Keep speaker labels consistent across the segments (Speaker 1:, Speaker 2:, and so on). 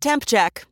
Speaker 1: Temp check.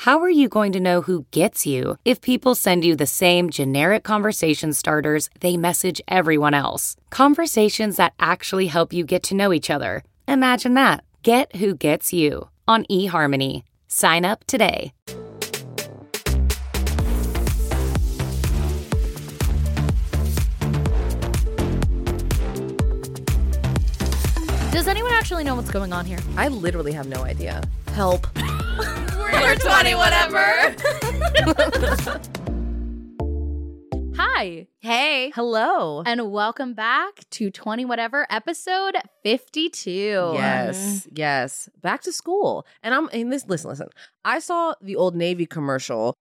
Speaker 2: How are you going to know who gets you if people send you the same generic conversation starters they message everyone else? Conversations that actually help you get to know each other. Imagine that. Get who gets you on eHarmony. Sign up today.
Speaker 3: Does anyone actually know what's going on here?
Speaker 4: I literally have no idea. Help.
Speaker 3: We're 20, whatever. Hi.
Speaker 4: Hey. Hello.
Speaker 3: And welcome back to 20 whatever episode 52.
Speaker 4: Yes, yes. Back to school. And I'm in this listen, listen. I saw the old Navy commercial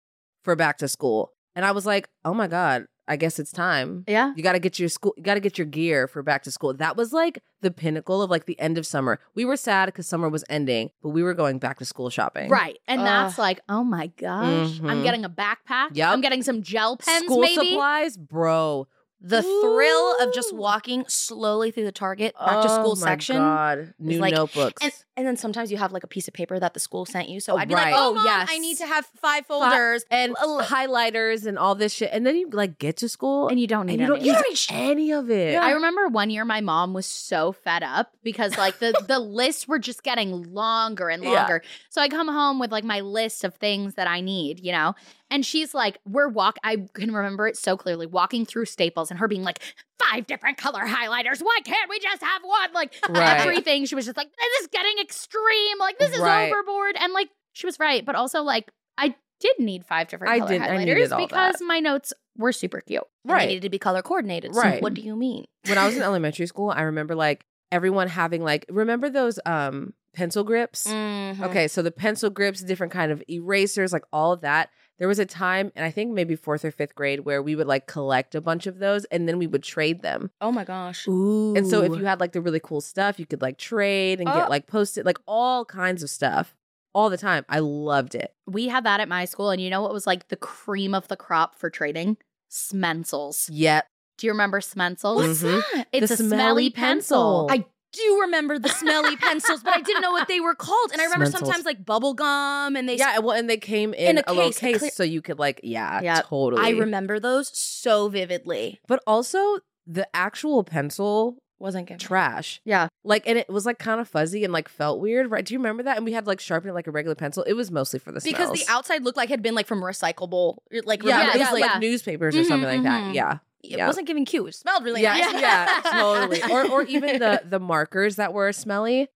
Speaker 4: for back to school. And I was like, oh my God, I guess it's time.
Speaker 3: Yeah.
Speaker 4: You gotta get your school you gotta get your gear for back to school. That was like the pinnacle of like the end of summer. We were sad because summer was ending, but we were going back to school shopping.
Speaker 3: Right. And that's like, oh my gosh, I'm
Speaker 5: Mm-hmm.
Speaker 4: Mhm.
Speaker 3: getting a backpack.
Speaker 4: Yep.
Speaker 3: I'm getting some gel pens
Speaker 4: school
Speaker 3: maybe.
Speaker 4: supplies, bro.
Speaker 5: The thrill of just
Speaker 4: Ooh.
Speaker 5: walking slowly through the Target back to school
Speaker 4: Oh my
Speaker 5: section.
Speaker 4: God. New
Speaker 5: like-
Speaker 4: notebooks.
Speaker 5: And, and then sometimes you have like a piece of paper that the school sent you. So
Speaker 4: Oh,
Speaker 5: I'd be
Speaker 4: right.
Speaker 5: like, oh,
Speaker 4: Oh,
Speaker 5: Mom,
Speaker 4: yes.
Speaker 5: I need to have five folders.
Speaker 4: and
Speaker 5: L-
Speaker 4: highlighters and all this shit. And then you like get to school
Speaker 3: And you don't need
Speaker 4: and you don't
Speaker 3: any of
Speaker 4: use
Speaker 3: it.
Speaker 4: any of it.
Speaker 3: I remember one year my mom was so fed up because like the the lists were just getting longer and
Speaker 4: Yeah.
Speaker 3: longer. So I come home with like my list of things that I need, you know. And she's like, "We're walk I can remember it so clearly walking through Staples and her being like five different color highlighters. Why can't we just have one?" Like
Speaker 4: Right.
Speaker 3: everything she was just like, "This is getting extreme. Like this is
Speaker 4: Right.
Speaker 3: overboard." And like she was right, but also like I did need five different
Speaker 4: I
Speaker 3: color
Speaker 4: did- I needed
Speaker 3: highlighters
Speaker 4: all
Speaker 3: because my notes were super cute.
Speaker 5: and
Speaker 4: right.
Speaker 5: They needed to be color coordinated. So
Speaker 4: Right.
Speaker 5: what do you mean?
Speaker 4: when I was in elementary school, I remember like everyone having like remember those um pencil grips?
Speaker 5: Mm-hmm.
Speaker 4: Okay, so the pencil grips, different kind of erasers, like all of that. There was a time, and I think maybe fourth or fifth grade, where we would like collect a bunch of those, and then we would trade them.
Speaker 5: Oh my gosh.
Speaker 4: Ooh. And so, if you had like the really cool stuff, you could like trade and
Speaker 5: Oh.
Speaker 4: get like posted, like all kinds of stuff, all the time. I loved it.
Speaker 3: We had that at my school, and you know what was like the cream of the crop for trading? Smensels.
Speaker 4: Yeah,
Speaker 3: Do you remember Smensels?
Speaker 4: What's Mhm.
Speaker 5: that?
Speaker 3: It's a
Speaker 4: The
Speaker 3: smelly,
Speaker 4: smelly
Speaker 3: pencil.
Speaker 5: I
Speaker 4: pencil.
Speaker 5: do remember the smelly pencils, but I didn't know what they were called. And I remember
Speaker 4: Smentals.
Speaker 5: sometimes like bubble gum and they.
Speaker 4: yeah. Well, and they came in,
Speaker 5: a
Speaker 4: a, little
Speaker 5: case, a
Speaker 4: case,
Speaker 5: clear-
Speaker 4: so you could like, yeah,
Speaker 5: Yeah, I
Speaker 4: totally.
Speaker 5: I remember those so vividly.
Speaker 4: but also the actual pencil
Speaker 5: Wasn't good.
Speaker 4: trash.
Speaker 5: Yeah.
Speaker 4: Like, and it was like kind of fuzzy and like felt weird, right? Do you remember that? And we had to, like sharpen it like a regular pencil. It was mostly for the
Speaker 5: Because the
Speaker 4: smells.
Speaker 5: outside looked like had been like from recyclable, like
Speaker 4: yeah,
Speaker 5: remember,
Speaker 4: it was
Speaker 3: yeah,
Speaker 4: like
Speaker 3: yeah.
Speaker 4: newspapers or
Speaker 5: Mhm,
Speaker 4: something like
Speaker 5: mhm.
Speaker 4: that. Yeah,
Speaker 5: it
Speaker 4: Yeah.
Speaker 5: wasn't giving cute. It smelled really
Speaker 4: yeah,
Speaker 5: nice.
Speaker 4: yeah, totally. Or or even the the markers that were smelly.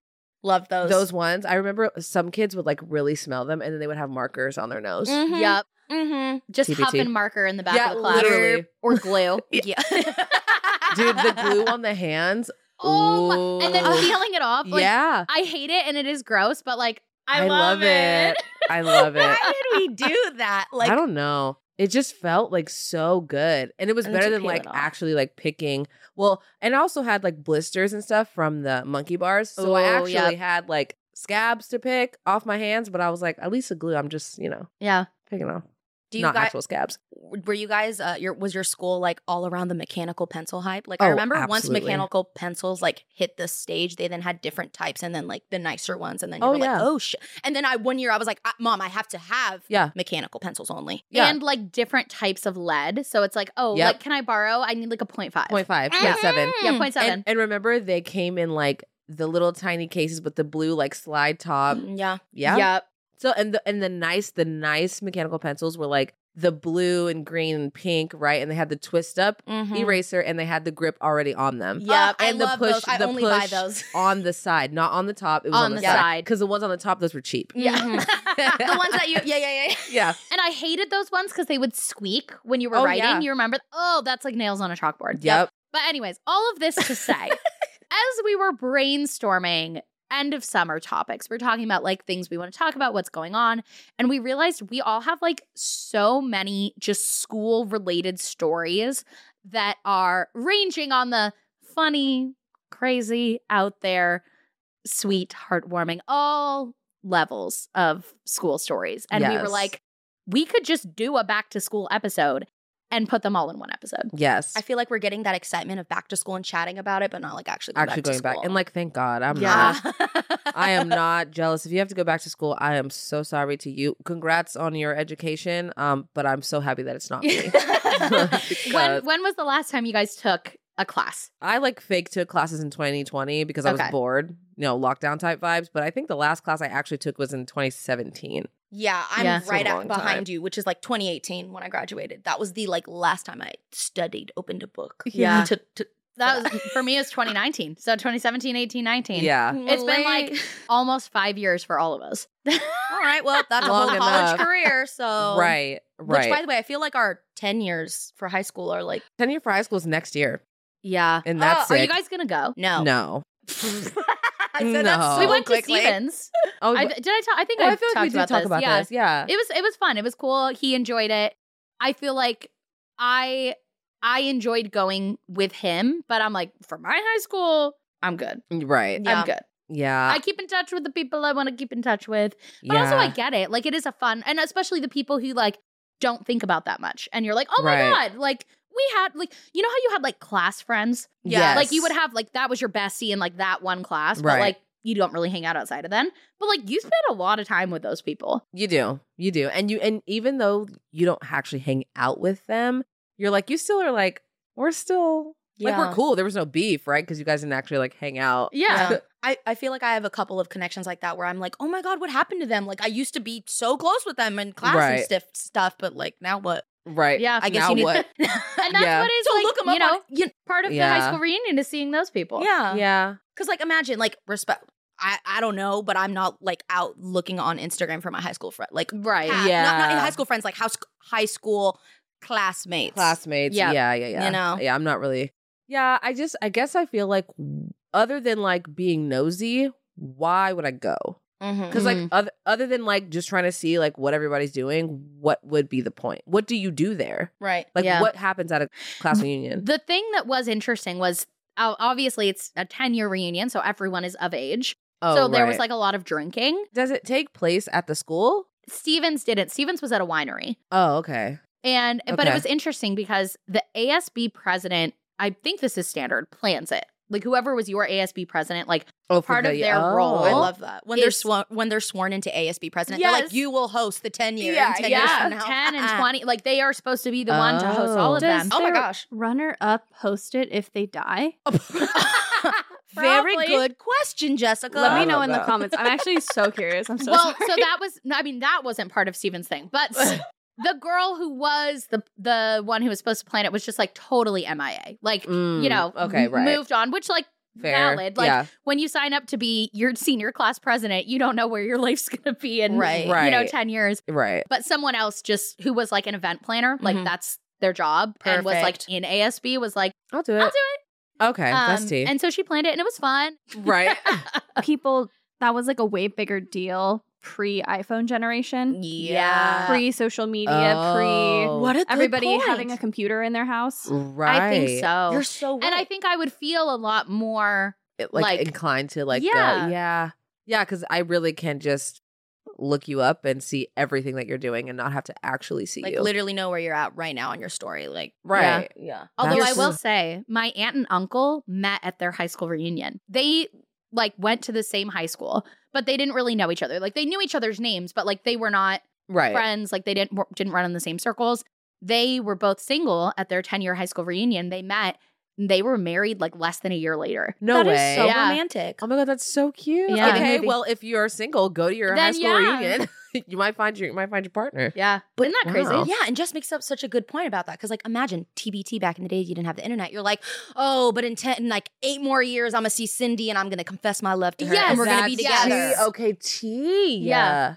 Speaker 5: love those.
Speaker 4: Those. ones. I remember some kids would like really smell them, and then they would have markers on their nose.
Speaker 5: Mhm.
Speaker 3: Yep.
Speaker 5: Mm-hmm.
Speaker 3: Just
Speaker 4: TBT.
Speaker 3: huff and marker in the back
Speaker 4: Yeah,
Speaker 3: of the class.
Speaker 4: literally.
Speaker 3: Or glue.
Speaker 5: Yeah.
Speaker 4: Dude, the glue on the hands.
Speaker 3: oh, my, and then
Speaker 4: Ooh.
Speaker 3: peeling it off. Like,
Speaker 4: yeah,
Speaker 3: I hate it and it is gross, but like, I,
Speaker 4: I love it. I love it.
Speaker 5: Why did we do that? Like,
Speaker 4: I don't know. It just felt like so good. And it was
Speaker 5: And then
Speaker 4: better
Speaker 5: to
Speaker 4: than
Speaker 5: peel
Speaker 4: like
Speaker 5: it off.
Speaker 4: actually like picking. Well, and I also had like blisters and stuff from the monkey bars. So I
Speaker 3: Ooh,
Speaker 5: Oh,
Speaker 4: actually
Speaker 3: yep.
Speaker 4: had like scabs to pick off my hands, but I was like, at least the glue, I'm just, you know,
Speaker 3: Yeah.
Speaker 4: picking off.
Speaker 5: do you
Speaker 4: not
Speaker 5: guys?
Speaker 4: actual scabs.
Speaker 5: Were you guys? Uh, your was your school like all around the mechanical pencil hype? Like, I
Speaker 4: Oh,
Speaker 5: remember once
Speaker 4: absolutely.
Speaker 5: mechanical pencils like hit the stage, they then had different types, and then like the nicer ones, and then you
Speaker 4: Oh,
Speaker 5: were like,
Speaker 4: yeah.
Speaker 5: oh shit. And then I one year I was like, I- Mom, I have to have
Speaker 4: Yeah.
Speaker 5: mechanical pencils only.
Speaker 4: Yeah.
Speaker 3: And like different types of lead. So it's like, oh,
Speaker 4: Yep.
Speaker 3: like, can I borrow? I need like a 0.5.
Speaker 4: 0.5, 0.7.
Speaker 3: Yeah, 0.7.
Speaker 4: And, and remember, they came in like the little tiny cases with the blue like slide top.
Speaker 5: Mm, yeah.
Speaker 4: Yeah.
Speaker 3: Yep.
Speaker 4: So and the and the nice the nice mechanical pencils were like the blue and green and pink, right? And they had the twist up eraser and they had the grip already on them.
Speaker 5: Mm-hmm. Yep. I
Speaker 4: and the
Speaker 5: love
Speaker 4: push-
Speaker 5: those. I
Speaker 4: the
Speaker 5: only buy
Speaker 4: push
Speaker 5: those.
Speaker 4: On the side, not on the top. It was on, the, side. Because the ones on the top, those were cheap.
Speaker 5: Yeah.
Speaker 3: Mhm.
Speaker 5: the ones that you Yeah, yeah, yeah.
Speaker 4: Yeah.
Speaker 3: And I hated those ones because they would squeak when you were
Speaker 4: Oh,
Speaker 3: writing.
Speaker 4: yeah.
Speaker 3: You remember? Oh, that's like nails on a chalkboard.
Speaker 4: Yep.
Speaker 3: But, anyways, all of this to say, as we were brainstorming end of summer topics, we we're talking about like things we want to talk about, what's going on. And we realized we all have like so many just school related stories that are ranging on the funny, crazy, out there, sweet, heartwarming, all levels of school stories. And we were
Speaker 4: Yes.
Speaker 3: like, we could just do a back to school episode and put them all in one episode.
Speaker 4: Yes.
Speaker 5: I feel like we're getting that excitement of back to school and chatting about it, but not like actually going
Speaker 4: Actually
Speaker 5: back
Speaker 4: going
Speaker 5: to
Speaker 4: back.
Speaker 5: school.
Speaker 4: And like, thank God. I'm not.
Speaker 5: yeah.
Speaker 4: I am not jealous. If you have to go back to school, I am so sorry to you. Congrats on your education. Um, but I'm so happy that it's not me.
Speaker 3: When
Speaker 4: Because
Speaker 3: when was the last time you guys took a class?
Speaker 4: I like fake took classes in 2020 because I was
Speaker 3: Okay.
Speaker 4: bored, you know, lockdown type vibes. But I think the last class I actually took was in 2017.
Speaker 5: yeah, I'm
Speaker 3: Yeah. It's
Speaker 4: a
Speaker 5: right
Speaker 4: long
Speaker 5: at,
Speaker 4: time.
Speaker 5: behind you, which is like 2018 when I graduated. That was the like last time I studied, opened a book.
Speaker 3: Yeah.
Speaker 5: To, to,
Speaker 3: That was for me it's 2019. So 2017, 18, 19.
Speaker 4: Yeah.
Speaker 3: It's been like almost 5 years for all of us.
Speaker 5: all right, well, that's a
Speaker 4: Long
Speaker 5: whole college
Speaker 4: enough.
Speaker 5: career. So
Speaker 4: right.
Speaker 5: Which,
Speaker 4: Right.
Speaker 5: by the way, I feel like our 10 years for high school are like,
Speaker 4: 10 year for high school is next year.
Speaker 3: yeah.
Speaker 4: And that's
Speaker 3: Uh, are you
Speaker 4: sick.
Speaker 3: guys going to go?
Speaker 5: no.
Speaker 4: No.
Speaker 5: I said
Speaker 4: No.
Speaker 5: that so
Speaker 3: we went
Speaker 5: quickly.
Speaker 3: to Stevens.
Speaker 4: Oh,
Speaker 3: I, did I talk I think
Speaker 4: oh,
Speaker 3: I,
Speaker 4: I feel
Speaker 3: talked
Speaker 4: like we did
Speaker 3: about
Speaker 4: talk
Speaker 3: this.
Speaker 4: about
Speaker 3: yeah.
Speaker 4: this. Yeah.
Speaker 3: It was it was fun. It was cool. He enjoyed it. I feel like I I enjoyed going with him, but I'm like for my high school, I'm good.
Speaker 4: right.
Speaker 5: Yeah.
Speaker 3: I'm good.
Speaker 4: Yeah.
Speaker 3: Mm,
Speaker 4: Uh,
Speaker 3: I keep in touch with the people I want to keep in touch with. But
Speaker 4: yeah.
Speaker 3: also, I get it. Like, it is a fun, and especially the people who like don't think about that much. And you're like, oh my
Speaker 4: Right.
Speaker 3: god, like we had like you know how you had like class friends,
Speaker 5: Yeah,
Speaker 3: like you
Speaker 4: Yes.
Speaker 3: would have like that was your bestie in like that one class, but
Speaker 4: Right.
Speaker 3: like you don't really hang out outside of then. But like you spend a lot of time with those people.
Speaker 4: You do. You do. And you and even though you don't actually hang out with them, you're like you still are like we're still like we're
Speaker 5: Yeah.
Speaker 4: cool. There was no beef, right? Cuz you guys didn't actually like hang out.
Speaker 3: Yeah.
Speaker 5: Yeah. I, I feel like I have a couple of connections like that where I'm like, oh my God, what happened to them? Like, I used to be so close with them in class and
Speaker 4: Right.
Speaker 5: stiff stuff, but like, now what?
Speaker 4: Right.
Speaker 3: Yeah.
Speaker 5: I guess
Speaker 4: Now
Speaker 5: you need
Speaker 4: what?
Speaker 3: And that's
Speaker 4: Yeah.
Speaker 3: what is
Speaker 5: So
Speaker 3: like,
Speaker 5: look 'em
Speaker 3: you
Speaker 5: up
Speaker 3: know,
Speaker 5: on- you-
Speaker 3: part of the high
Speaker 4: Yeah.
Speaker 3: school reunion is seeing those people.
Speaker 5: Yeah.
Speaker 4: yeah.
Speaker 5: Cause like, imagine, like, respect. I, I don't know, but I'm not like out looking on Instagram for my high school friend. Like,
Speaker 3: Right.
Speaker 5: yeah. Not, not in
Speaker 4: Yeah.
Speaker 5: high school friends, like house, high school classmates.
Speaker 4: Classmates.
Speaker 3: Yeah.
Speaker 4: Yeah. yeah, yeah, yeah.
Speaker 5: You know?
Speaker 4: Yeah, I'm not really. Yeah, I just I guess I feel like other than like being nosy, why would I go?
Speaker 5: Mhm.
Speaker 4: Because
Speaker 3: Mm-hmm.
Speaker 4: like other other than like just trying to see like what everybody's doing, what would be the point? What do you do there?
Speaker 5: Right.
Speaker 4: Like
Speaker 3: Yeah.
Speaker 4: what happens at a class reunion?
Speaker 3: The thing that was interesting was o- obviously it's a 10 year reunion, so everyone is of age.
Speaker 4: oh,
Speaker 3: so there was
Speaker 4: right.
Speaker 3: like a lot of drinking.
Speaker 4: does it take place at the school?
Speaker 3: Stevens didn't. Stevens was at a winery.
Speaker 4: Oh, okay.
Speaker 3: And but it
Speaker 4: Okay.
Speaker 3: was interesting because the ASB president, I think this is standard, plans it. Like whoever was your ASB president, like
Speaker 4: Oh,
Speaker 3: Part of
Speaker 4: the- oh.
Speaker 3: their role.
Speaker 5: I love that when they're
Speaker 3: It's-
Speaker 5: sworn when they're sworn into ASB president. They're
Speaker 3: Yes.
Speaker 5: like, you will host the ten year,
Speaker 4: Yeah,
Speaker 5: and ten years
Speaker 4: yeah.
Speaker 5: from now,
Speaker 3: 10 and
Speaker 5: Uh-uh.
Speaker 3: 20, like they are supposed to be the one to host all of
Speaker 4: Oh.
Speaker 3: them.
Speaker 6: Does
Speaker 5: Oh my
Speaker 6: their
Speaker 5: gosh.
Speaker 6: Runner up host it if they die.
Speaker 5: Very
Speaker 3: Probably.
Speaker 5: good question, Jessica.
Speaker 6: Let
Speaker 4: I
Speaker 6: me know
Speaker 4: love
Speaker 6: in the
Speaker 4: that.
Speaker 6: comments. I'm actually so curious. I'm so
Speaker 3: well,
Speaker 6: sorry.
Speaker 3: so that was no, I mean that wasn't part of Steven's thing, but s- the girl who was the the one who was supposed to plan it was just like totally MIA, like you
Speaker 4: Mm,
Speaker 3: know,
Speaker 4: okay,
Speaker 3: m-
Speaker 4: right.
Speaker 3: moved on, which like
Speaker 4: Fair.
Speaker 3: valid, like
Speaker 4: yeah.
Speaker 3: when you sign up to be your senior class president, you don't know where your life's gonna be in
Speaker 5: Right.
Speaker 3: you know
Speaker 4: Right.
Speaker 3: ten years,
Speaker 4: Right.
Speaker 3: but someone else just who was like an event planner, like
Speaker 5: Mhm.
Speaker 3: that's their job, and was like
Speaker 5: Perfect.
Speaker 3: in ASB was like
Speaker 4: I'll do it.
Speaker 3: I'll do it,
Speaker 4: okay.
Speaker 3: Um,
Speaker 4: that's tea.
Speaker 3: and so she planned it, and it was fun.
Speaker 4: right.
Speaker 6: people that was like a way bigger deal pre iPhone generation,
Speaker 5: Yeah.
Speaker 6: pre social media, pre
Speaker 4: Oh,
Speaker 5: What a good
Speaker 6: everybody
Speaker 5: point.
Speaker 6: having a computer in their house.
Speaker 4: right.
Speaker 3: I think so.
Speaker 5: You're so right.
Speaker 3: and I think I would feel a lot more
Speaker 4: It, like,
Speaker 3: like-
Speaker 4: inclined to like
Speaker 3: Yeah.
Speaker 4: yeah yeah yeah because I really can just look you up and see everything that you're doing and not have to actually see
Speaker 5: like
Speaker 4: you.
Speaker 5: literally know where you're at right now on your story. Like
Speaker 4: Right.
Speaker 5: Yeah.
Speaker 3: Although I
Speaker 4: That's-
Speaker 3: will say, my aunt and uncle met at their high school reunion. They like went to the same high school, but they didn't really know each other. Like they knew each other's names, but like they were not
Speaker 4: Right.
Speaker 3: friends. Like they didn't wor- didn't run in the same circles. They were both single at their 10 year high school reunion. They met. and They were married like less than a year later.
Speaker 4: No
Speaker 5: That is
Speaker 4: way.
Speaker 5: so
Speaker 3: Yeah.
Speaker 5: romantic.
Speaker 4: Oh my god, that's so cute.
Speaker 3: Yeah.
Speaker 4: Okay,
Speaker 6: Maybe.
Speaker 4: well, if you are single, go to your
Speaker 3: Then
Speaker 4: high school
Speaker 3: yeah.
Speaker 4: reunion. you might find your you might find your partner.
Speaker 3: Yeah.
Speaker 5: But-
Speaker 3: Isn't that crazy?
Speaker 4: Wow.
Speaker 5: Yeah, and Jess makes up such a good point about that because, like, imagine TBT back in the day, you didn't have the internet. You're like, oh, but in ten, in like eight more years, I'm gonna see Cindy and I'm gonna confess my love to her,
Speaker 3: Yes,
Speaker 5: and we're gonna be
Speaker 3: that's-
Speaker 5: together.
Speaker 3: yes.
Speaker 4: Tea, okay, tea.
Speaker 3: Yeah.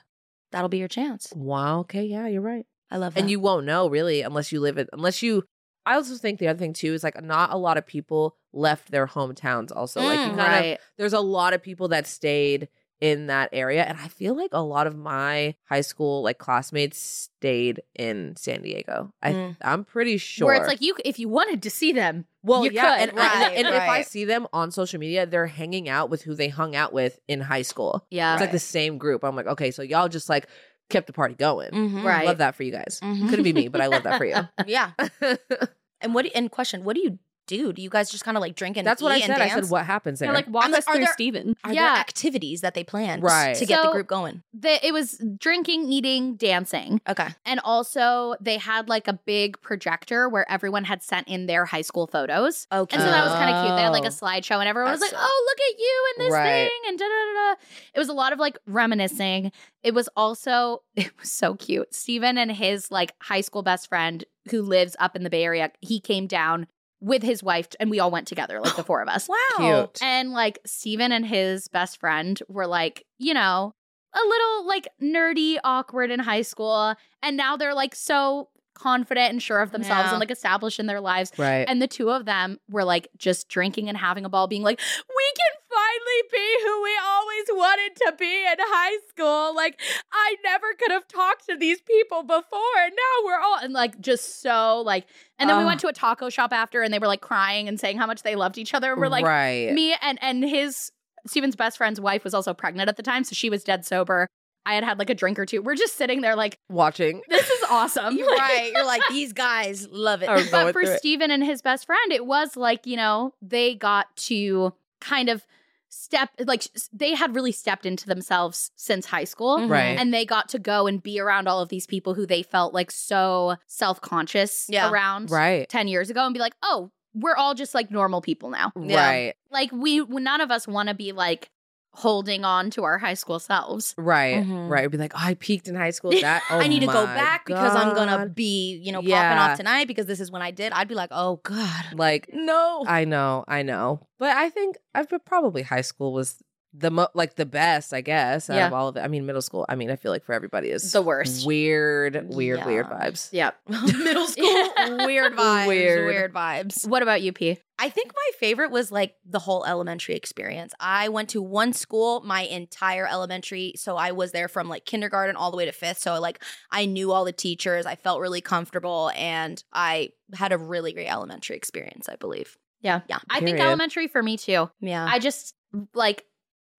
Speaker 5: That'll be your chance.
Speaker 4: Wow. Okay. Yeah, you're right.
Speaker 5: I love that.
Speaker 4: And you won't know really unless you live it. Unless you. I also think the other thing too is like not a lot of people left their hometowns. Also, like you
Speaker 5: Mm,
Speaker 4: kind of
Speaker 3: Right.
Speaker 4: there's a lot of people that stayed in that area and i feel like a lot of my high school like classmates stayed in san diego i
Speaker 5: Mm.
Speaker 4: i'm pretty sure
Speaker 3: Where it's like you if you wanted to see them.
Speaker 4: well
Speaker 3: you
Speaker 4: yeah
Speaker 3: could,
Speaker 4: and, I-
Speaker 5: right,
Speaker 4: and if i
Speaker 5: right.
Speaker 4: see them on social media they're hanging out with who they hung out with in high school
Speaker 3: Yeah.
Speaker 4: it's like
Speaker 5: Right.
Speaker 4: the same group i'm like okay so y'all just like kept the party going
Speaker 5: Mhm.
Speaker 3: Right.
Speaker 4: love that for you guys
Speaker 5: Mhm.
Speaker 4: couldn't be me but i love that for you
Speaker 5: yeah. And what? do- And question: What do you do? Do you guys just kind of like drink and
Speaker 4: that's what i
Speaker 5: eat and
Speaker 4: said i said
Speaker 5: dance?
Speaker 4: what happens there
Speaker 6: They're like, walk
Speaker 5: I'm like,
Speaker 6: us
Speaker 5: are
Speaker 6: through
Speaker 5: there-
Speaker 6: Steven.
Speaker 5: Are
Speaker 3: Yeah.
Speaker 5: there activities that they planned
Speaker 4: Right.
Speaker 5: to get
Speaker 3: So-
Speaker 5: the group going?
Speaker 3: The, it was drinking, eating, dancing.
Speaker 5: Okay.
Speaker 3: And also they had like a big projector where everyone had sent in their high school photos.
Speaker 5: Okay.
Speaker 3: And so that was kind of cute. They had like a
Speaker 4: Oh.
Speaker 3: slideshow and everyone was
Speaker 5: That's
Speaker 3: like,
Speaker 5: dope.
Speaker 3: "Oh, look at you in this
Speaker 4: Right.
Speaker 3: thing." And da da da da. It was a lot of like reminiscing. It was also it was so cute. Steven and his like high school best friend who lives up in the Bay Area, he came down with his wife and we all went together like the four of us.
Speaker 5: wow.
Speaker 4: cute
Speaker 3: And like Steven and his best friend were like, you know, a little like nerdy, awkward in high school. And now they're like so confident and sure of themselves
Speaker 5: Yeah.
Speaker 3: and like established in their lives.
Speaker 4: right
Speaker 3: Eh, And the two of them were like just drinking and having a ball, being like, we can finally be who we always wanted to be in high school. Like, I never could have talked to these people before. And now we're all, and like, just so like, and then we
Speaker 4: Ugh.
Speaker 3: went to a taco shop after and they were like crying and saying how much they loved each other. And we're like,
Speaker 4: right
Speaker 3: me and and his Steven's best friend's wife was also pregnant at the time, so she was dead sober. I had had like a drink or two. We're just sitting there like
Speaker 4: watching
Speaker 3: this is awesome.
Speaker 5: You're
Speaker 3: Like,
Speaker 5: right. You're like these guys love it.
Speaker 4: Are going
Speaker 3: But for
Speaker 4: through it.
Speaker 3: Steven and his best friend, it was like, you know, they got to kind of step like s- they had really stepped into themselves since high school.
Speaker 5: Mhm.
Speaker 4: Mm-hmm. right
Speaker 3: And they got to go and be around all of these people who they felt like so self-conscious
Speaker 5: Yeah.
Speaker 3: around
Speaker 4: right
Speaker 3: 10 years ago and be like, "Oh, we're all just like normal people now."
Speaker 5: Yeah.
Speaker 4: Right.
Speaker 3: like we none of us want to be like holding on to our high school selves
Speaker 4: Right.
Speaker 5: Mhm.
Speaker 4: Right. It'd be like, oh, I peaked in high school. That oh
Speaker 5: I need to go
Speaker 4: my
Speaker 5: back because I'm gonna
Speaker 4: God.
Speaker 5: be, you know, popping
Speaker 4: Yeah.
Speaker 5: off tonight because this is when I did. I'd be like, oh god,
Speaker 4: like
Speaker 5: no.
Speaker 4: I know, I know. But I think I've been probably high school was the mo- like the best, I guess, out
Speaker 3: Yeah.
Speaker 4: of all of it. I mean, middle school, I mean, I feel like for everybody is
Speaker 3: the worst
Speaker 4: weird, weird, weird
Speaker 5: Yeah.
Speaker 4: vibes.
Speaker 3: yeah
Speaker 5: Middle school weird vibes.
Speaker 4: Weird.
Speaker 5: Weird. vibes.
Speaker 3: what about you p
Speaker 5: I think my favorite was like the whole elementary experience. I went to one school my entire elementary, so I was there from like kindergarten all the way to 5th. So like I knew all the teachers, I felt really comfortable and I had a really great elementary experience, I believe.
Speaker 3: i think
Speaker 4: Period.
Speaker 3: elementary for me too
Speaker 5: Yeah.
Speaker 3: i just like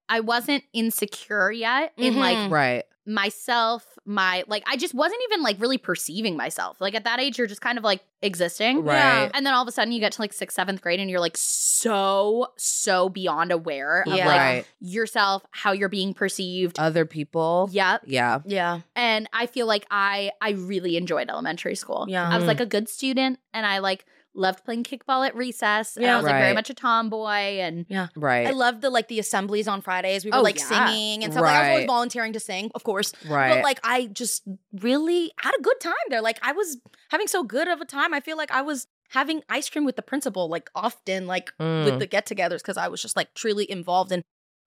Speaker 3: i wasn't insecure yet in
Speaker 5: Mhm.
Speaker 3: like
Speaker 4: Right.
Speaker 3: myself my like i just wasn't even like really perceiving myself like at that age you're just kind of like existing
Speaker 4: Right.
Speaker 3: and then all of a sudden you get to like sixth seventh grade and you're like so so beyond aware of
Speaker 5: Yeah.
Speaker 3: like
Speaker 4: Right.
Speaker 3: yourself how you're being perceived
Speaker 4: Other people.
Speaker 3: yep
Speaker 4: Yeah.
Speaker 5: yeah.
Speaker 3: and i feel like i i really enjoyed elementary school
Speaker 5: Yeah.
Speaker 3: i was
Speaker 4: Mm.
Speaker 3: like a good student and i like loved playing kickball at recess and
Speaker 5: Yeah.
Speaker 3: i was like very
Speaker 4: Right.
Speaker 3: much a tomboy and
Speaker 4: Right.
Speaker 5: I loved the like the assemblies on Fridays. We were
Speaker 3: Oh,
Speaker 5: like
Speaker 3: yeah.
Speaker 5: singing and stuff. Like, I was
Speaker 4: Right.
Speaker 5: always volunteering to sing, of course.
Speaker 4: right.
Speaker 5: But like I just really had a good time there. Like I was having so good of a time. I feel like I was having ice cream with the principal like often like
Speaker 4: Mm.
Speaker 5: with the get-togethers because I was just like truly involved in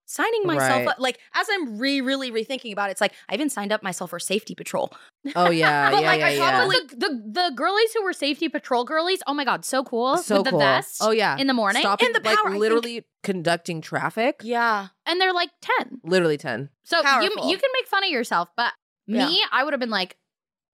Speaker 5: signing myself
Speaker 4: Right.
Speaker 5: up. Like as I'm re really rethinking about it, it's like I even signed up myself for safety patrol.
Speaker 4: oh yeah.
Speaker 5: But,
Speaker 4: yeah.
Speaker 5: like,
Speaker 4: yeah.
Speaker 5: I
Speaker 4: yeah.
Speaker 5: probably-
Speaker 3: the, the the girlies who were safety patrol girlies oh my god so cool
Speaker 4: so
Speaker 3: with the
Speaker 4: cool.
Speaker 3: vest
Speaker 4: oh yeah.
Speaker 3: in the morning
Speaker 4: Stopping,
Speaker 5: And the
Speaker 4: like
Speaker 5: power, I think-
Speaker 4: literally conducting traffic.
Speaker 5: Yeah.
Speaker 3: and they're like 10
Speaker 4: Literally ten.
Speaker 3: so you,
Speaker 5: Powerful.
Speaker 3: you can make fun of yourself but me i would have been like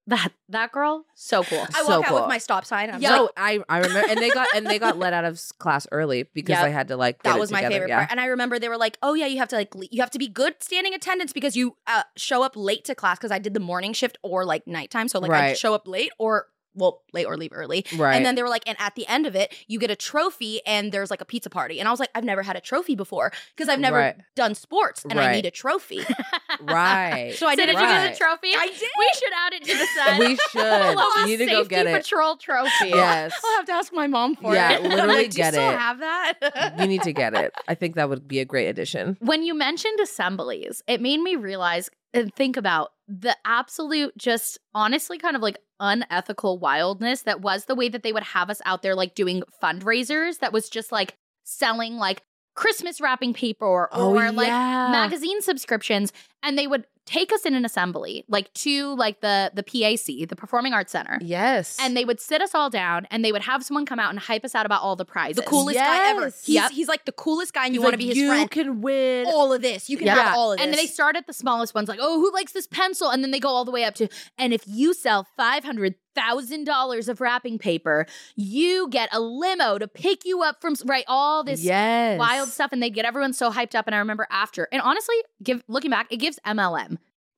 Speaker 3: that that girl so cool
Speaker 5: I
Speaker 4: So
Speaker 5: walk out
Speaker 4: cool. Oh,
Speaker 5: with my stop sign. And I'm
Speaker 3: Yeah.
Speaker 5: like,
Speaker 4: No, I I remember, and they got and they got let out of s- class early because
Speaker 3: Yep.
Speaker 4: I had to like. get
Speaker 5: that
Speaker 4: it
Speaker 5: was my
Speaker 4: together,
Speaker 5: favorite
Speaker 4: yeah.
Speaker 5: part. And I remember they were like, "Oh yeah, you have to like le- you have to be good standing attendance because you uh, show up late to class because I did the morning shift or like nighttime, so like I'd
Speaker 4: Right.
Speaker 5: show up late or well late or leave early."
Speaker 4: Right.
Speaker 5: And then they were like, "And at the end of it, you get a trophy and there's like a pizza party." And I was like, "I've never had a trophy before because I've never
Speaker 4: Right.
Speaker 5: done sports and I
Speaker 4: Right.
Speaker 5: need a trophy."
Speaker 4: right.
Speaker 5: so I
Speaker 3: so
Speaker 5: did
Speaker 3: did
Speaker 5: it.
Speaker 3: you get
Speaker 4: Right.
Speaker 3: a trophy
Speaker 5: I did.
Speaker 3: we should add it to the set
Speaker 4: we should.
Speaker 3: Little
Speaker 4: you need to go
Speaker 3: safety
Speaker 4: get it.
Speaker 3: patrol trophy
Speaker 4: Yes.
Speaker 5: I'll have to ask my mom for
Speaker 4: Yeah,
Speaker 5: it. I'm
Speaker 4: literally
Speaker 5: like, Do you
Speaker 4: get
Speaker 5: still
Speaker 4: it.
Speaker 5: have that?
Speaker 4: you need to get it. I think that would be a great addition.
Speaker 3: when you mentioned assemblies, it made me realize and think about the absolute just honestly kind of like unethical wildness that was the way that they would have us out there like doing fundraisers that was just like selling like Christmas wrapping paper or
Speaker 4: Oh,
Speaker 5: Oh,
Speaker 3: like magazine subscriptions and they would take us in an assembly like to like the the PAC the Performing Arts Center
Speaker 4: Yes.
Speaker 3: and they would sit us all down and they would have someone come out and hype us out about all the prizes
Speaker 5: The coolest guy ever.
Speaker 4: Yes.
Speaker 5: He's,
Speaker 3: Yep.
Speaker 5: he's like the coolest guy, and you
Speaker 4: He's
Speaker 5: want
Speaker 4: like,
Speaker 5: to be his
Speaker 4: you
Speaker 5: friend.
Speaker 4: can win.
Speaker 5: all of this, you can
Speaker 4: Yeah.
Speaker 5: have all of this.
Speaker 3: and then they start at the smallest ones like oh who likes this pencil and then they go all the way up to and if you sell $500,000 of wrapping paper you get a limo to pick you up from s- right all this
Speaker 4: yes.
Speaker 3: wild stuff and they'd get everyone so hyped up and I remember after and honestly give looking back it gives MLM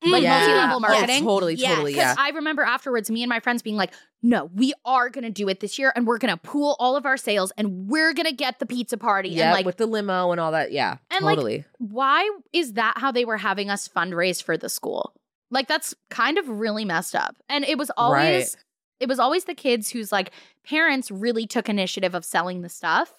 Speaker 3: like
Speaker 5: Yeah.
Speaker 3: multi-level
Speaker 5: Oh,
Speaker 3: marketing
Speaker 4: totally,
Speaker 5: Yes.
Speaker 4: totally, yeah.
Speaker 3: because I remember afterwards, me and my friends being like, no, we are going to do it this year and we're going to pool all of our sales and we're going to get the pizza party.
Speaker 4: Yeah,
Speaker 3: and like,
Speaker 4: with the limo and all that. Yeah,
Speaker 3: And, like,
Speaker 4: totally.
Speaker 3: why is that how they were having us fundraise for the school? Like, that's kind of really messed up. And it was always,
Speaker 4: Right.
Speaker 3: it was always the kids whose like parents really took initiative of selling the stuff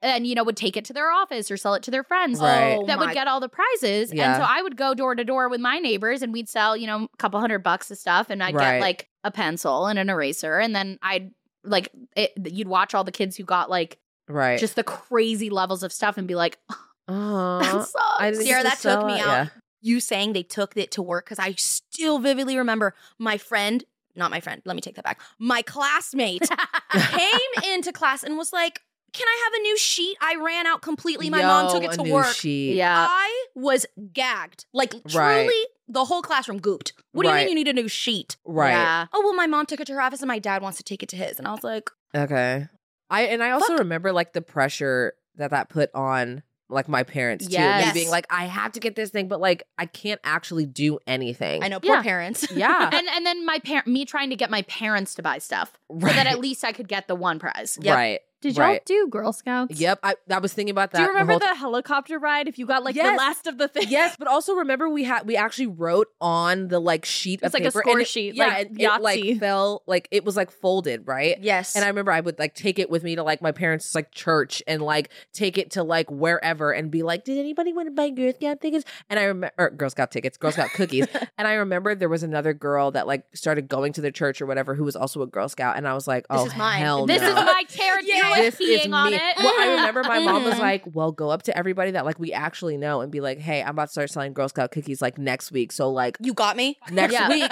Speaker 3: and, you know, would take it to their office or sell it to their friends.
Speaker 4: Right.
Speaker 5: Oh
Speaker 3: That
Speaker 5: my-
Speaker 3: would get all the prizes.
Speaker 4: Yeah.
Speaker 3: And so I would go door to door with my neighbors and we'd sell, you know, a couple hundred bucks of stuff. And I'd
Speaker 4: Right.
Speaker 3: get like a pencil and an eraser. And then I'd like, it, you'd watch all the kids who got like
Speaker 4: right.
Speaker 3: just the crazy levels of stuff and be like,
Speaker 4: Aw.
Speaker 3: that sucks.
Speaker 4: Uh, I didn't
Speaker 5: Sierra,
Speaker 4: get to
Speaker 5: that took
Speaker 4: sell
Speaker 5: me
Speaker 4: it.
Speaker 5: out. you saying they took it to work because I still vividly remember my friend, not my friend, let me take that back. My classmate came into class and was like, Can I have a new sheet? I ran out completely. My mom
Speaker 4: Yo,
Speaker 5: took it
Speaker 4: a
Speaker 5: to
Speaker 4: new
Speaker 5: work.
Speaker 4: sheet.
Speaker 3: yeah.
Speaker 5: I was gagged. Like
Speaker 4: Right.
Speaker 5: truly, the whole classroom gooped. What do you
Speaker 4: Right.
Speaker 5: mean you need a new sheet?
Speaker 4: Right.
Speaker 3: Yeah.
Speaker 5: Oh, well, my mom took it to her office and my dad wants to take it to his. And I was like,
Speaker 4: Okay. I and I also
Speaker 5: Fuck.
Speaker 4: remember like the pressure that that put on like my parents too, me
Speaker 3: Yes.
Speaker 4: being like, I have to get this thing, but like I can't actually do anything.
Speaker 5: I know, poor
Speaker 3: Yeah.
Speaker 5: parents.
Speaker 4: Yeah.
Speaker 3: And and then my parent, me trying to get my parents to buy stuff
Speaker 4: right.
Speaker 3: so that at least I could get the one prize.
Speaker 5: Yep.
Speaker 4: Right.
Speaker 6: Did y'all
Speaker 4: Right.
Speaker 6: do Girl Scouts?
Speaker 4: Yep. I, I was thinking about that.
Speaker 6: Do you remember
Speaker 4: whole
Speaker 6: the, helicopter ride? If you got like the
Speaker 4: Yes.
Speaker 6: last of the
Speaker 4: ti-
Speaker 6: thing,
Speaker 4: Yes, but also remember we had we actually wrote on the like sheet
Speaker 6: It's
Speaker 4: of
Speaker 6: like a
Speaker 4: paper,
Speaker 6: score
Speaker 4: and it-
Speaker 6: sheet,
Speaker 4: yeah,
Speaker 6: like
Speaker 4: and it like
Speaker 6: Yahtzee.
Speaker 4: fell like it was like folded, right?
Speaker 5: Yes.
Speaker 4: And I remember I would like take it with me to like my parents' like church and like take it to like wherever and be like, did anybody want to buy Girl Scout tickets? And I remember Girl Scout tickets, Girl Scout cookies. and I remember there was another girl that like started going to the church or whatever who was also a Girl Scout, and I was like, oh
Speaker 5: This is mine.
Speaker 4: hell,
Speaker 3: This
Speaker 4: no.
Speaker 3: is my carrot. You
Speaker 5: Yes.
Speaker 3: were
Speaker 4: This is
Speaker 3: peeing on
Speaker 4: me.
Speaker 3: it. Mm-hmm.
Speaker 4: Well, I remember my mom was
Speaker 5: Mhm.
Speaker 4: like, "Well, go up to everybody that like we actually know and be like, "Hey, I'm about to start selling Girl Scout cookies like next week. So like
Speaker 5: you got me?
Speaker 4: next
Speaker 3: Yeah.
Speaker 4: week,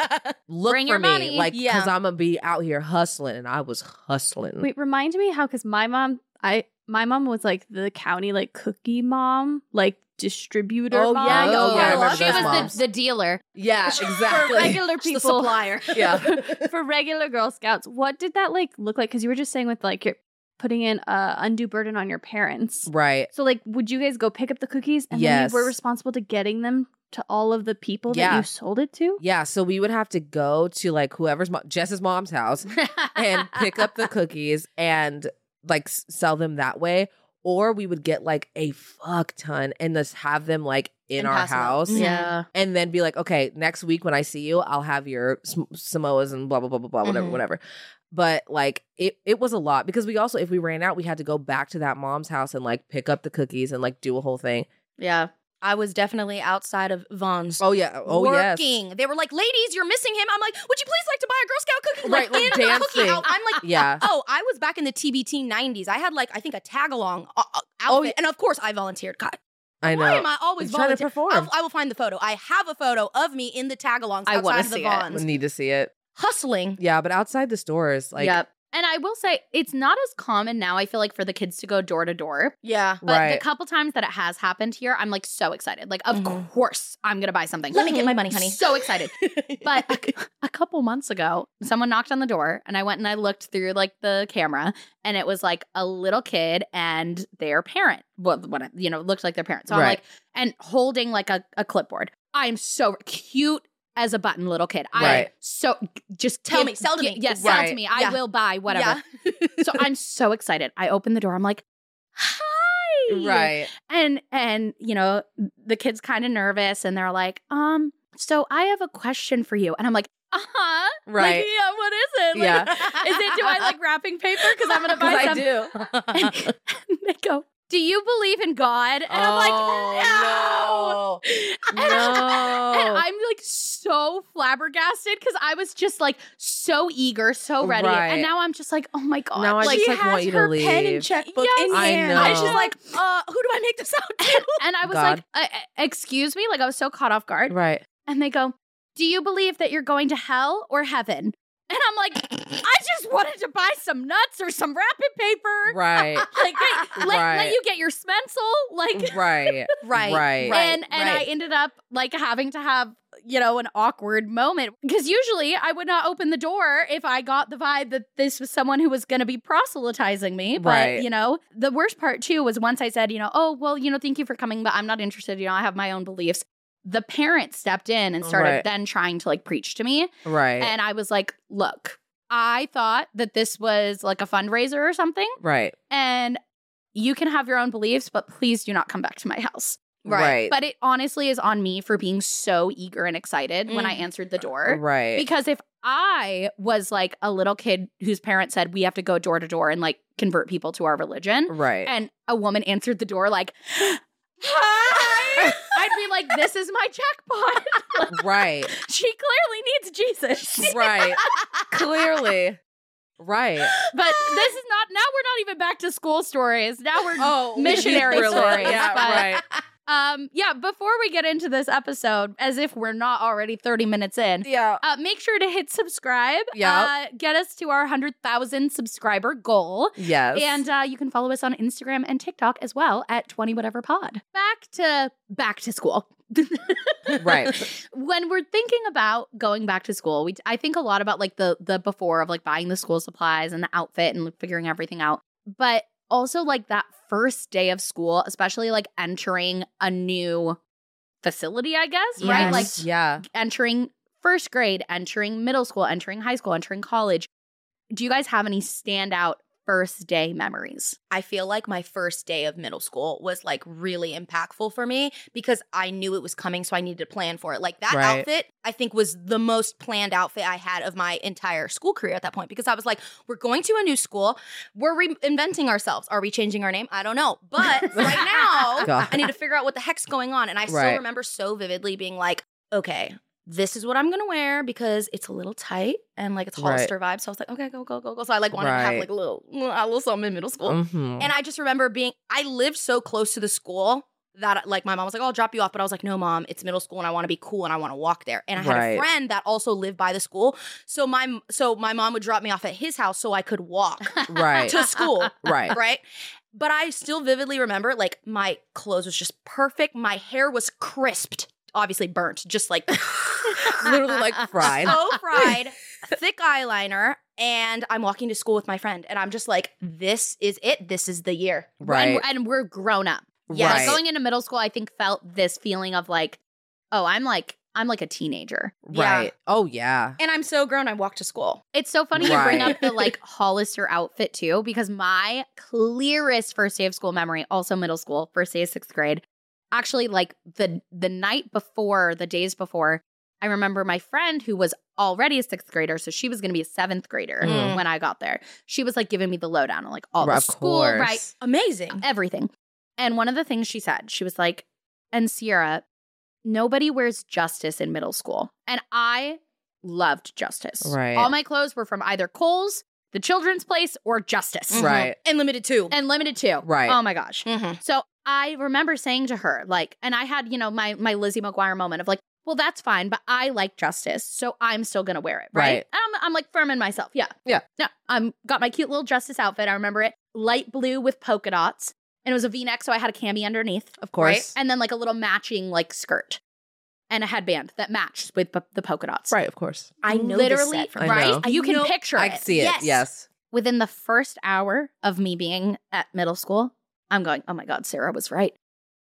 Speaker 4: look
Speaker 3: Bring
Speaker 4: for
Speaker 3: your
Speaker 4: me,
Speaker 3: money.
Speaker 4: like because
Speaker 5: Yeah.
Speaker 4: I'm gonna be out here hustling." And I was
Speaker 5: Hmm.
Speaker 4: hustling.
Speaker 6: Wait, remind me how? Because my mom, I my mom was like the county like cookie mom, like distributor.
Speaker 4: Oh,
Speaker 6: mom.
Speaker 4: yeah, yeah,
Speaker 5: yeah, I remember
Speaker 3: she
Speaker 5: those
Speaker 3: was
Speaker 4: moms.
Speaker 3: the, the dealer.
Speaker 4: yeah,
Speaker 6: For regular
Speaker 5: She's the
Speaker 6: people,
Speaker 5: supplier.
Speaker 4: yeah.
Speaker 6: for regular Girl Scouts, what did that like look like? Because you were just saying with like you're putting in uh, undue burden on your parents.
Speaker 4: Right.
Speaker 6: So like, would you guys go pick up the cookies and
Speaker 4: Yes.
Speaker 6: then you were responsible to getting them to all of the people that
Speaker 4: Yeah.
Speaker 6: you sold it to?
Speaker 4: Yeah. So we would have to go to like whoever's mo- Jess's mom's house and pick up the cookies and like s- sell them that way. Or we would get like a fuck ton and just have them like in
Speaker 5: And
Speaker 4: our
Speaker 5: pass them out.
Speaker 4: house
Speaker 5: Mhm.
Speaker 3: Yeah.
Speaker 4: and then be like, okay, next week when I see you, I'll have your s- Samoas and blah, blah, blah, blah, blah, whatever,
Speaker 5: Mhm.
Speaker 4: whatever. But like it, it was a lot because we also, if we ran out, we had to go back to that mom's house and like pick up the cookies and like do a whole thing.
Speaker 3: Yeah.
Speaker 5: I was definitely outside of Vaughn's
Speaker 4: Oh, yeah. Oh, yes.
Speaker 5: working. They were like, ladies, you're missing him. I'm like, would you please like to buy a Girl Scout cookie?
Speaker 4: Right, like
Speaker 5: in her
Speaker 4: dancing.
Speaker 5: Cookie out. I'm like,
Speaker 4: Yeah.
Speaker 5: oh, I was back in the TBT 90s. I had like, I think a tag along uh, uh, outfit.
Speaker 4: Oh, yeah.
Speaker 5: And of course, I volunteered. God,
Speaker 4: I know.
Speaker 5: why am I always
Speaker 4: I'm trying to
Speaker 5: volunteering?
Speaker 4: perform.
Speaker 5: I will find the photo. I have a photo of me in the tag alongs
Speaker 3: I wanna
Speaker 5: outside of the
Speaker 3: see it.
Speaker 5: Vaughn's.
Speaker 4: need to see it.
Speaker 5: Hustling.
Speaker 4: Yeah, but outside the stores, like
Speaker 3: yep. And I will say it's not as common now, I feel like, for the kids to go door to door.
Speaker 5: Yeah.
Speaker 3: But
Speaker 4: right,
Speaker 3: the couple times that it has happened here, I'm like so excited. Like, of
Speaker 4: Mm-hmm.
Speaker 5: Mhm.
Speaker 3: course I'm gonna buy something.
Speaker 5: Let me get my money, honey.
Speaker 3: So excited. But a, c- a couple months ago, someone knocked on the door and I went and I looked through like the camera and it was like a little kid and their parent. Well, what you know, looked like their parent. So I'm
Speaker 4: Right.
Speaker 3: like, and holding like a, a clipboard. I'm so cute as a button little kid. I am
Speaker 4: Right.
Speaker 3: so just
Speaker 5: Tell
Speaker 3: give-
Speaker 5: me, sell to
Speaker 3: gi-
Speaker 5: me.
Speaker 3: Yes, sell
Speaker 4: Right.
Speaker 3: to me. I
Speaker 5: Yeah.
Speaker 3: will buy whatever.
Speaker 5: Yeah.
Speaker 3: so I'm so excited. I open the door. I'm like, hi.
Speaker 4: right,
Speaker 3: And and you know, the kid's kind of nervous and they're like, um, so I have a question for you. And I'm like, uh-huh.
Speaker 4: right.
Speaker 3: Like, yeah, what is it? Like,
Speaker 4: Yeah.
Speaker 3: Is it do I like wrapping paper? Because I'm gonna
Speaker 4: 'Cause
Speaker 3: buy
Speaker 4: I
Speaker 3: some.
Speaker 4: do.
Speaker 3: And, and they go, do you believe in God? And I'm
Speaker 4: Oh,
Speaker 3: like,
Speaker 5: Oh,
Speaker 3: no. And I'm-
Speaker 4: No.
Speaker 3: and I'm like so flabbergasted because I was just like so eager, so ready.
Speaker 4: Right.
Speaker 3: And now I'm just like, oh my God.
Speaker 4: Now I
Speaker 3: like,
Speaker 4: just
Speaker 5: she
Speaker 4: like
Speaker 5: has
Speaker 4: want you to
Speaker 5: her pen
Speaker 4: leave.
Speaker 5: and checkbook
Speaker 3: Yes.
Speaker 5: in
Speaker 4: I
Speaker 5: hand.
Speaker 4: know.
Speaker 5: And she's like, uh, who do I make this out to?
Speaker 3: and I was
Speaker 4: God.
Speaker 3: like, uh, uh, excuse me? Like I was so caught off guard.
Speaker 4: Right.
Speaker 3: And they go, do you believe that you're going to hell or heaven? And I'm like, I just wanted to buy some nuts or some wrapping paper.
Speaker 4: Right.
Speaker 3: Like, hey, let,
Speaker 4: Right.
Speaker 3: let you get your smensel. Like,
Speaker 4: right.
Speaker 5: Right,
Speaker 4: Right.
Speaker 5: right,
Speaker 3: and and I
Speaker 5: right.
Speaker 3: ended up like having to have you know an awkward moment because usually I would not open the door if I got the vibe that this was someone who was going to be proselytizing me. But
Speaker 4: Right.
Speaker 3: you know, the worst part too was once I said, you know, oh well, you know, thank you for coming, but I'm not interested. You know, I have my own beliefs. The parent stepped in and started
Speaker 4: Right.
Speaker 3: then trying to like preach to me,
Speaker 4: Right.
Speaker 3: and I was like, look. I thought that this was like a fundraiser or something,
Speaker 4: right.
Speaker 3: and you can have your own beliefs, but please do not come back to my house.
Speaker 4: Right.
Speaker 3: But it honestly is on me for being so eager and excited when I answered the door.
Speaker 4: Mm. right.
Speaker 3: Because if I was like a little kid whose parents said, we have to go door to door and like convert people to our religion,
Speaker 4: right.
Speaker 3: and a woman answered the door like, hi, I'd be like, this is my jackpot.
Speaker 4: right.
Speaker 3: she clearly needs Jesus.
Speaker 4: Right. Clearly. Right.
Speaker 3: But this is not, now we're not even back to school stories. Now we're
Speaker 4: Oh,
Speaker 3: Missionary
Speaker 4: really?
Speaker 3: stories,
Speaker 4: Yeah,
Speaker 3: but-
Speaker 4: right.
Speaker 3: Um, yeah, before we get into this episode, as if we're not already 30 minutes in,
Speaker 4: Yeah.
Speaker 3: uh, make sure to hit subscribe.
Speaker 4: Yeah.
Speaker 3: Uh, get us to our 100,000 subscriber goal.
Speaker 4: Yes.
Speaker 3: And uh, you can follow us on Instagram and TikTok as well at 20 whatever pod. Back to back to school.
Speaker 4: right.
Speaker 3: when we're thinking about going back to school, we I think a lot about like the the before of like buying the school supplies and the outfit and figuring everything out. But also like that first day of school, especially like entering a new facility, I guess, right?
Speaker 5: Yes.
Speaker 3: Like
Speaker 4: yeah.
Speaker 3: entering first grade, entering middle school, entering high school, entering college. Do you guys have any standout first day memories?
Speaker 5: I feel like my first day of middle school was like really impactful for me because I knew it was coming, so I needed to plan for it. Like that
Speaker 4: Right.
Speaker 5: outfit, I think was the most planned outfit I had of my entire school career at that point because I was like, we're going to a new school, we're reinventing ourselves. Are we changing our name? I don't know, but right now
Speaker 4: God.
Speaker 5: I need to figure out what the heck's going on. And I still
Speaker 4: Right.
Speaker 5: remember so vividly being like, okay. This is what I'm gonna wear because it's a little tight and like it's
Speaker 4: Right.
Speaker 5: Hollister vibe. So I was like, okay, go, go, go, go. So I like wanted to have
Speaker 4: Right.
Speaker 5: like a little, a little something in middle school.
Speaker 4: Mhm.
Speaker 5: And I just remember being, I lived so close to the school that like my mom was like, "Oh, I'll drop you off. But I was like, no, mom, it's middle school and I want to be cool and I want to walk there. And I had
Speaker 4: Right.
Speaker 5: a friend that also lived by the school. So my so my mom would drop me off at his house so I could walk
Speaker 4: right.
Speaker 5: to school.
Speaker 4: right.
Speaker 5: Right. But I still vividly remember like my clothes was just perfect. My hair was crisped, obviously burnt, just like
Speaker 4: Literally like fried.
Speaker 5: so fried, thick eyeliner, and I'm walking to school with my friend, and I'm just like, this is it. This is the year.
Speaker 4: Right.
Speaker 3: And, and we're grown up.
Speaker 5: Yes.
Speaker 3: Like,
Speaker 4: Right.
Speaker 3: going into middle school, I think felt this feeling of like, oh, I'm like I'm like a teenager.
Speaker 5: Yeah.
Speaker 4: right. Oh yeah.
Speaker 5: And I'm so grown. I walk to school.
Speaker 3: It's so funny you bring
Speaker 4: Right.
Speaker 3: up the like Hollister outfit too, because my clearest first day of school memory, also middle school, first day of sixth grade, actually like the the night before, the days before, I remember my friend who was already a sixth grader, so she was gonna be a seventh grader
Speaker 4: Mm.
Speaker 3: when I got there. She was like giving me the lowdown on like all
Speaker 4: Right,
Speaker 3: the
Speaker 4: of
Speaker 3: school, right?
Speaker 4: course.
Speaker 5: Amazing.
Speaker 3: everything. And one of the things she said, she was like, and Sierra, nobody wears justice in middle school. And I loved justice.
Speaker 4: Right.
Speaker 3: All my clothes were from either Kohl's, the children's place, or justice.
Speaker 5: Mhm.
Speaker 4: Right.
Speaker 5: And limited too.
Speaker 3: And limited to.
Speaker 4: Right.
Speaker 3: Oh my gosh.
Speaker 5: Mhm.
Speaker 3: So I remember saying to her, like, and I had, you know, my my Lizzie McGuire moment of like, well, that's fine, but I like justice, so I'm still gonna wear it, right?
Speaker 4: Right.
Speaker 3: And I'm, I'm like firm in myself, yeah,
Speaker 4: Yeah.
Speaker 3: No, I'm got my cute little justice outfit. I remember it, light blue with polka dots, and it was a V-neck, so I had a cami underneath,
Speaker 4: Of course.
Speaker 3: and then like a little matching like skirt and a headband that matched with p- the polka dots.
Speaker 4: Right. Of course.
Speaker 5: I know
Speaker 3: literally,
Speaker 5: this set
Speaker 4: I
Speaker 5: from
Speaker 3: right?
Speaker 4: know.
Speaker 3: You can
Speaker 5: know-
Speaker 3: picture
Speaker 4: Mm-hmm. I
Speaker 3: it.
Speaker 4: see it.
Speaker 5: Yes.
Speaker 4: Yes.
Speaker 3: Within the first hour of me being at middle school, I'm going, oh my God, Sarah was right.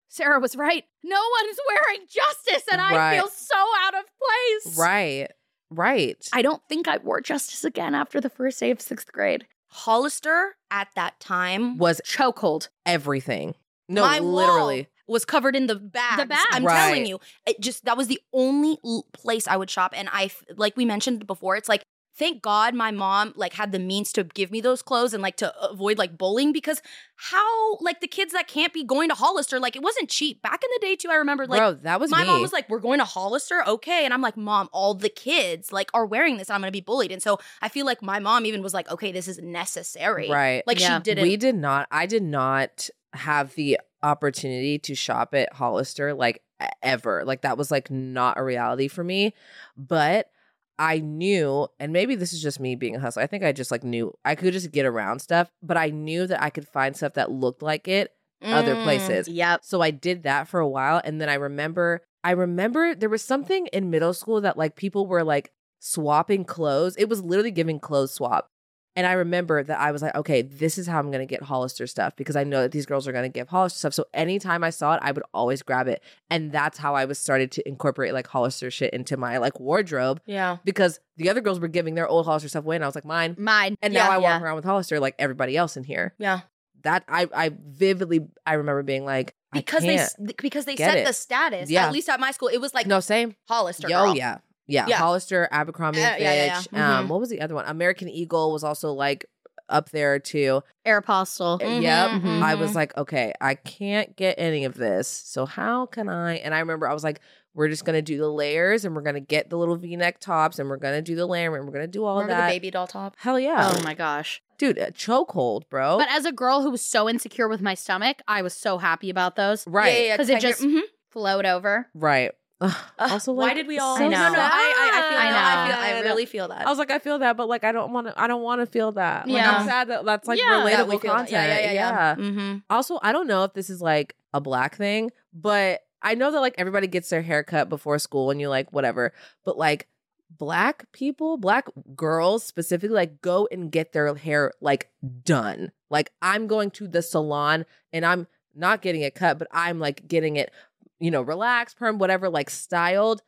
Speaker 3: Sarah was right. No one's wearing justice, and I
Speaker 4: Right.
Speaker 3: feel so out of place.
Speaker 4: Right. Right.
Speaker 3: I don't think I wore justice again after the first day of sixth grade.
Speaker 5: Hollister at that time
Speaker 4: was
Speaker 3: Chokehold.
Speaker 4: everything. No,
Speaker 5: My wall
Speaker 4: literally.
Speaker 5: was covered in the bags.
Speaker 3: The bags.
Speaker 5: I'm
Speaker 4: Right.
Speaker 5: telling you, it just that was the only l- place I would shop, and I f- like we mentioned before, it's like thank God my mom like had the means to give me those clothes and like to avoid like bullying because how like the kids that can't be going to Hollister like it wasn't cheap back in the day too. I remember like
Speaker 4: Bro, that was
Speaker 5: my
Speaker 4: me.
Speaker 5: mom was like, "We're going to Hollister, okay?" And I'm like, "Mom, all the kids like are wearing this, and I'm going to be bullied." And so I feel like my mom even was like, "Okay, this is necessary."
Speaker 4: right.
Speaker 5: Like
Speaker 3: Yeah.
Speaker 5: she didn't.
Speaker 4: We did not. I did not have the opportunity to shop at Hollister like e- ever. Like that was like not a reality for me. But I knew, and maybe this is just me being a hustler. I think I just like knew I could just get around stuff, but I knew that I could find stuff that looked like it other
Speaker 5: Mm.
Speaker 4: places.
Speaker 3: Yep.
Speaker 4: So I did that for a while. And then I remember, I remember there was something in middle school that like people were like swapping clothes. It was literally giving clothes swap. And I remember that I was like, okay, this is how I'm going to get Hollister stuff because I know that these girls are going to give Hollister stuff. So anytime I saw it, I would always grab it. And that's how I was started to incorporate like Hollister shit into my like wardrobe
Speaker 5: Yeah.
Speaker 4: because the other girls were giving their old Hollister stuff away. And I was like, mine.
Speaker 3: Mine.
Speaker 4: And now
Speaker 5: Yeah,
Speaker 4: I
Speaker 5: yeah.
Speaker 4: walk around with Hollister like everybody else in here.
Speaker 5: Yeah.
Speaker 4: That I, I vividly, I remember being like, I
Speaker 5: Because they
Speaker 4: can't.
Speaker 5: s- th- because they
Speaker 4: get
Speaker 5: set
Speaker 4: it.
Speaker 5: the status.
Speaker 4: Yeah.
Speaker 5: At least at my school, it was like
Speaker 4: no same
Speaker 5: Hollister.
Speaker 4: yo
Speaker 5: girl.
Speaker 4: yeah. yeah
Speaker 5: Yeah.
Speaker 4: hollister abercrombie
Speaker 5: Yeah,
Speaker 4: and
Speaker 5: yeah, yeah, Mm-hmm. yeah.
Speaker 4: fitch um what was the other one american eagle was also like up there too
Speaker 3: Air Apostle.
Speaker 4: Uh,
Speaker 5: Mhm,
Speaker 4: yep
Speaker 3: mhm.
Speaker 4: i was like okay i can't get any of this so how can i and i remember i was like we're just gonna do the layers and we're gonna get the little v-neck tops and we're gonna do the layering and we're gonna do all
Speaker 5: Remember
Speaker 4: of that
Speaker 5: the baby doll top?
Speaker 4: hell yeah
Speaker 3: Oh my gosh.
Speaker 4: dude a chokehold bro
Speaker 3: But as a girl who was so insecure with my stomach, I was so happy about those.
Speaker 4: right
Speaker 5: Yeah, yeah, yeah,
Speaker 3: 'Cause it
Speaker 5: tiger-
Speaker 3: just-
Speaker 5: mhm.
Speaker 3: float over.
Speaker 4: right Ugh,
Speaker 5: Ugh,
Speaker 4: also
Speaker 5: why
Speaker 4: like,
Speaker 5: did we all?
Speaker 4: so
Speaker 3: I know.
Speaker 5: No, no, I, I, I feel.
Speaker 3: I
Speaker 5: that. I feel. I
Speaker 4: sad.
Speaker 5: really feel that.
Speaker 4: I was like, I feel that, but like, I don't want to. I don't want to feel that. Like,
Speaker 3: Yeah.
Speaker 4: I'm sad that that's like
Speaker 3: Yeah.
Speaker 5: That
Speaker 4: relatable
Speaker 5: we feel that.
Speaker 4: content.
Speaker 5: Yeah, yeah, yeah, yeah. Mm-hmm.
Speaker 4: Also, I don't know if this is like a black thing, but I know that like everybody gets their haircut before school, and you like whatever. But like, black people, black girls specifically, like go and get their hair like done. Like, I'm going to the salon, and I'm not getting it cut, but I'm like getting it, you know, relaxed, perm, whatever, like styled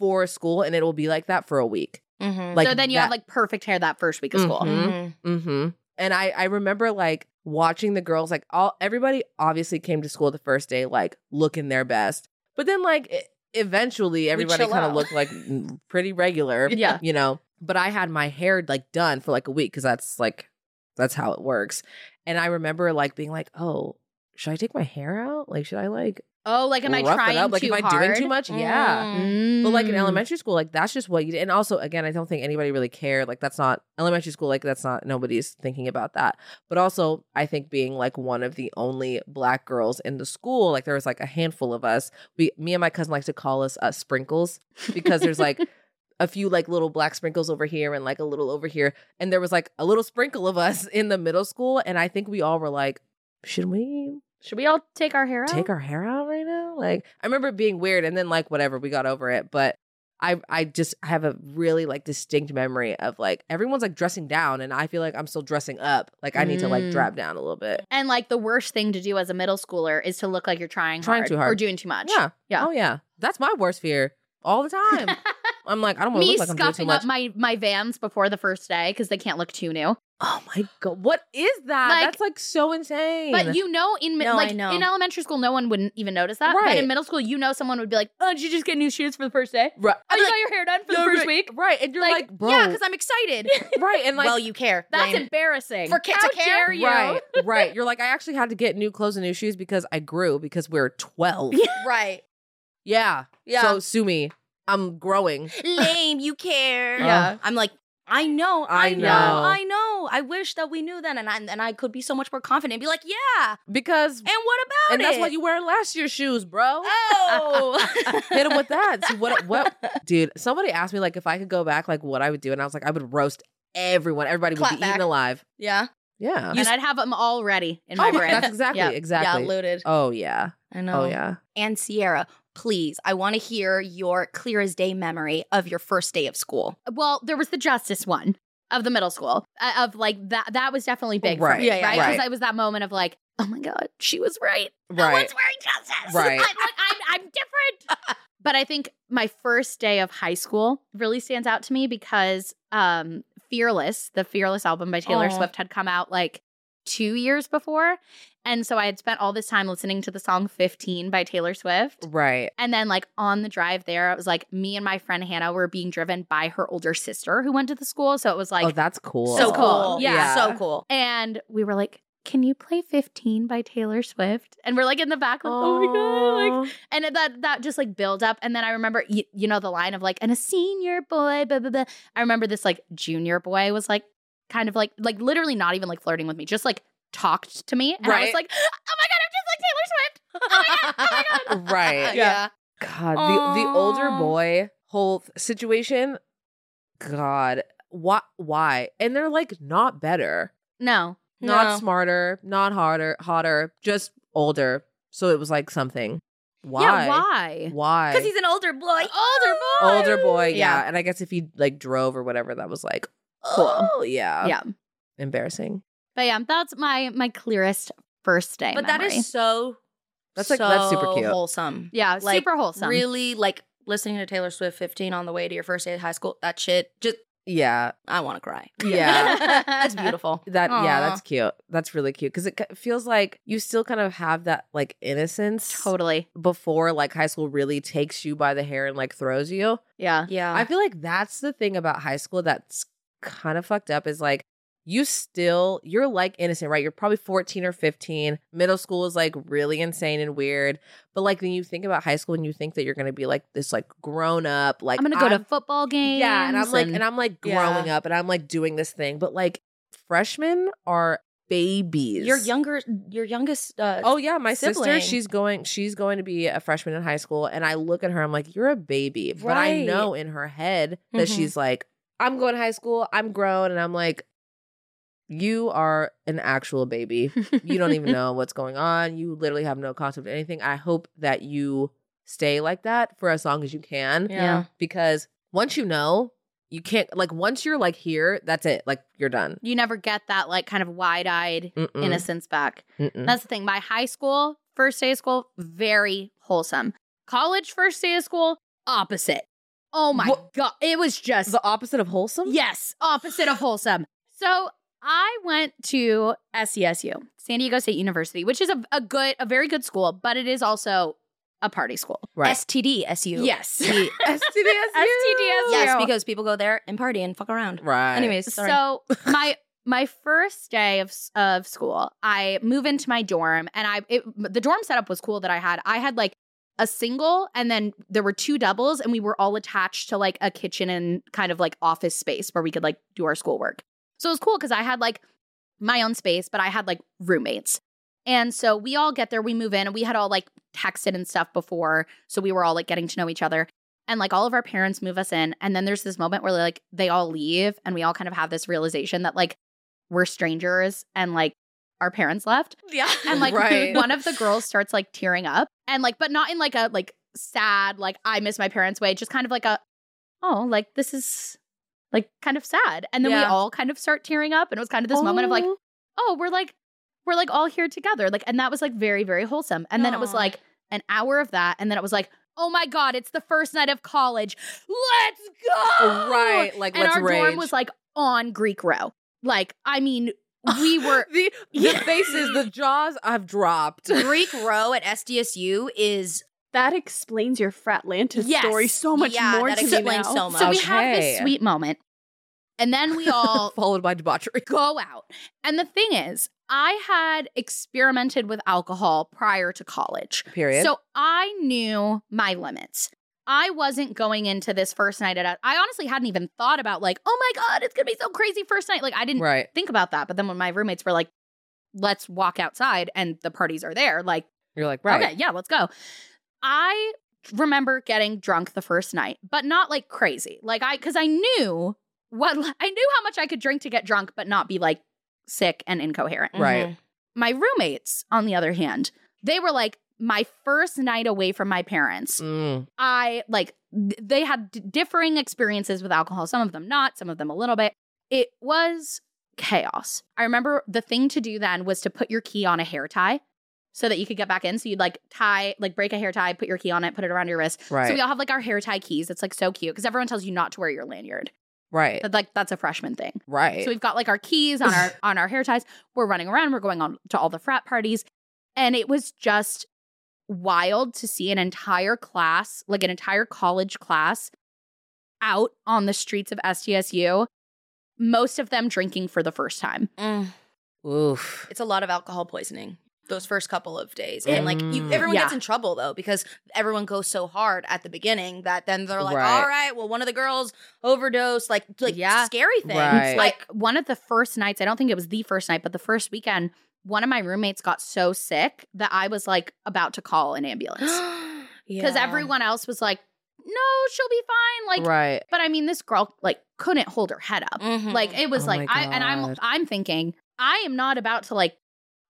Speaker 4: for school, and it will be like that for a week.
Speaker 5: Mm-hmm.
Speaker 4: Like
Speaker 3: so then you have
Speaker 4: that-
Speaker 3: like perfect hair that first week of school.
Speaker 4: Mhm. Mm-hmm. And I I remember like watching the girls like all everybody obviously came to school the first day like looking their best, but then like e- eventually everybody
Speaker 5: chill
Speaker 4: kind of
Speaker 5: out.
Speaker 4: looked like mm, pretty regular,
Speaker 3: Yeah.
Speaker 4: you know. But I had my hair like done for like a week because that's like that's how it works. And I remember like being like, oh. Should I take my hair out? Like, should I like
Speaker 3: Oh, like am I
Speaker 4: rough
Speaker 3: trying
Speaker 4: it up? Like,
Speaker 3: too
Speaker 4: am I
Speaker 3: hard? Mm.
Speaker 4: doing too much? Yeah. But like in elementary school, like that's just what you did. And also, again, I don't think anybody really cared. Like that's not elementary school. Like that's not nobody's thinking about that. But also, I think being like one of the only black girls in the school, like there was like a handful of us. We, me and my cousin, like to call us uh, sprinkles because there's like a few like little black sprinkles over here and like a little over here. And there was like a little sprinkle of us in the middle school, and I think we all were like, should we
Speaker 3: Should we all take our hair out?
Speaker 4: take our hair out right now? Like I remember it being weird and then like whatever, we got over it. But I I just have a really like distinct memory of like everyone's like dressing down and I feel like I'm still dressing up. Like I need to like
Speaker 3: Mm.
Speaker 4: drab down a little bit.
Speaker 3: and like the worst thing to do as a middle schooler is to look like you're trying,
Speaker 4: Trying
Speaker 3: hard,
Speaker 4: too hard.
Speaker 3: or doing too much.
Speaker 4: Yeah.
Speaker 3: Yeah.
Speaker 4: Oh yeah. That's my worst fear all the time. I'm like, I don't want to
Speaker 3: Me
Speaker 4: look like I'm doing too
Speaker 3: scuffing
Speaker 4: much.
Speaker 3: up my my vans before the first day because they can't look too new.
Speaker 4: oh my god. What is that?
Speaker 3: Like-
Speaker 4: That's like so insane.
Speaker 3: But you know, in mi-
Speaker 5: No, I
Speaker 3: like
Speaker 5: know.
Speaker 3: in elementary school, no one wouldn't even notice that. But
Speaker 4: Right.
Speaker 3: in middle school, you know, someone would be like, "Oh, did you just get new shoes for the first day?
Speaker 4: right.
Speaker 3: Oh,
Speaker 4: I'd be
Speaker 3: you
Speaker 4: like,
Speaker 3: got your hair done for
Speaker 4: no,
Speaker 3: the first
Speaker 4: right,
Speaker 3: week?
Speaker 4: Right. And you're
Speaker 3: Like,
Speaker 4: like, bro.
Speaker 5: Yeah, because I'm excited.
Speaker 4: right. And like
Speaker 5: well, you care.
Speaker 3: That's
Speaker 5: lame.
Speaker 3: embarrassing.
Speaker 5: For kids
Speaker 3: How
Speaker 5: to care?
Speaker 3: dare you?
Speaker 4: Right, right. You're like, I actually had to get new clothes and new shoes because I grew because we're 12.
Speaker 5: right.
Speaker 4: Yeah.
Speaker 5: Yeah.
Speaker 4: So sue me. I'm growing.
Speaker 5: lame. You care.
Speaker 4: Yeah.
Speaker 5: I'm like, I know. I,
Speaker 4: I
Speaker 5: know.
Speaker 4: know.
Speaker 5: I know. I wish that we knew then, and I, and I could be so much more confident. and Be like, yeah.
Speaker 4: Because
Speaker 5: And what about
Speaker 4: and
Speaker 5: it?
Speaker 4: that's why you wear last year's shoes, bro.
Speaker 5: Oh.
Speaker 4: Hit him with that. See what what dude, somebody asked me like if I could go back, like what I would do, and I was like, I would roast everyone. Everybody would
Speaker 5: Clap
Speaker 4: be
Speaker 5: back.
Speaker 4: eaten alive.
Speaker 5: yeah.
Speaker 4: Yeah.
Speaker 3: And I'd have them all ready in my
Speaker 4: oh,
Speaker 3: brain.
Speaker 4: that's exactly,
Speaker 3: Yeah.
Speaker 4: exactly.
Speaker 5: Yeah. Looted.
Speaker 4: oh yeah.
Speaker 5: I know.
Speaker 4: Oh yeah.
Speaker 5: And Sierra, please, I want to hear your clear as day memory of your first day of school.
Speaker 3: well, there was the justice one of the middle school uh, of like that. That was definitely big for
Speaker 4: Right,
Speaker 3: me,
Speaker 5: yeah, yeah,
Speaker 3: right? Because
Speaker 4: right.
Speaker 3: it was that moment of like, oh my god, she was right. No
Speaker 4: Right.
Speaker 3: one's wearing justice.
Speaker 4: Right.
Speaker 3: I'm like, I'm, I'm different. but I think my first day of high school really stands out to me because um, Fearless, the Fearless album by Taylor
Speaker 5: Aw.
Speaker 3: Swift, had come out like two years before, And so I had spent all this time listening to the song 15 by Taylor Swift.
Speaker 4: Right.
Speaker 3: And then, like, on the drive there, it was like me and my friend Hannah were being driven by her older sister who went to the school. So it was like,
Speaker 4: oh, that's cool.
Speaker 5: so
Speaker 3: That's
Speaker 5: cool.
Speaker 3: cool.
Speaker 5: Yeah.
Speaker 4: Yeah.
Speaker 5: So cool.
Speaker 3: and we were like, can you play 15 by Taylor Swift? And we're like in the back, like, oh my God. Like, and it- that that just like build up and then i remember you, you know the line of like and a senior boy blah blah blah i remember this like junior boy was like kind of like like literally not even like flirting with me just like talked to me and i was
Speaker 5: Right.
Speaker 3: like oh my god i'm just like taylor swift Oh Uh,
Speaker 4: Right.
Speaker 5: Yeah.
Speaker 4: God, the the older
Speaker 5: Aw.
Speaker 4: boy whole th- situation. God, why? Why? And they're like not better,
Speaker 3: no
Speaker 4: not
Speaker 5: No.
Speaker 4: smarter, not harder, hotter, just older. So it was like something. Why?
Speaker 3: yeah why
Speaker 4: Why?
Speaker 5: Because he's an older boy.
Speaker 3: Older boy.
Speaker 4: older boy. Yeah.
Speaker 5: Yeah.
Speaker 4: and I guess if he like drove or whatever, that was like
Speaker 5: Cool.
Speaker 4: Oh yeah,
Speaker 3: yeah
Speaker 4: embarrassing.
Speaker 3: but yeah that's my my clearest first day
Speaker 5: But that
Speaker 3: memory.
Speaker 5: is so.
Speaker 4: That's like- that's super
Speaker 5: so
Speaker 4: cute.
Speaker 5: Wholesome.
Speaker 3: yeah
Speaker 5: like,
Speaker 3: super wholesome
Speaker 5: Really like listening to Taylor Swift 15 on the way to your first day of high school. That shit. Just
Speaker 4: Yeah,
Speaker 5: I want to cry.
Speaker 4: yeah.
Speaker 5: That's beautiful.
Speaker 4: That yeah,
Speaker 5: Aw.
Speaker 4: that's cute. That's really cute because it k- feels like you still kind of have that like innocence.
Speaker 3: totally
Speaker 4: before like high school really takes you by the hair and like throws you.
Speaker 3: yeah
Speaker 5: Yeah.
Speaker 4: I feel like that's the thing about high school that's kind of fucked up is like you still you're like innocent, right? You're probably 14 or 15. Middle school is like really insane and weird. But like when you think about high school and you think that you're going to be like this like grown up like
Speaker 3: i'm gonna go
Speaker 4: I'm-
Speaker 3: to football games
Speaker 4: yeah, and I'm like and I'm like growing
Speaker 5: Yeah.
Speaker 4: up and I'm like doing this thing. But like freshmen are babies.
Speaker 5: your younger, your youngest. Uh,
Speaker 4: Oh yeah, my sister,
Speaker 5: sibling.
Speaker 4: she's going she's going to be a freshman in high school and I look at her I'm like you're a baby. But I
Speaker 5: Right.
Speaker 4: know in her head that
Speaker 5: Mhm.
Speaker 4: she's like I'm going to high school, I'm grown and I'm like you are an actual baby. You don't even know what's going on. You literally have no concept of anything. I hope that you stay like that for as long as you can
Speaker 5: Yeah.
Speaker 4: because once you know, you can't like once you're like here, that's it. Like you're done.
Speaker 3: you never get that like kind of wide-eyed
Speaker 4: Mm-mm.
Speaker 3: innocence back
Speaker 4: Mm-mm.
Speaker 3: That's the thing. My high school, first day of school, very wholesome. College, first day of school, opposite. Oh my
Speaker 4: Wha-
Speaker 3: God. It was just,
Speaker 4: the opposite of wholesome?
Speaker 3: yes, opposite of wholesome. So I went to SCSU, San Diego State University, which is a, a good, a very good school, but it is also a party school.
Speaker 4: Right.
Speaker 5: STD, SU.
Speaker 3: Yes.
Speaker 5: Ye-
Speaker 4: STDSU.
Speaker 5: yes,
Speaker 3: Ew.
Speaker 5: because people go there and party and fuck around.
Speaker 4: Right.
Speaker 5: Anyways, sorry.
Speaker 3: So my my first day of s- of school, I move into my dorm, and I it, the dorm setup was cool that I had. I had like a single, and then there were two doubles, and we were all attached to like a kitchen and kind of like office space where we could like do our schoolwork. So it was cool because I had like my own space, but I had like roommates. And so we all get there, we move in, and we had all like texted and stuff before. So we were all like getting to know each other. And like all of our parents move us in. And then there's this moment where like they all leave and we all kind of have this realization that like we're strangers and like our parents left.
Speaker 5: yeah,
Speaker 3: And like
Speaker 4: Right.
Speaker 3: one of the girls starts like tearing up and like, but not in like a like sad, like I miss my parents way, just kind of like a, oh, like this is like kind of sad. And then we
Speaker 5: Yeah.
Speaker 3: all kind of start tearing up. And it was kind of this moment of like, oh, we're like, we're like all here together. Like, and that was like very, very wholesome. And then it was
Speaker 5: Aw.
Speaker 3: like an hour of that. And then it was like, oh my God, it's the first night of college. Let's go.
Speaker 4: Right. Like
Speaker 3: Oh! And
Speaker 4: let's
Speaker 3: our dorm
Speaker 4: rage.
Speaker 3: was like on Greek row. Like, I mean, we were
Speaker 4: the the
Speaker 3: Yeah.
Speaker 4: faces, the jaws have dropped.
Speaker 5: Greek row at SDSU is
Speaker 6: That explains your Fratlantis
Speaker 5: Yes.
Speaker 6: story so much
Speaker 5: Yeah,
Speaker 6: more
Speaker 5: that
Speaker 6: to me
Speaker 5: explains
Speaker 6: now.
Speaker 5: so much.
Speaker 3: so we had
Speaker 4: Okay.
Speaker 3: this sweet moment. And then we all
Speaker 4: Followed by debauchery.
Speaker 3: go out. And the thing is, I had experimented with alcohol prior to college.
Speaker 4: Period.
Speaker 3: So I knew my limits. I wasn't going into this first night at I honestly hadn't even thought about like, oh my god, it's going to be so crazy first night. Like I didn't
Speaker 4: right.
Speaker 3: think about that. But then when my roommates were like, let's walk outside and the parties are there, like
Speaker 4: You're like, right.
Speaker 3: Okay, yeah, let's go. I remember getting drunk the first night, but not like crazy. Like I cuz I knew what I knew how much I could drink to get drunk but not be like sick and incoherent.
Speaker 4: Right.
Speaker 5: Mhm.
Speaker 3: My roommates, on the other hand, they were like my first night away from my parents.
Speaker 4: Mm.
Speaker 3: I like th- they had d- differing experiences with alcohol, some of them not, some of them a little bit. It was chaos. I remember the thing to do then was to put your key on a hair tie so that you could get back in. So you'd like tie, like break a hair tie, put your key on it, put it around your wrist.
Speaker 4: Right.
Speaker 3: So we all have like our hair tie keys. It's like so cute because everyone tells you not to wear your lanyard.
Speaker 4: right.
Speaker 3: But like that's a freshman thing.
Speaker 4: right.
Speaker 3: So we've got like our keys on our on our hair ties. We're running around. We're going on to all the frat parties. And it was just wild to see an entire class, like an entire college class, out on the streets of SDSU, most of them drinking for the first time.
Speaker 5: Mm.
Speaker 4: Oof.
Speaker 5: It's a lot of alcohol poisoning those first couple of days. And like you,
Speaker 4: Mm.
Speaker 5: everyone gets
Speaker 3: Yeah.
Speaker 5: in trouble though because everyone goes so hard at the beginning that then they're like,
Speaker 4: Right.
Speaker 5: all right, well, one of the girls overdosed, like like
Speaker 3: Yeah.
Speaker 5: scary things.
Speaker 4: Right.
Speaker 5: Like
Speaker 3: Like one of the first nights, I don't think it was the first night, but the first weekend, one of my roommates got so sick that I was like about to call an ambulance because
Speaker 5: because
Speaker 3: everyone else was like, no, she'll be fine. Like,
Speaker 4: right.
Speaker 3: but I mean, this girl like couldn't hold her head up.
Speaker 5: Mm-hmm.
Speaker 3: Like it was
Speaker 4: Oh
Speaker 3: like
Speaker 4: my
Speaker 3: I and I'm
Speaker 4: God.
Speaker 3: I'm thinking I am not about to like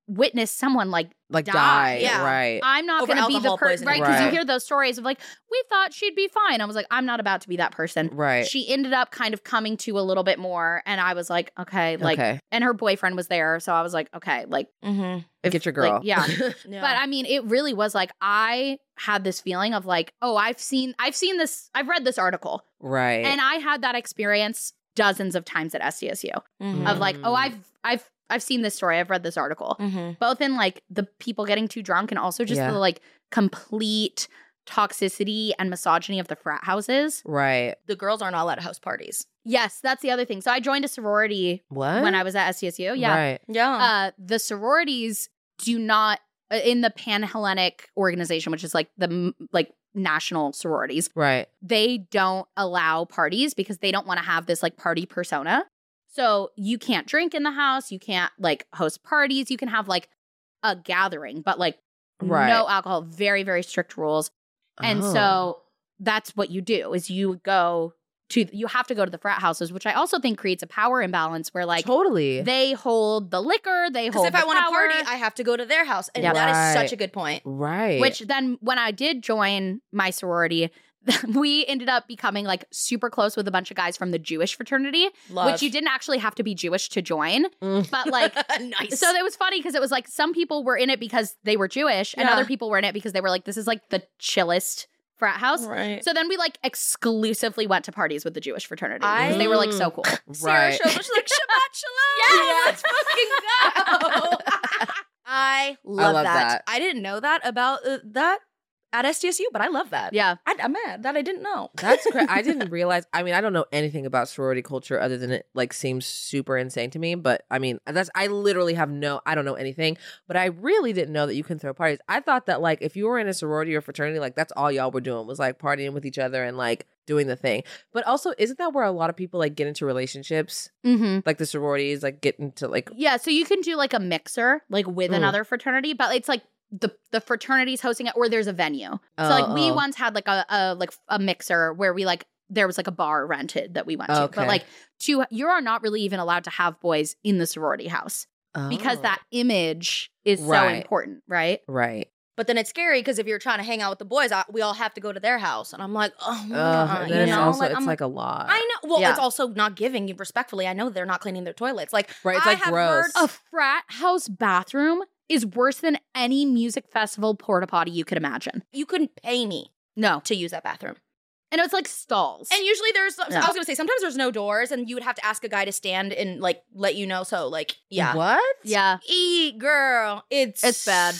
Speaker 3: witness someone like
Speaker 4: Like
Speaker 3: die.
Speaker 4: die.
Speaker 5: Yeah.
Speaker 4: Right.
Speaker 3: I'm not
Speaker 5: Over
Speaker 3: going to be the
Speaker 5: alcohol
Speaker 3: person
Speaker 5: poisoning.
Speaker 3: right because you
Speaker 4: Right.
Speaker 3: hear those stories of like we thought she'd be fine. I was like I'm not about to be that person.
Speaker 4: right.
Speaker 3: She ended up kind of coming to a little bit more and I was like okay like
Speaker 4: okay.
Speaker 3: and her boyfriend was there so I was like okay like
Speaker 5: Mm-hmm.
Speaker 4: Get your
Speaker 3: like,
Speaker 4: girl.
Speaker 3: yeah.
Speaker 5: yeah.
Speaker 3: But I mean, it really was like I had this feeling of like, oh, I've seen, I've seen this, I've read this article,
Speaker 4: right.
Speaker 3: and I had that experience dozens of times at SDSU
Speaker 5: Mhm.
Speaker 3: of like, oh,
Speaker 4: Mm.
Speaker 3: I've, I've, I've seen this story, I've read this article,
Speaker 5: Mhm.
Speaker 3: both in like the people getting too drunk and also just
Speaker 4: Yeah.
Speaker 3: the like complete toxicity and misogyny of the frat houses.
Speaker 4: right.
Speaker 5: the girls aren't all at house parties.
Speaker 3: Yes, that's the other thing. So I joined a sorority
Speaker 4: What?
Speaker 3: when I was at SDSU. Yeah,
Speaker 4: Right.
Speaker 5: Yeah.
Speaker 3: uh, the sororities do not uh, in the Panhellenic organization, which is like the m- like national sororities.
Speaker 4: Right.
Speaker 3: They don't allow parties because they don't want to have this like party persona. So you can't drink in the house. You can't like host parties. You can have like a gathering, but like
Speaker 4: Right.
Speaker 3: no alcohol. Very very strict rules. And
Speaker 4: Oh.
Speaker 3: so that's what you do is you go to you have to go to the frat houses, which I also think creates a power imbalance where like
Speaker 4: totally.
Speaker 3: they hold the liquor, they
Speaker 5: Because
Speaker 3: hold
Speaker 5: if
Speaker 3: the
Speaker 5: I want to
Speaker 3: power,
Speaker 5: party, I have to go to their house. And
Speaker 3: Yeah.
Speaker 5: that is
Speaker 4: Right.
Speaker 5: such a good point.
Speaker 4: right.
Speaker 3: which then when I did join my sorority, we ended up becoming like super close with a bunch of guys from the Jewish fraternity,
Speaker 5: Love.
Speaker 3: which you didn't actually have to be Jewish to join,
Speaker 4: Mm.
Speaker 3: but like
Speaker 5: nice.
Speaker 3: so it was funny because it was like some people were in it because they were Jewish and
Speaker 5: Yeah.
Speaker 3: other people were in it because they were like this is like the chillest frat house.
Speaker 5: right.
Speaker 3: So then we like exclusively went to parties with the Jewish fraternity because they were like
Speaker 5: Mm.
Speaker 3: so cool.
Speaker 5: Sarah
Speaker 4: right.
Speaker 5: shows up, she's like, Shabbat Shalom.
Speaker 3: Yes,
Speaker 5: let's fucking go. I love,
Speaker 4: love
Speaker 5: that.
Speaker 4: that.
Speaker 5: I didn't know that about uh, that at SDSU, but I love that.
Speaker 3: Yeah.
Speaker 5: I, I'm mad that I didn't know.
Speaker 4: That's cra I didn't realize. I mean, I don't know anything about sorority culture other than it like seems super insane to me. But I mean, that's I literally have no. I don't know anything. But I really didn't know that you can throw parties. I thought that like if you were in a sorority or fraternity, like that's all y'all were doing was like partying with each other and like doing the thing. But also, isn't that where a lot of people like get into relationships?
Speaker 3: Mm-hmm.
Speaker 5: Mm.
Speaker 4: Like the sororities, like get into like
Speaker 3: Yeah, so you can do like a mixer, like with
Speaker 4: Mm.
Speaker 3: another fraternity, but it's like the the fraternity's hosting it, or there's a venue. So like we
Speaker 4: Oh, oh.
Speaker 3: once had like a, a like a mixer where we like there was like a bar rented that we went to,
Speaker 4: Okay.
Speaker 3: but like to you are not really even allowed to have boys in the sorority house because
Speaker 4: Oh.
Speaker 3: that image is so
Speaker 4: Right.
Speaker 3: important, right?
Speaker 4: right.
Speaker 5: But then it's scary because if you're trying to hang out with the boys, I, we all have to go to their house. And I'm like, oh,
Speaker 4: Ugh,
Speaker 5: uh,
Speaker 4: and
Speaker 5: you
Speaker 4: then it's
Speaker 5: know?
Speaker 4: also
Speaker 5: like,
Speaker 4: it's
Speaker 5: I'm
Speaker 4: like a lot.
Speaker 5: I know. Well,
Speaker 3: Yeah.
Speaker 5: it's also not giving. Respectfully, I know they're not cleaning their toilets. Like,
Speaker 4: Right, it's,
Speaker 5: I
Speaker 4: like,
Speaker 5: have "Oh,
Speaker 4: gross.
Speaker 3: A frat house bathroom is worse than any music festival porta potty you could imagine.
Speaker 5: you couldn't pay me
Speaker 3: No,
Speaker 5: to use that bathroom.
Speaker 3: and it's like stalls.
Speaker 5: And usually there's,
Speaker 3: Yeah.
Speaker 5: I was gonna say, sometimes there's no doors, and you would have to ask a guy to stand and like let you know. So like, yeah,
Speaker 4: What?
Speaker 3: yeah,
Speaker 5: e girl, it's
Speaker 3: It's bad.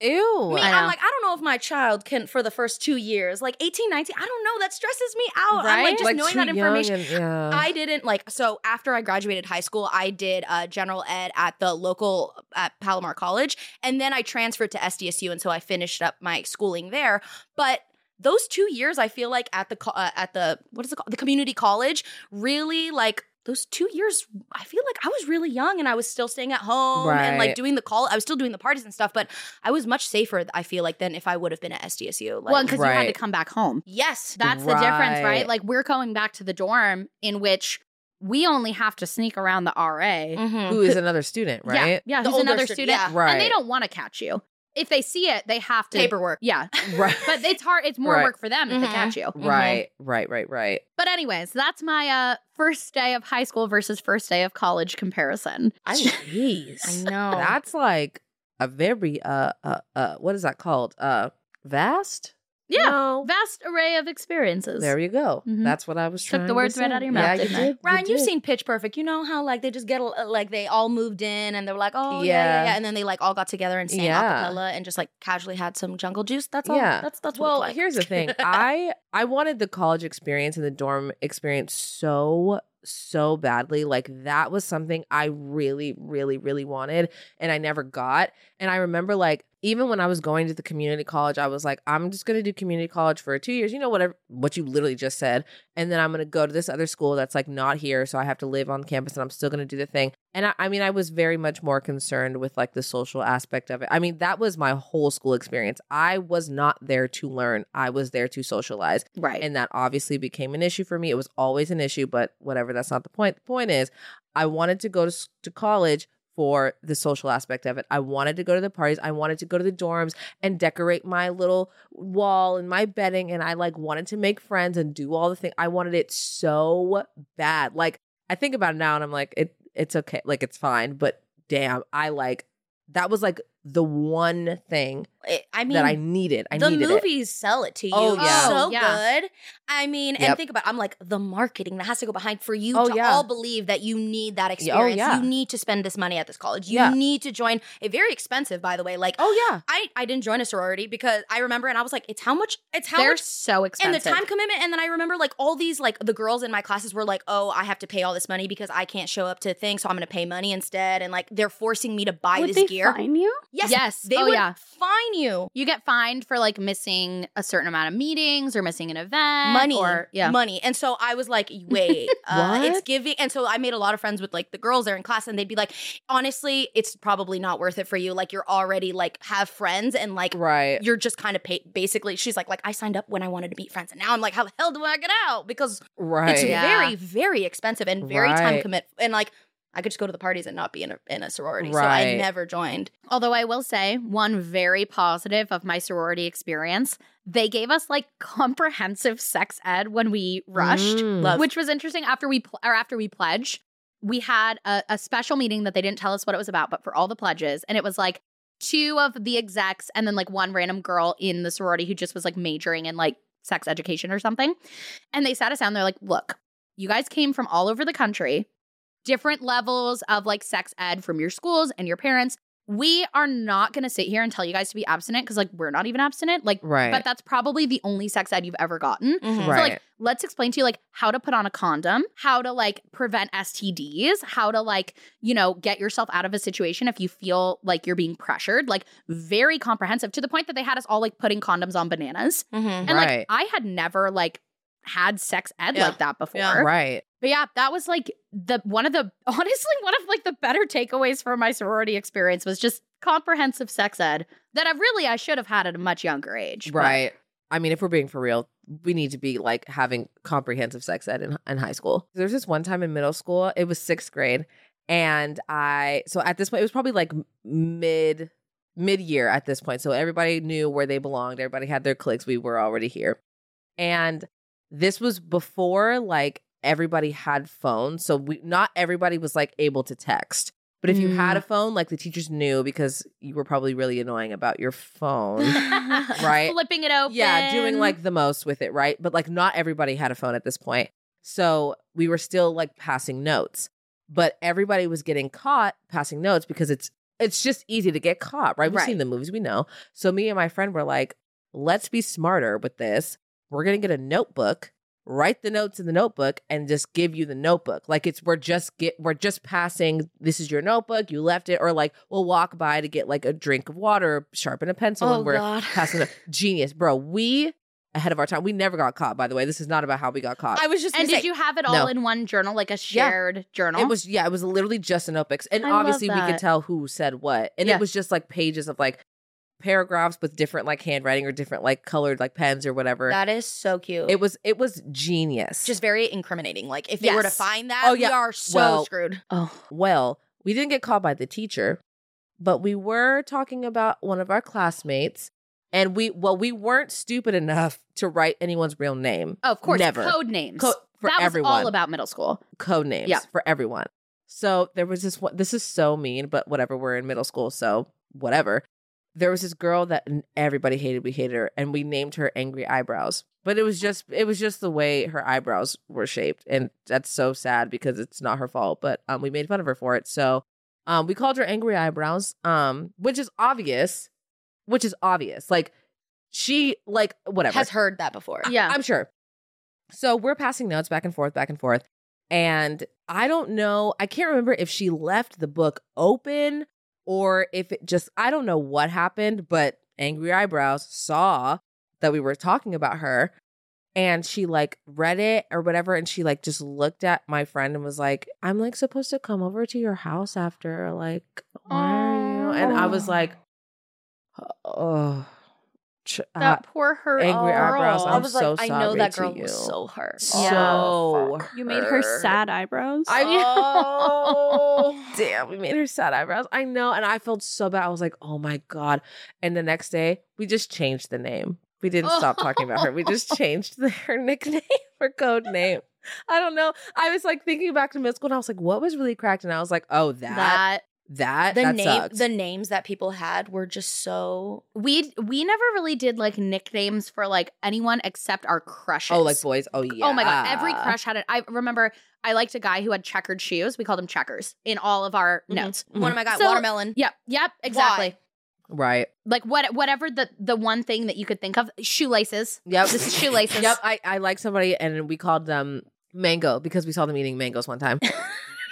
Speaker 4: Ew.
Speaker 5: Me,
Speaker 3: I
Speaker 5: I'm
Speaker 3: know.
Speaker 5: like, I don't know if my child can for the first two years, like 18, 19. I don't know. That stresses me out. I'm
Speaker 3: Right?
Speaker 5: like just
Speaker 4: Like,
Speaker 5: knowing
Speaker 4: too
Speaker 5: that
Speaker 4: young
Speaker 5: information.
Speaker 4: and- yeah.
Speaker 5: I didn't like so after I graduated high school, I did uh, general ed at the local at Palomar College, and then I transferred to SDSU, and so I finished up my schooling there. But those two years, I feel like at the co- uh, at the what is it called the community college, really like. Those two years, I feel like I was really young and I was still staying at home and like
Speaker 4: Right.
Speaker 5: doing the call. I was still doing the parties and stuff, but I was much safer, I feel like, than if I would have been at SDSU. Like,
Speaker 3: well, because you had to
Speaker 4: Right.
Speaker 3: come back home.
Speaker 5: yes,
Speaker 3: That's the difference, right?
Speaker 4: Right.
Speaker 3: Like we're going back to the dorm in which we only have to sneak around the RA.
Speaker 4: Who is another student, Mm-hmm. right?
Speaker 3: Mm-hmm. Yeah, yeah
Speaker 5: Mm-hmm. The
Speaker 3: who's
Speaker 5: older
Speaker 3: another
Speaker 5: stu-
Speaker 3: student.
Speaker 5: yeah.
Speaker 4: Right.
Speaker 3: And they don't want to catch you. If they see it, they have to
Speaker 5: paperwork?
Speaker 3: Yeah.
Speaker 4: Right.
Speaker 3: But it's hard it's more
Speaker 4: Right.
Speaker 3: work for them if they
Speaker 5: Mhm.
Speaker 3: catch you.
Speaker 4: right, right, right, right.
Speaker 3: But anyways, that's my uh first day of high school versus first day of college comparison.
Speaker 4: I jeez.
Speaker 5: know.
Speaker 4: That's like a very uh uh uh what is that called? Uh vast?
Speaker 3: Yeah.
Speaker 4: No.
Speaker 3: Vast array of experiences.
Speaker 4: There you go.
Speaker 3: Mhm.
Speaker 4: That's what I was
Speaker 3: Took the
Speaker 4: trying
Speaker 3: words
Speaker 4: to
Speaker 3: right
Speaker 4: say.
Speaker 3: out of your mouth,
Speaker 4: Yeah, you
Speaker 3: didn't I?
Speaker 4: did. You
Speaker 5: Ryan, you've
Speaker 4: did.
Speaker 5: seen Pitch Perfect. You know how like they just get a- like they all moved in and they were like, oh yeah, yeah,
Speaker 4: Yeah.
Speaker 5: yeah. and then they like all got together and sang
Speaker 4: Yeah.
Speaker 5: acapella and just like casually had some jungle juice. That's all.
Speaker 4: Yeah.
Speaker 5: That's that's what
Speaker 4: well
Speaker 5: it's like.
Speaker 4: here's the thing i i wanted the college experience and the dorm experience so so badly like that was something i really really really wanted and i never got and i remember like even when i was going to the community college i was like i'm just going to do community college for two years you know whatever what you literally just said and then i'm going to go to this other school that's like not here so i have to live on campus and i'm still going to do the thing and I, I mean i was very much more concerned with like the social aspect of it i mean that was my whole school experience i was not there to learn i was there to socialize
Speaker 3: Right.
Speaker 4: and that obviously became an issue for me it was always an issue but whatever that's not the point the point is i wanted to go to, s- to college for the social aspect of it i wanted to go to the parties i wanted to go to the dorms and decorate my little wall and my bedding and i like wanted to make friends and do all the things i wanted it so bad like I think about it now and I'm like, it it's okay, like it's fine, but damn, I like that was like the one thing
Speaker 5: It- I mean,
Speaker 4: that I needed. I
Speaker 5: the
Speaker 4: needed it.
Speaker 5: movies sell it to you
Speaker 4: Oh, yeah.
Speaker 5: so
Speaker 3: Oh, yeah.
Speaker 5: good. I mean, and
Speaker 4: Yep.
Speaker 5: think about I'm like the marketing that has to go behind for you
Speaker 4: Oh,
Speaker 5: to
Speaker 4: yeah.
Speaker 5: all believe that you need that
Speaker 4: Yeah, oh,
Speaker 5: experience.
Speaker 4: yeah.
Speaker 5: You need to spend this money at this college. You
Speaker 4: Yeah.
Speaker 5: need to join a very expensive, by the way. Like
Speaker 4: Oh yeah,
Speaker 5: I, I didn't join a sorority because I remember and I was like, it's how much it's how
Speaker 3: They're
Speaker 5: much
Speaker 3: so
Speaker 5: and
Speaker 3: expensive.
Speaker 5: the time commitment and then i remember like all these like the girls in my classes were like oh i have to pay all this money because i can't show up to things so i'm gonna pay money instead and like they're forcing me to buy
Speaker 6: Would
Speaker 5: this
Speaker 6: they
Speaker 5: gear
Speaker 6: fine you?
Speaker 5: yes
Speaker 3: Yes.
Speaker 5: they
Speaker 3: oh,
Speaker 5: would
Speaker 3: yeah.
Speaker 5: fine you
Speaker 3: You get fined for like missing a certain amount of meetings or missing an event.
Speaker 5: money
Speaker 3: Eh, Or, yeah.
Speaker 5: money and so i was like wait uh,
Speaker 4: What?
Speaker 5: it's giving and so i made a lot of friends with like the girls there in class and they'd be like honestly it's probably not worth it for you like you're already like have friends and like
Speaker 4: right.
Speaker 5: you're just kind of pay- basically she's like like i signed up when i wanted to meet friends and now i'm like how the hell do i get out because
Speaker 4: Right.
Speaker 5: It's
Speaker 3: Yeah.
Speaker 5: very, very expensive and very time
Speaker 4: Right.
Speaker 5: commit. And like, I could just go to the parties and not be in a, in a sorority. So I
Speaker 4: Right.
Speaker 5: never joined.
Speaker 3: Although I will say, one very positive of my sorority experience, they gave us like comprehensive sex ed when we rushed,
Speaker 4: Mm.
Speaker 5: Love.
Speaker 3: which was interesting. After we pl- or after we pledge, we had a, a special meeting that they didn't tell us what it was about, but for all the pledges, and it was like two of the execs and then like one random girl in the sorority who just was like majoring in like sex education or something. And they sat us down. They're like, "Look, you guys came from all over the country." Different levels of like sex ed from your schools and your parents we are not going to sit here and tell you guys to be abstinent because like we're not even abstinent like
Speaker 4: Right. Mm,
Speaker 3: but that's probably the only sex ed you've ever gotten
Speaker 5: Mhm.
Speaker 4: right.
Speaker 3: so like let's explain to you like how to put on a condom how to like prevent stds how to like you know get yourself out of a situation if you feel like you're being pressured like very comprehensive to the point that they had us all like putting condoms on bananas
Speaker 5: mm-hmm.
Speaker 3: and like
Speaker 4: Right.
Speaker 3: i had never like had sex ed
Speaker 5: Yeah.
Speaker 3: like that before
Speaker 5: Yeah.
Speaker 4: right.
Speaker 3: but yeah, that was like the one of the honestly one of like the better takeaways from my sorority experience was just comprehensive sex ed that I really I should have had at a much younger age. but-
Speaker 4: Right. I mean, if we're being for real, we need to be like having comprehensive sex ed in, in high school. There's this one time in middle school, it was sixth grade. And I, so at this point, it was probably like m- mid, mid year at this point. So everybody knew where they belonged. Everybody had their cliques. We were already here. And this was before like everybody had phones. So we, not everybody was like able to text. But if you had a phone, like the teachers knew because you were probably really annoying about your phone. Right.
Speaker 3: Flipping it open.
Speaker 4: Yeah, doing like the most with it, right? But like not everybody had a phone at this point. So we were still like passing notes. But everybody was getting caught passing notes because it's it's just easy to get caught, right? We've seen
Speaker 3: Right.
Speaker 4: the movies, we know. So me and my friend were like, let's be smarter with this. We're gonna get a notebook, write the notes in the notebook, and just give you the notebook. Like it's we're just get we're just passing. This is your notebook. You left it, or like we'll walk by to get like a drink of water, sharpen a pencil,
Speaker 5: oh,
Speaker 4: and we're
Speaker 5: God.
Speaker 4: passing it. Genius, bro. We ahead of our time. We never got caught. By the way, this is not about how we got caught.
Speaker 5: I was just
Speaker 3: And
Speaker 5: gonna
Speaker 3: did
Speaker 5: say,
Speaker 3: you have it all
Speaker 4: No.
Speaker 3: in one journal, like a shared journal?
Speaker 4: it was yeah, it was literally just an notebook, and
Speaker 3: I love
Speaker 4: obviously we
Speaker 3: that.
Speaker 4: could tell who said what, and
Speaker 3: Yeah.
Speaker 4: it was just like pages of like paragraphs with different like handwriting or different like colored like pens or whatever.
Speaker 5: that is so cute.
Speaker 4: it was it was genius.
Speaker 5: just very incriminating. Like, if they were to
Speaker 3: Yes.
Speaker 5: find that,
Speaker 4: Oh,
Speaker 5: we
Speaker 4: yeah.
Speaker 5: are so
Speaker 4: Well,
Speaker 5: screwed.
Speaker 3: oh.
Speaker 4: well, we didn't get called by the teacher, but we were talking about one of our classmates, and we well we weren't stupid enough to write anyone's real name.
Speaker 3: Oh, of course.
Speaker 4: Never.
Speaker 3: Code names.
Speaker 4: Co- for
Speaker 3: that was
Speaker 4: everyone.
Speaker 3: all about middle school.
Speaker 4: code names
Speaker 3: Yeah.
Speaker 4: for everyone. So there was this one. This is so mean, but whatever. We're in middle school, so whatever. there was this girl that n- everybody hated. We hated her, and we named her Angry Eyebrows. But it was just it was just the way her eyebrows were shaped, and that's so sad because it's not her fault. But um, we made fun of her for it, so um, we called her Angry Eyebrows, um, which is obvious, which is obvious. Like she like whatever
Speaker 5: Has heard that before.
Speaker 3: Yeah.
Speaker 4: I'm sure. So we're passing notes back and forth, back and forth. And I don't know, I can't remember if she left the book open or if it just, I don't know what happened, but Angry Eyebrows saw that we were talking about her and she like read it or whatever. And she like just looked at my friend and was like, I'm like supposed to come over to your house after, like, why are you? And I was like, oh, ch- uh,
Speaker 6: that poor her
Speaker 4: angry
Speaker 6: girl.
Speaker 4: eyebrows,
Speaker 5: I
Speaker 4: I'm
Speaker 5: was
Speaker 4: so
Speaker 5: like, I know
Speaker 4: sorry
Speaker 5: that
Speaker 4: to
Speaker 5: girl
Speaker 4: you.
Speaker 5: was so hurt.
Speaker 6: Yeah.
Speaker 4: So
Speaker 6: You made her sad eyebrows.
Speaker 4: I mean,
Speaker 5: Oh.
Speaker 4: damn, we made her sad eyebrows. I know, and I felt so bad. I was like, oh my god. And the next day, we just changed the name. We didn't stop talking about her. We just changed the, her nickname or code name. I don't know. I was like thinking back to middle school, and I was like, what was really cracked? And I was like, oh, that,
Speaker 3: that
Speaker 4: that, that,
Speaker 5: the name
Speaker 4: sucks.
Speaker 5: the names that people had were just so
Speaker 3: we we never really did like nicknames for like anyone except our crushes.
Speaker 4: oh, like boys. Oh yeah.
Speaker 3: Oh my god, every crush had it. I remember I liked a guy who had checkered shoes. We called him checkers in all of our
Speaker 4: Mhm.
Speaker 3: notes.
Speaker 5: one of my god,
Speaker 3: So-
Speaker 5: watermelon.
Speaker 3: Yep, yep, exactly.
Speaker 4: Right.
Speaker 3: Like what whatever the the one thing that you could think of, shoelaces.
Speaker 4: Yep.
Speaker 3: Just shoelaces.
Speaker 4: Yep. I, I like somebody and we called them mango because we saw them eating mangoes one time.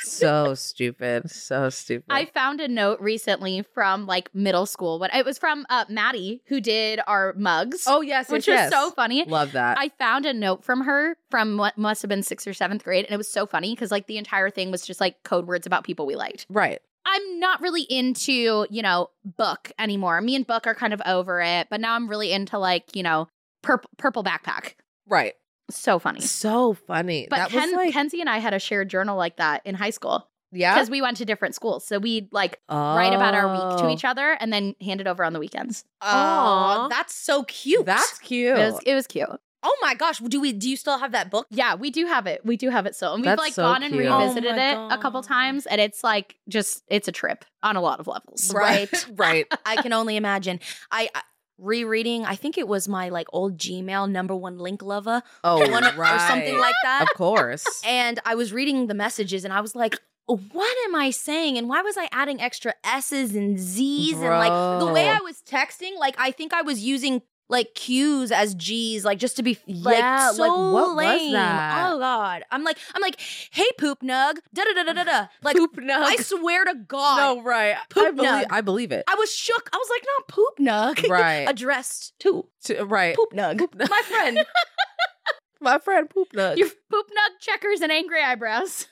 Speaker 4: so stupid. So stupid.
Speaker 3: I found a note recently from like middle school. What it was from uh, Maddie who did our mugs,
Speaker 4: oh yes.
Speaker 3: which
Speaker 4: yes,
Speaker 3: was so
Speaker 4: yes.
Speaker 3: funny.
Speaker 4: Love that.
Speaker 3: I found a note from her from what must have been sixth or seventh grade, and it was so funny because like the entire thing was just like code words about people we liked.
Speaker 4: right.
Speaker 3: I'm not really into you know book anymore. Me and book are kind of over it, but now I'm really into like you know purple purple backpack.
Speaker 4: Right.
Speaker 3: So funny.
Speaker 4: So funny.
Speaker 3: But
Speaker 4: that
Speaker 3: Ken-
Speaker 4: was like
Speaker 3: Kenzie and I had a shared journal like that in high school
Speaker 4: yeah.
Speaker 3: because we went to different schools. So we'd like write about our week to
Speaker 4: Oh.
Speaker 3: each other and then hand it over on the weekends.
Speaker 5: Oh,
Speaker 4: Aw.
Speaker 5: that's so cute.
Speaker 4: That's cute.
Speaker 3: It was, it was cute.
Speaker 5: oh my gosh. Do we do you still have that book?
Speaker 3: Yeah, we do have it. We do have it still. And we've
Speaker 4: That's
Speaker 3: like
Speaker 4: so
Speaker 3: gone and
Speaker 4: cute.
Speaker 3: revisited
Speaker 5: Oh
Speaker 3: it
Speaker 5: my
Speaker 3: a couple
Speaker 5: God.
Speaker 3: times and it's like just it's a trip on a lot of levels.
Speaker 5: Right.
Speaker 4: right.
Speaker 5: I can only imagine. I, I rereading, I think it was my like old Gmail number one link lover
Speaker 4: Oh
Speaker 5: one
Speaker 4: right.
Speaker 5: or something like
Speaker 4: Of
Speaker 5: that.
Speaker 4: course.
Speaker 5: And I was reading the messages and I was like, what am I saying? And why was I adding extra S's and Z's? And like the way
Speaker 4: Bro.
Speaker 5: I was texting, like I think I was using like Q's as G's, like just to be like
Speaker 4: Yeah,
Speaker 5: so
Speaker 4: like, what was
Speaker 5: lame.
Speaker 4: that?
Speaker 5: Oh God. I'm like, I'm like, hey poop nug, da da da da da da. Like
Speaker 4: poop nug.
Speaker 5: I swear to God.
Speaker 4: no, right. I
Speaker 5: Poop
Speaker 4: believe,
Speaker 5: nug.
Speaker 4: I believe it.
Speaker 5: I was shook. I was like, not poop nug.
Speaker 4: Right.
Speaker 5: Addressed to
Speaker 4: To- right.
Speaker 5: poop nug. My friend.
Speaker 4: My friend poop nug.
Speaker 3: Your poop nug checkers and angry eyebrows.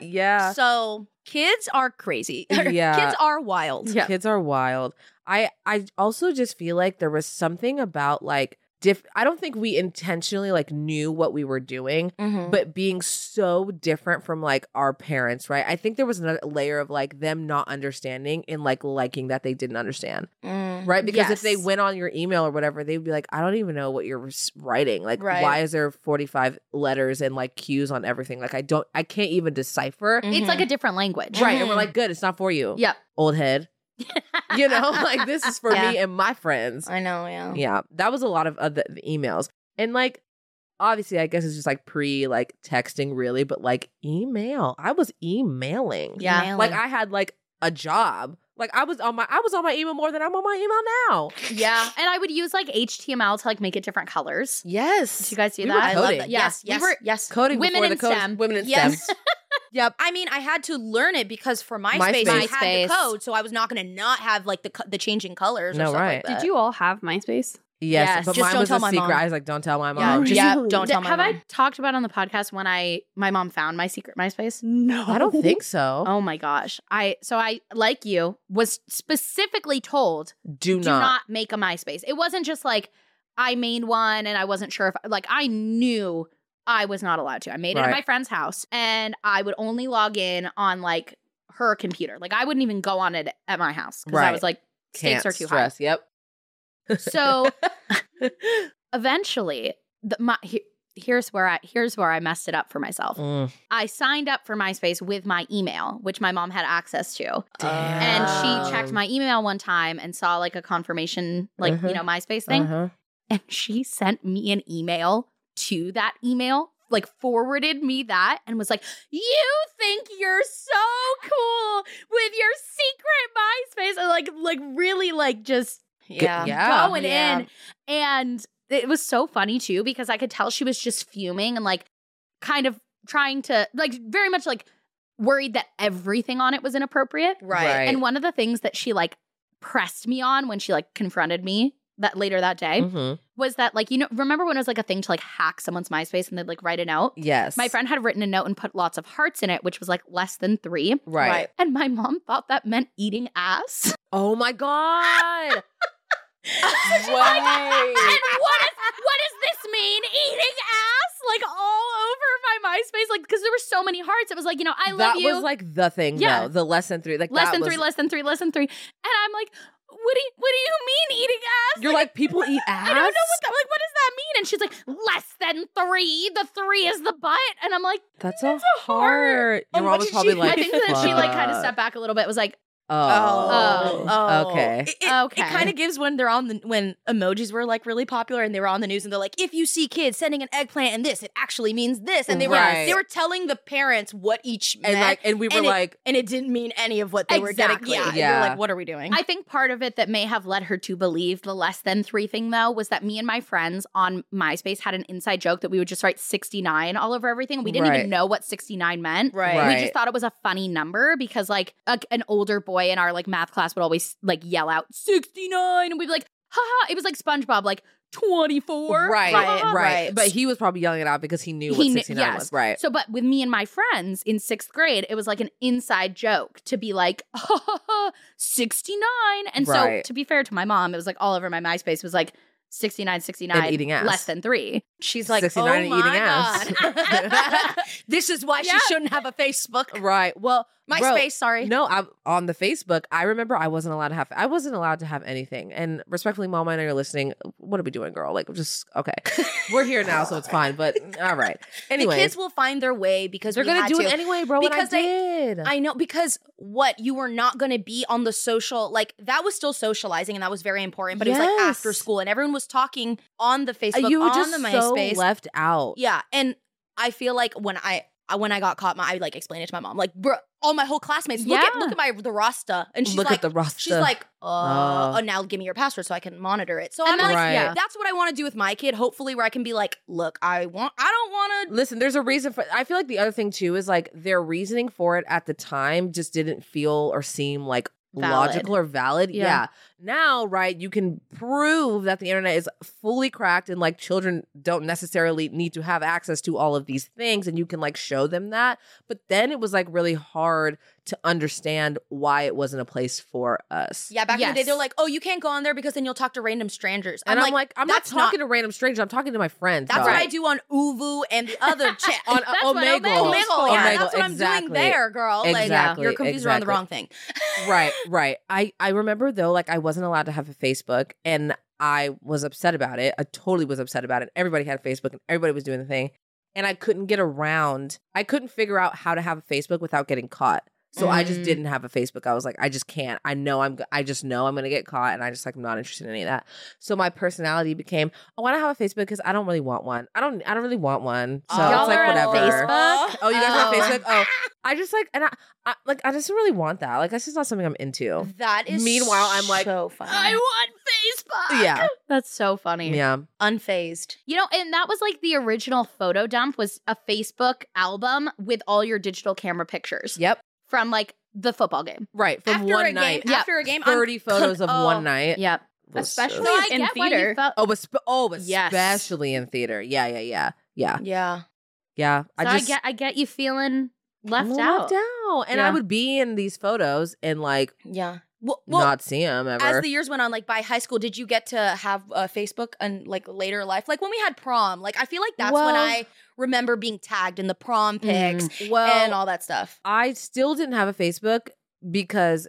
Speaker 4: yeah.
Speaker 5: so kids are crazy.
Speaker 4: Uh, Yeah.
Speaker 5: kids are wild.
Speaker 3: Yeah.
Speaker 4: Kids are wild. I I also just feel like there was something about like diff I don't think we intentionally like knew what we were doing,
Speaker 5: Mm.
Speaker 4: but being so different from like our parents, right? I think there was another layer of like them not understanding and like liking that they didn't understand, right? Because if they
Speaker 5: Mm, Yes.
Speaker 4: went on your email or whatever, they'd be like, I don't even know what you're res- writing. Like,
Speaker 5: Right.
Speaker 4: why is there 45 letters and like cues on everything? Like, I don't, I can't even decipher.
Speaker 3: It's like a different language.
Speaker 4: Mm-hmm. Right. And we're like, good, it's not for you,
Speaker 3: Yep.
Speaker 4: old head you know like this is for me
Speaker 5: Yeah. Oh.
Speaker 4: and my friends
Speaker 5: I know, yeah.
Speaker 4: yeah that was a lot of, of the, the emails and like obviously i guess it's just like pre like texting really but like email i was emailing
Speaker 3: Yeah.
Speaker 5: Emailing.
Speaker 4: like i had like a job like i was on my i was on my email more than i'm on my email now
Speaker 3: Yeah. And I would use like HTML to like make it different colors.
Speaker 4: yes
Speaker 3: Did you guys do
Speaker 4: We were
Speaker 3: that?
Speaker 5: I love
Speaker 4: coding.
Speaker 5: that.
Speaker 3: Yeah.
Speaker 5: Yes,
Speaker 3: We
Speaker 5: yes,
Speaker 3: were-
Speaker 5: yes.
Speaker 4: coding
Speaker 3: Women
Speaker 4: before
Speaker 3: in
Speaker 4: the code
Speaker 3: STEM.
Speaker 4: women in
Speaker 5: Yes.
Speaker 4: stem
Speaker 5: yep. I mean, I had to learn it because for MySpace, I
Speaker 3: MySpace.
Speaker 5: had the code, so I was not going to not have like the co- the changing colors. Or
Speaker 4: No,
Speaker 5: stuff
Speaker 4: right.
Speaker 5: Like that.
Speaker 6: Did you all have MySpace?
Speaker 4: yes,
Speaker 3: Yes.
Speaker 4: but
Speaker 5: Just
Speaker 4: mine
Speaker 5: don't
Speaker 4: was
Speaker 5: tell
Speaker 4: a
Speaker 5: my
Speaker 4: secret
Speaker 5: mom.
Speaker 4: i was like don't tell my
Speaker 5: Yeah.
Speaker 4: mom
Speaker 6: Really?
Speaker 5: yeah, Don't
Speaker 3: D-
Speaker 5: tell my
Speaker 3: have I
Speaker 5: mom.
Speaker 3: talked about on the podcast when I my mom found my secret MySpace?
Speaker 6: No,
Speaker 4: i don't think so
Speaker 3: Oh my gosh. I so I like you was specifically told
Speaker 4: do,
Speaker 3: do not make a MySpace. It wasn't just like I made one and I wasn't sure if like I knew I was not allowed to. I made it
Speaker 4: Right.
Speaker 3: at my friend's house and I would only log in on like her computer. Like I wouldn't even go on it at my house because I
Speaker 4: Right.
Speaker 3: was like
Speaker 4: Can't
Speaker 3: stakes are too
Speaker 4: stress. yep
Speaker 3: high. So eventually, the, my he- here's where I here's where I messed it up for myself.
Speaker 4: Mm.
Speaker 3: I signed up for MySpace with my email, which my mom had access to.
Speaker 4: Damn.
Speaker 3: And she
Speaker 4: Oh.
Speaker 3: checked my email one time and saw like a confirmation, like,
Speaker 4: Mhm.
Speaker 3: you know, MySpace thing.
Speaker 4: Uh-huh.
Speaker 3: And she sent me an email to that email, like forwarded me that and was like, You think you're so cool with your secret MySpace. And like, like really like just
Speaker 5: Yeah.
Speaker 4: Yeah.
Speaker 3: going
Speaker 5: Yeah.
Speaker 3: in. And it was so funny too, because I could tell she was just fuming and like kind of trying to like very much like worried that everything on it was inappropriate.
Speaker 5: Right.
Speaker 4: Right.
Speaker 3: And one of the things that she like pressed me on when she like confronted me that later that day
Speaker 5: Mm-hmm.
Speaker 4: Mhm.
Speaker 3: was that like you know remember when it was like a thing to like hack someone's MySpace and they'd like write a note?
Speaker 4: Yes.
Speaker 3: My friend had written a note and put lots of hearts in it, which was like less than three.
Speaker 4: Right.
Speaker 5: Right.
Speaker 3: And my mom thought that meant eating ass.
Speaker 4: Oh my god.
Speaker 3: and what is what does this mean? Eating ass? Like all over my MySpace? Like because there were so many hearts. It was like, you know, I love
Speaker 4: that
Speaker 3: you.
Speaker 4: was like the thing
Speaker 3: Yeah.
Speaker 4: though. The less than three. Like
Speaker 3: less
Speaker 4: that
Speaker 3: than
Speaker 4: was-
Speaker 3: three, less than three, less than three. And I'm like, what do you what do you mean eating ass?
Speaker 4: You're like people eat ass.
Speaker 3: I don't know what that like what does that mean? And she's like, less than three. The three is the butt. And I'm like,
Speaker 4: That's,
Speaker 3: That's
Speaker 4: a
Speaker 3: a
Speaker 4: heart.
Speaker 5: And what
Speaker 4: Your mom was
Speaker 5: did
Speaker 4: probably
Speaker 5: she-
Speaker 4: like.
Speaker 3: I think that she like kind of
Speaker 4: "Fuck."
Speaker 3: stepped back a little bit, was like,
Speaker 4: Oh.
Speaker 3: Oh.
Speaker 4: Okay.
Speaker 5: It, it,
Speaker 3: Okay.
Speaker 5: It kind of gives when they're on the when emojis were like really popular and they were on the news and they're like, if you see kids sending an eggplant and this, it actually means this, and they
Speaker 4: Right.
Speaker 5: were they were telling the parents what each meant,
Speaker 4: And
Speaker 5: and,
Speaker 4: like, and we were
Speaker 5: And
Speaker 4: like,
Speaker 5: it didn't mean any of what they were
Speaker 3: Exactly.
Speaker 5: getting. Yeah,
Speaker 4: Yeah.
Speaker 5: yeah. You're like, what are we doing?
Speaker 3: I think part of it that may have led her to believe the less than three thing, though, was that me and my friends on MySpace had an inside joke that we would just write 69 all over everything. We didn't
Speaker 4: Right.
Speaker 3: even know what 69 meant.
Speaker 5: right.
Speaker 4: Right.
Speaker 3: We just thought it was a funny number because, like, a, an older boy in our like math class would always like yell out 69, and we'd be like, haha. It was like SpongeBob, like 24.
Speaker 4: right,
Speaker 3: Ha, ha, ha.
Speaker 4: right,
Speaker 5: right.
Speaker 4: But he was probably yelling it out because he knew
Speaker 3: He
Speaker 4: what
Speaker 3: kn-
Speaker 4: 69
Speaker 3: yes.
Speaker 4: was. Right.
Speaker 3: So, but with me and my friends in sixth grade, it was like an inside joke to be like, 69. And
Speaker 4: Right.
Speaker 3: so, to be fair to my mom, it was like all over my MySpace was like 69, 69,
Speaker 4: And eating ass.
Speaker 3: less than three.
Speaker 5: She's like,
Speaker 4: 69 and
Speaker 5: oh
Speaker 4: eating
Speaker 5: my
Speaker 4: ass."
Speaker 5: god, this is why
Speaker 3: Yeah.
Speaker 5: she shouldn't have a Facebook,
Speaker 4: right. Well,
Speaker 5: MySpace.
Speaker 4: bro,
Speaker 5: sorry,
Speaker 4: No, I'm on the Facebook. I remember I wasn't allowed to have. I wasn't allowed to have anything. And respectfully, mom, I know you're listening. What are we doing, girl? Like, just okay. We're here now, so it's fine. But all right. Anyway,
Speaker 5: the kids will find their way because
Speaker 4: they're
Speaker 5: we
Speaker 4: gonna
Speaker 5: had
Speaker 4: do
Speaker 5: to.
Speaker 4: it anyway, bro. and
Speaker 5: Because
Speaker 4: I
Speaker 5: they-
Speaker 4: did.
Speaker 5: I know because what you were not going to be on the social like that was still socializing and that was very important, but it was like
Speaker 4: Yes.
Speaker 5: after school and everyone was talking on the Facebook
Speaker 4: you were
Speaker 5: on
Speaker 4: just
Speaker 5: the
Speaker 4: so
Speaker 5: MySpace.
Speaker 4: left out.
Speaker 5: yeah, and I feel like when I I- when I got caught, my I like explained it to my mom, like bro, all my whole classmates look at
Speaker 6: Yeah.
Speaker 5: look at my the roster, and she's
Speaker 4: Look
Speaker 5: like
Speaker 4: at the roster.
Speaker 5: she's like uh,
Speaker 4: Oh.
Speaker 5: oh now give me your password so I can monitor it. So
Speaker 3: And
Speaker 5: I'm
Speaker 3: that's-
Speaker 5: like
Speaker 4: Right.
Speaker 3: yeah.
Speaker 5: that's what I want to do with my kid. Hopefully, where I can be like, look, I want I don't want to.
Speaker 4: Listen, there's a reason for I feel like the other thing too is like their reasoning for it at the time just didn't feel or seem like
Speaker 3: Valid.
Speaker 4: logical or valid. Yeah.
Speaker 3: Yeah.
Speaker 4: Now, right, you can prove that the internet is fully cracked and like children don't necessarily need to have access to all of these things and you can like show them that. But then it was like really hard to understand why it wasn't a place for us.
Speaker 5: Yeah, back in the day,
Speaker 3: Yes.
Speaker 5: they're like, oh, you can't go on there because then you'll talk to random strangers.
Speaker 4: And I'm, like, I'm not
Speaker 5: that's not-
Speaker 4: talking to random strangers. I'm talking to my friends.
Speaker 5: That's
Speaker 4: dog.
Speaker 5: what I do on Uvu and the other chat.
Speaker 4: on
Speaker 3: That's
Speaker 4: uh,
Speaker 3: what
Speaker 4: Omegle.
Speaker 3: Omegle
Speaker 5: Omegle,
Speaker 3: is for.
Speaker 5: yeah,
Speaker 4: Omegle,
Speaker 5: that's what I'm
Speaker 4: exactly.
Speaker 5: doing there, girl. like,
Speaker 4: Exactly,
Speaker 5: your computer's around the
Speaker 4: exactly.
Speaker 5: wrong thing.
Speaker 4: right, right. I I remember though, like I wasn't allowed to have a Facebook, and I was upset about it. I totally was upset about it. Everybody had a Facebook, and everybody was doing the thing, and I couldn't get around. I couldn't figure out how to have a Facebook without getting caught. So I just
Speaker 3: Mm.
Speaker 4: didn't have a Facebook. I was like, I just can't. I know I'm. g- I just know I'm gonna get caught, and I just like I'm not interested in any of that. So my personality became, "Oh, I want to have a Facebook because I don't really want one. I don't. I don't really want one. So
Speaker 3: Y'all
Speaker 4: it's like
Speaker 3: are on
Speaker 4: whatever.
Speaker 3: Facebook?
Speaker 4: Oh, you guys are on
Speaker 5: Oh.
Speaker 4: Facebook. Oh, I just like and I, I like I just don't really want that. Like that's just not something I'm
Speaker 3: Uh,
Speaker 4: into.
Speaker 5: That is
Speaker 4: Meanwhile, I'm like-
Speaker 5: so funny.
Speaker 3: I want Facebook.
Speaker 4: Yeah,
Speaker 3: That's so funny.
Speaker 4: yeah.
Speaker 5: unfazed.
Speaker 3: You know, and that was like the original photo dump was a Facebook album with all your digital camera pictures
Speaker 4: Yep.
Speaker 3: from like the football game.
Speaker 4: Right. From
Speaker 5: after
Speaker 4: one
Speaker 5: a
Speaker 4: night.
Speaker 5: game,
Speaker 3: Yeah.
Speaker 5: after a game, I'm-
Speaker 4: 30 photos of
Speaker 5: Oh.
Speaker 4: one night.
Speaker 3: Yep.
Speaker 4: was so-
Speaker 6: Especially
Speaker 3: So I
Speaker 6: in
Speaker 3: get why
Speaker 6: theater.
Speaker 3: you felt
Speaker 4: Oh, but sp- oh, but
Speaker 3: Yes.
Speaker 4: especially in theater. Yeah, yeah, yeah. Yeah.
Speaker 5: Yeah,
Speaker 4: Yeah.
Speaker 3: So
Speaker 4: I just
Speaker 3: I get I get you feeling left
Speaker 4: I'm
Speaker 3: out.
Speaker 4: out. And I
Speaker 3: Yeah.
Speaker 4: would be in these photos and like
Speaker 5: yeah. Well, well,
Speaker 4: not see them ever.
Speaker 5: as the years went on, like by high school, did you get to have uh, Facebook and like later life? Like when we had prom, like I feel like that's
Speaker 4: Well-
Speaker 5: when I remember being tagged in the prom pics
Speaker 4: well,
Speaker 5: and all that stuff.
Speaker 4: I still didn't have a Facebook because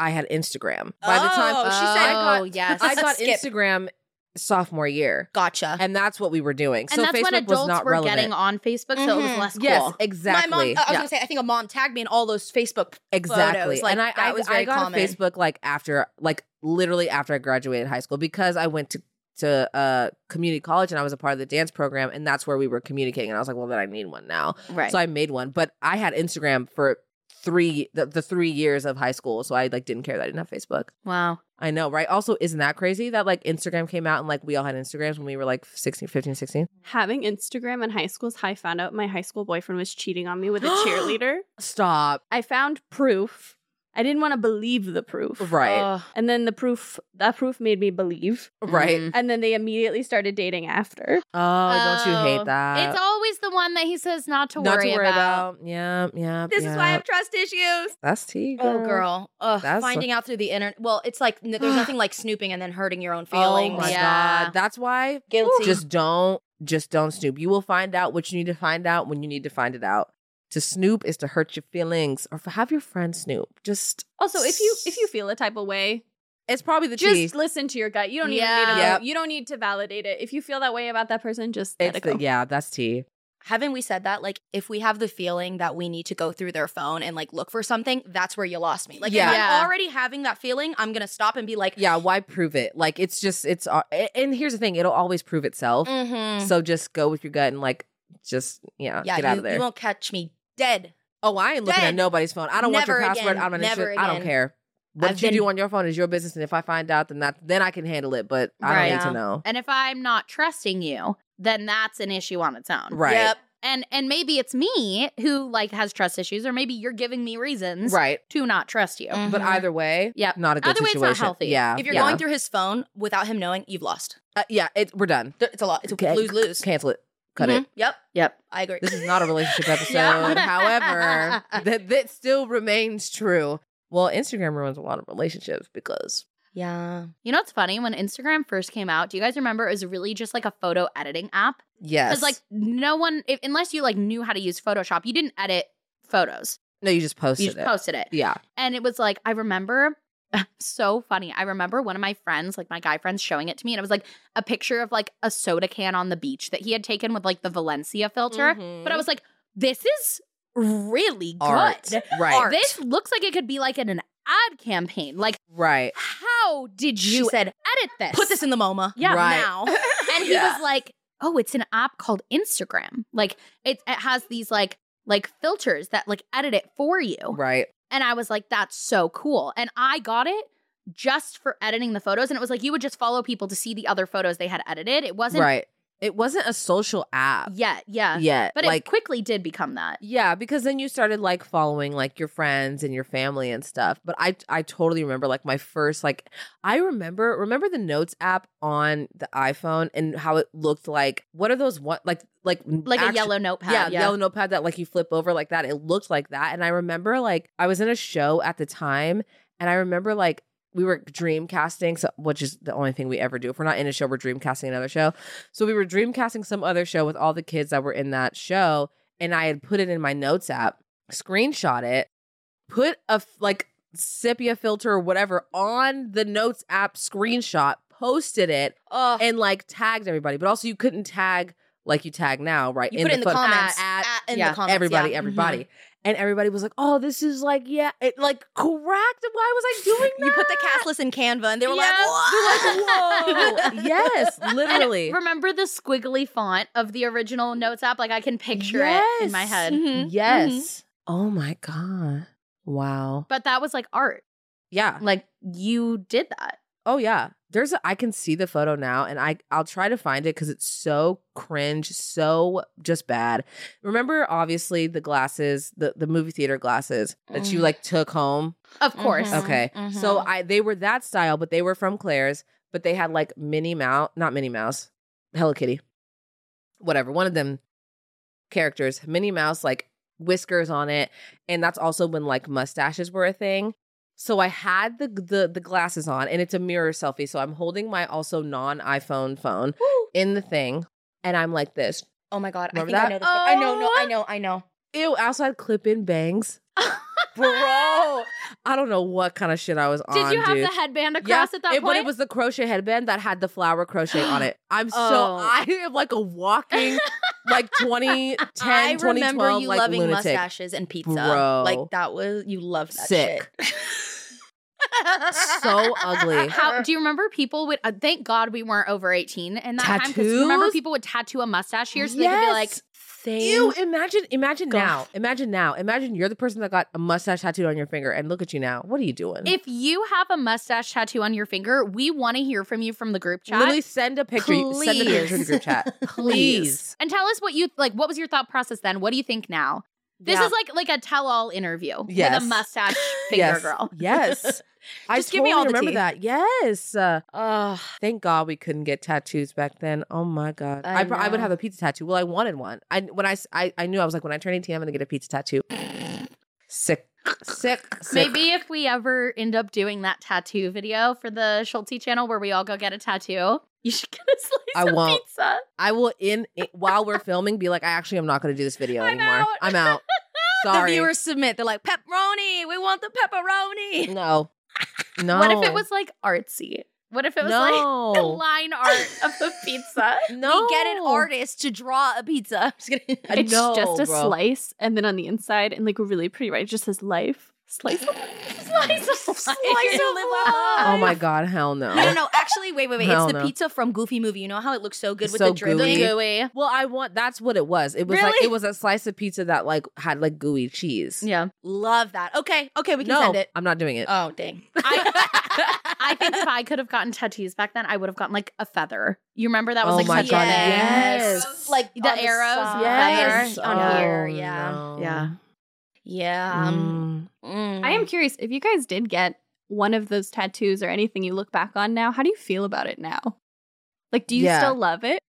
Speaker 4: I had Instagram. By the time
Speaker 5: Oh, she
Speaker 4: I
Speaker 5: said-
Speaker 4: got
Speaker 3: yes.
Speaker 4: I got
Speaker 5: Skip.
Speaker 4: Instagram sophomore year.
Speaker 5: Gotcha.
Speaker 4: And that's what we were doing.
Speaker 3: And
Speaker 4: so
Speaker 3: that's
Speaker 4: Facebook
Speaker 3: when
Speaker 4: was
Speaker 3: adults
Speaker 4: not
Speaker 3: were
Speaker 4: relevant.
Speaker 3: getting on Facebook, so it was
Speaker 5: Mhm.
Speaker 3: less cool.
Speaker 4: Yes, exactly.
Speaker 5: My mom, uh, I was
Speaker 4: Yeah.
Speaker 5: gonna say, I think a mom tagged me in all those Facebook.
Speaker 4: Exactly.
Speaker 5: photos, like,
Speaker 4: and I,
Speaker 5: that
Speaker 4: I,
Speaker 5: was
Speaker 4: I
Speaker 5: very
Speaker 4: got
Speaker 5: common.
Speaker 4: a Facebook like after, like literally after I graduated high school because I went to to uh community college and I was a part of the dance program and that's where we were communicating and I was like, well, then I need one now.
Speaker 3: Right.
Speaker 4: So I made one, but I had Instagram for three the, the three years of high school, so I like didn't care that I didn't have Facebook.
Speaker 3: wow.
Speaker 4: I know, right? Also, isn't that crazy that like Instagram came out and like we all had Instagrams when we were like 16, 15, 16?
Speaker 6: Having Instagram in high school is how I found out my high school boyfriend was cheating on me with a cheerleader.
Speaker 4: Stop.
Speaker 6: I found proof. I didn't want to believe the proof.
Speaker 4: Right.
Speaker 3: Ugh.
Speaker 6: And then the proof, that proof made me believe.
Speaker 4: right.
Speaker 3: Mm.
Speaker 6: And then they immediately started dating after.
Speaker 4: Oh, don't you
Speaker 3: Oh,
Speaker 4: hate that?
Speaker 3: it's always the one that he says not to, worry, about.
Speaker 4: Yeah, yeah.
Speaker 5: This is why I have trust issues.
Speaker 4: That's tea.
Speaker 5: Oh, girl. Ugh,
Speaker 4: That's what-
Speaker 5: finding out through the internet. Well, it's like n- there's nothing like snooping and then hurting your own
Speaker 4: Oh
Speaker 5: feelings.
Speaker 4: my
Speaker 3: Yeah.
Speaker 4: god. That's why
Speaker 5: Guilty.
Speaker 4: just don't just don't snoop. You will find out what you need to find out when you need to find it out. To snoop is to hurt your feelings or f- have your friend snoop. Just
Speaker 6: Also, if you if you feel a type of way,
Speaker 4: it's probably the
Speaker 6: just
Speaker 4: tea.
Speaker 6: listen to your gut. You don't even
Speaker 3: Yeah.
Speaker 6: need to know.
Speaker 4: Yep.
Speaker 6: You don't need to validate it. If you feel that way about that person, just let
Speaker 4: It's
Speaker 6: it go.
Speaker 4: the, yeah, that's tea.
Speaker 5: Haven't we said that? Like, if we have the feeling that we need to go through their phone and like look for something, that's where you lost me. Like,
Speaker 4: Yeah.
Speaker 5: if I'm
Speaker 3: Yeah.
Speaker 5: already having that feeling, I'm gonna stop and be like,
Speaker 4: Yeah, why prove it? Like it's just it's uh, a- and here's the thing, it'll always prove itself.
Speaker 5: mm-hmm.
Speaker 4: So just go with your gut and like just yeah,
Speaker 5: yeah,
Speaker 4: get out
Speaker 5: you,
Speaker 4: of there.
Speaker 5: you won't catch me dead.
Speaker 4: Oh, I ain't looking at
Speaker 5: Dead.
Speaker 4: nobody's phone. I don't want your
Speaker 5: Never
Speaker 4: password.
Speaker 5: again.
Speaker 4: I'm not
Speaker 5: Never
Speaker 4: interested. I don't
Speaker 5: again.
Speaker 4: care. What
Speaker 5: I've
Speaker 4: you do
Speaker 5: been-
Speaker 4: on your phone is your business, and if I find out, then that then I can handle it. But I
Speaker 3: Right.
Speaker 4: don't need
Speaker 5: Yeah.
Speaker 4: to know.
Speaker 3: And if I'm not trusting you, then that's an issue on its own.
Speaker 4: Right.
Speaker 5: Yep.
Speaker 3: And and maybe it's me who like has trust issues, or maybe you're giving me reasons
Speaker 4: Right.
Speaker 3: to not trust you.
Speaker 5: Mhm.
Speaker 4: But either way,
Speaker 3: Yep.
Speaker 4: not a good
Speaker 3: Either way, it's
Speaker 4: situation.
Speaker 3: not healthy.
Speaker 4: Yeah.
Speaker 5: If you're
Speaker 4: yeah.
Speaker 5: going through his phone without him knowing, you've lost.
Speaker 4: uh, yeah, it, we're done.
Speaker 5: Th- It's a lot. It's Mm-hmm.
Speaker 4: Okay.
Speaker 5: a lose lose.
Speaker 4: Cancel it. Cut it.
Speaker 5: Yep.
Speaker 3: Yep.
Speaker 5: I agree.
Speaker 4: This is not a relationship episode.
Speaker 3: Yeah.
Speaker 4: However, that that still remains true. Well, Instagram ruins a lot of relationships because
Speaker 5: yeah.
Speaker 3: You know what's funny? When Instagram first came out, do you guys remember it was really just like a photo editing app?
Speaker 4: yes,
Speaker 3: Because like no one, if, unless you like knew how to use Photoshop, you didn't edit photos.
Speaker 4: no, you just posted
Speaker 3: You just
Speaker 4: it.
Speaker 3: posted it.
Speaker 4: yeah,
Speaker 3: And it was like, I remember so funny. I remember one of my friends, like my guy friends, showing it to me. And it was like a picture of like a soda can on the beach that he had taken with like the Valencia filter.
Speaker 4: Mm-hmm.
Speaker 3: But I was like, this is really
Speaker 4: art,
Speaker 3: good.
Speaker 4: right,
Speaker 5: Mm-hmm. Art.
Speaker 3: This looks like it could be like in an ad campaign. Like,
Speaker 4: right.
Speaker 3: how did
Speaker 5: She
Speaker 3: you
Speaker 5: said,
Speaker 3: edit this?
Speaker 5: put this in the MoMA.
Speaker 3: Yeah.
Speaker 4: Right.
Speaker 5: Now.
Speaker 3: and he was like, "Oh, it's an app called Instagram. Like it, it has these like like filters that like edit it for you."
Speaker 4: right.
Speaker 3: And I was like, "That's so cool!" And I got it just for editing the photos, and it was like you would just follow people to see the other photos they had edited. It wasn't
Speaker 4: right. It wasn't a social app
Speaker 3: yet, yeah,
Speaker 4: yet.
Speaker 3: but
Speaker 4: like,
Speaker 3: it quickly did become that.
Speaker 4: yeah, because then you started like following like your friends and your family and stuff. But I I totally remember like my first like I remember remember the notes app on the iPhone and how it looked like what are those one like like
Speaker 3: Like
Speaker 4: actu-
Speaker 3: a yellow notepad,
Speaker 4: yeah,
Speaker 3: yeah,
Speaker 4: yellow notepad that like you flip over like that. It looked like that. And I remember like I was in a show at the time and I remember like we were dreamcasting, so, which is the only thing we ever do. If we're not in a show, we're dreamcasting another show. So we were dreamcasting some other show with all the kids that were in that show. And I had put it in my notes app, screenshot it, put a f- like sepia filter or whatever on the notes app screenshot, posted it,
Speaker 5: Ugh.
Speaker 4: and like tagged everybody. But also, you couldn't tag like you tag now, right?
Speaker 5: you put it in the
Speaker 4: photo-
Speaker 5: comments.
Speaker 4: At- at-
Speaker 5: At- in
Speaker 3: yeah,
Speaker 5: the comments.
Speaker 4: everybody,
Speaker 5: yeah. Mm-hmm.
Speaker 4: everybody. And everybody was like, oh, this is like, yeah, it like cracked. Why was I doing that?
Speaker 5: You put the cast list in Canva and they were
Speaker 3: Yeah.
Speaker 5: like,
Speaker 3: They're
Speaker 5: what?
Speaker 3: like,
Speaker 4: Oh, yes,
Speaker 3: And
Speaker 4: literally.
Speaker 3: remember the squiggly font of the original notes app? Like I can picture it in my
Speaker 4: Yes. Mm-hmm.
Speaker 3: head.
Speaker 5: Mhm.
Speaker 4: Yes. Oh my God. Wow.
Speaker 3: But that was like art.
Speaker 4: Yeah.
Speaker 3: Like you did that.
Speaker 4: Oh yeah. There's a, I can see the photo now and I I'll try to find it cuz it's so cringe, so just bad. Remember obviously the glasses, the the movie theater glasses that you
Speaker 5: Mm.
Speaker 4: like took home?
Speaker 3: Of course.
Speaker 6: Uh-huh,
Speaker 5: Mhm.
Speaker 4: Mm-hmm. Okay. So I they were that style, but they were from Claire's, but they had like Minnie Mouse, not Minnie Mouse, Hello Kitty. Whatever, one of them characters, Minnie Mouse like whiskers on it, and that's also when like mustaches were a thing. So I had the the the glasses on and it's a mirror selfie, so I'm holding my also non-iPhone phone
Speaker 5: Woo.
Speaker 4: in the thing and I'm like this.
Speaker 5: Oh my God.
Speaker 4: Remember
Speaker 5: I
Speaker 4: that?
Speaker 5: think I know this. I know, no,
Speaker 3: Oh.
Speaker 5: I know, I know.
Speaker 4: Ew, I also had clip-in bangs.
Speaker 5: Oh,
Speaker 4: bro. I don't know what kind of shit I was on.
Speaker 6: Did you have
Speaker 4: dude.
Speaker 6: the headband across at that
Speaker 4: it,
Speaker 6: point?
Speaker 4: But it was the crochet headband that had the flower crochet on it. I'm
Speaker 6: Oh.
Speaker 4: so I am like a walking like 2010,
Speaker 5: I remember
Speaker 4: 2012
Speaker 5: you
Speaker 4: like
Speaker 5: loving
Speaker 4: lunatic.
Speaker 5: mustaches and pizza.
Speaker 4: Bro.
Speaker 5: Like that was you loved that
Speaker 4: Sick.
Speaker 5: shit.
Speaker 4: So ugly.
Speaker 3: How do you remember people would? Uh, thank God we weren't over eighteen in that time. Because
Speaker 4: Tattoos?
Speaker 3: remember people would tattoo a mustache here, so they could be like,
Speaker 4: Yes.
Speaker 5: Thank
Speaker 4: Ew, imagine imagine
Speaker 5: God.
Speaker 4: now. Imagine now. Imagine you're the person that got a mustache tattooed on your finger and look at you now. What are you doing?
Speaker 3: "If you have a mustache tattoo on your finger, we want to hear from you from the group chat."
Speaker 4: Literally send a picture. You- Send a picture to the group chat. Please.
Speaker 3: and tell us what you like. What was your thought process then? What do you think now? This
Speaker 5: Yeah.
Speaker 3: is like like a tell-all interview
Speaker 4: Yes.
Speaker 3: with a mustache finger
Speaker 4: yes.
Speaker 3: girl.
Speaker 4: Yes. I
Speaker 5: Just give me all the
Speaker 4: remember
Speaker 5: tea.
Speaker 4: that. Yes. Uh, ugh, thank God we couldn't get tattoos back then. Oh my God.
Speaker 5: I
Speaker 4: I, pro- I would
Speaker 5: know.
Speaker 4: have a pizza tattoo. Well, I wanted one. I when I, s- I, I knew I was like, when I turn 18, I'm going to get a pizza tattoo. sick. Sick. sick.
Speaker 3: Maybe if we ever end up doing that tattoo video for the Schulte channel where we all go get a tattoo, you should get a slice
Speaker 4: I
Speaker 3: of
Speaker 4: won't.
Speaker 3: pizza.
Speaker 4: I will, in it, while we're filming, be like, I actually am not going to do this video
Speaker 3: I'm
Speaker 4: anymore.
Speaker 3: out.
Speaker 4: I'm out. Sorry.
Speaker 5: The viewers submit. They're like, pepperoni. We want the pepperoni.
Speaker 4: No. No.
Speaker 3: What if it was like artsy? What if it was
Speaker 4: Oh. no.
Speaker 3: like line art of a pizza?
Speaker 4: no.
Speaker 5: We get an artist to draw a pizza. I'm just kidding.
Speaker 4: I
Speaker 6: it's
Speaker 4: know,
Speaker 6: just a
Speaker 4: bro.
Speaker 6: slice, and then on the inside, and like really pretty, right? It just says life. Slice.
Speaker 4: Mm-hmm.
Speaker 6: of-
Speaker 3: Slice of life.
Speaker 5: Slice of life.
Speaker 4: Oh my God. Hell no.
Speaker 5: No, no, no. Actually, wait, wait, wait.
Speaker 4: Hell
Speaker 5: It's the
Speaker 4: no.
Speaker 5: pizza from Goofy movie. You know how it looks so good
Speaker 4: It's
Speaker 5: with
Speaker 4: so
Speaker 5: the dribbling?
Speaker 4: gooey.
Speaker 3: Gooey.
Speaker 4: Well, I want that's what it was. It was like
Speaker 5: Really?
Speaker 4: it was a slice of pizza that like had like gooey cheese.
Speaker 3: Yeah.
Speaker 5: Love that. Okay, okay, we can
Speaker 4: no,
Speaker 5: send it.
Speaker 4: I'm not doing
Speaker 3: Uh,
Speaker 4: it.
Speaker 5: Oh, dang.
Speaker 3: I- I think if I could have gotten tattoos back then, I would have gotten like a feather. You remember that was
Speaker 4: Oh
Speaker 3: like
Speaker 4: my
Speaker 3: such
Speaker 4: God,
Speaker 3: a thing.
Speaker 4: yes.
Speaker 5: Like
Speaker 3: The
Speaker 5: on
Speaker 3: arrows and
Speaker 5: side.
Speaker 3: the Yes.
Speaker 5: on
Speaker 3: Oh,
Speaker 5: here. Yeah.
Speaker 3: Yeah.
Speaker 5: Yeah. Um, mm.
Speaker 6: I am curious if you guys did get one of those tattoos or anything you look back on now. How do you feel about it now? Like, do you
Speaker 4: Yeah.
Speaker 6: still love it?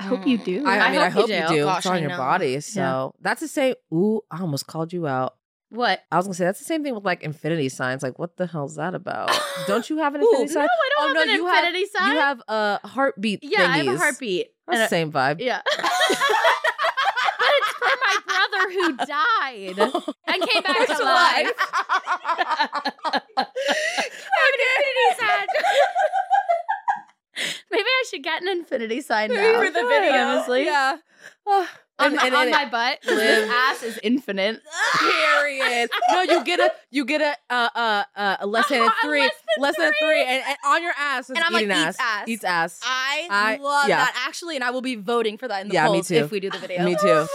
Speaker 6: I hope you do.
Speaker 4: Mm. I, I
Speaker 3: I
Speaker 4: mean, I
Speaker 3: hope
Speaker 4: hope
Speaker 3: you
Speaker 4: you
Speaker 3: do.
Speaker 4: do.
Speaker 5: Gosh,
Speaker 4: it's on
Speaker 5: I
Speaker 4: your
Speaker 5: know.
Speaker 4: body. So that's the same. Ooh, I almost called you out.
Speaker 3: What?
Speaker 4: I was gonna say that's the same thing with like infinity signs. Like, what the hell's that about? Don't you have an infinity
Speaker 3: No,
Speaker 4: sign?
Speaker 3: I don't
Speaker 4: Oh,
Speaker 3: have
Speaker 4: no,
Speaker 3: an
Speaker 4: you have-
Speaker 3: infinity sign.
Speaker 4: You have a heartbeat.
Speaker 3: yeah, I have a
Speaker 4: thingies.
Speaker 3: heartbeat.
Speaker 4: That's
Speaker 3: And
Speaker 4: the
Speaker 3: a-
Speaker 4: same vibe.
Speaker 3: yeah. but it's for my brother who died and came back
Speaker 5: That's
Speaker 3: to
Speaker 5: why.
Speaker 3: life. Maybe I should get an infinity sign now.
Speaker 5: for the video.
Speaker 3: honestly.
Speaker 4: Yeah. Ah,
Speaker 3: On,
Speaker 4: and-
Speaker 3: my,
Speaker 4: and-
Speaker 3: on
Speaker 4: and-
Speaker 3: my butt,
Speaker 4: Live.
Speaker 3: this ass is infinite.
Speaker 4: Period. No, you get a you get a uh uh, uh a less than a
Speaker 3: A
Speaker 4: three,
Speaker 3: less than
Speaker 4: less than a three, and, and on your ass.
Speaker 5: And I'm like,
Speaker 4: eating
Speaker 5: eats
Speaker 4: ass,
Speaker 5: ass.
Speaker 4: eats ass.
Speaker 5: I,
Speaker 4: I-
Speaker 5: love
Speaker 4: yeah.
Speaker 5: that actually, and I will be voting for that in the
Speaker 4: Yeah, me
Speaker 5: polls
Speaker 4: too.
Speaker 5: if we do the video.
Speaker 4: Me too.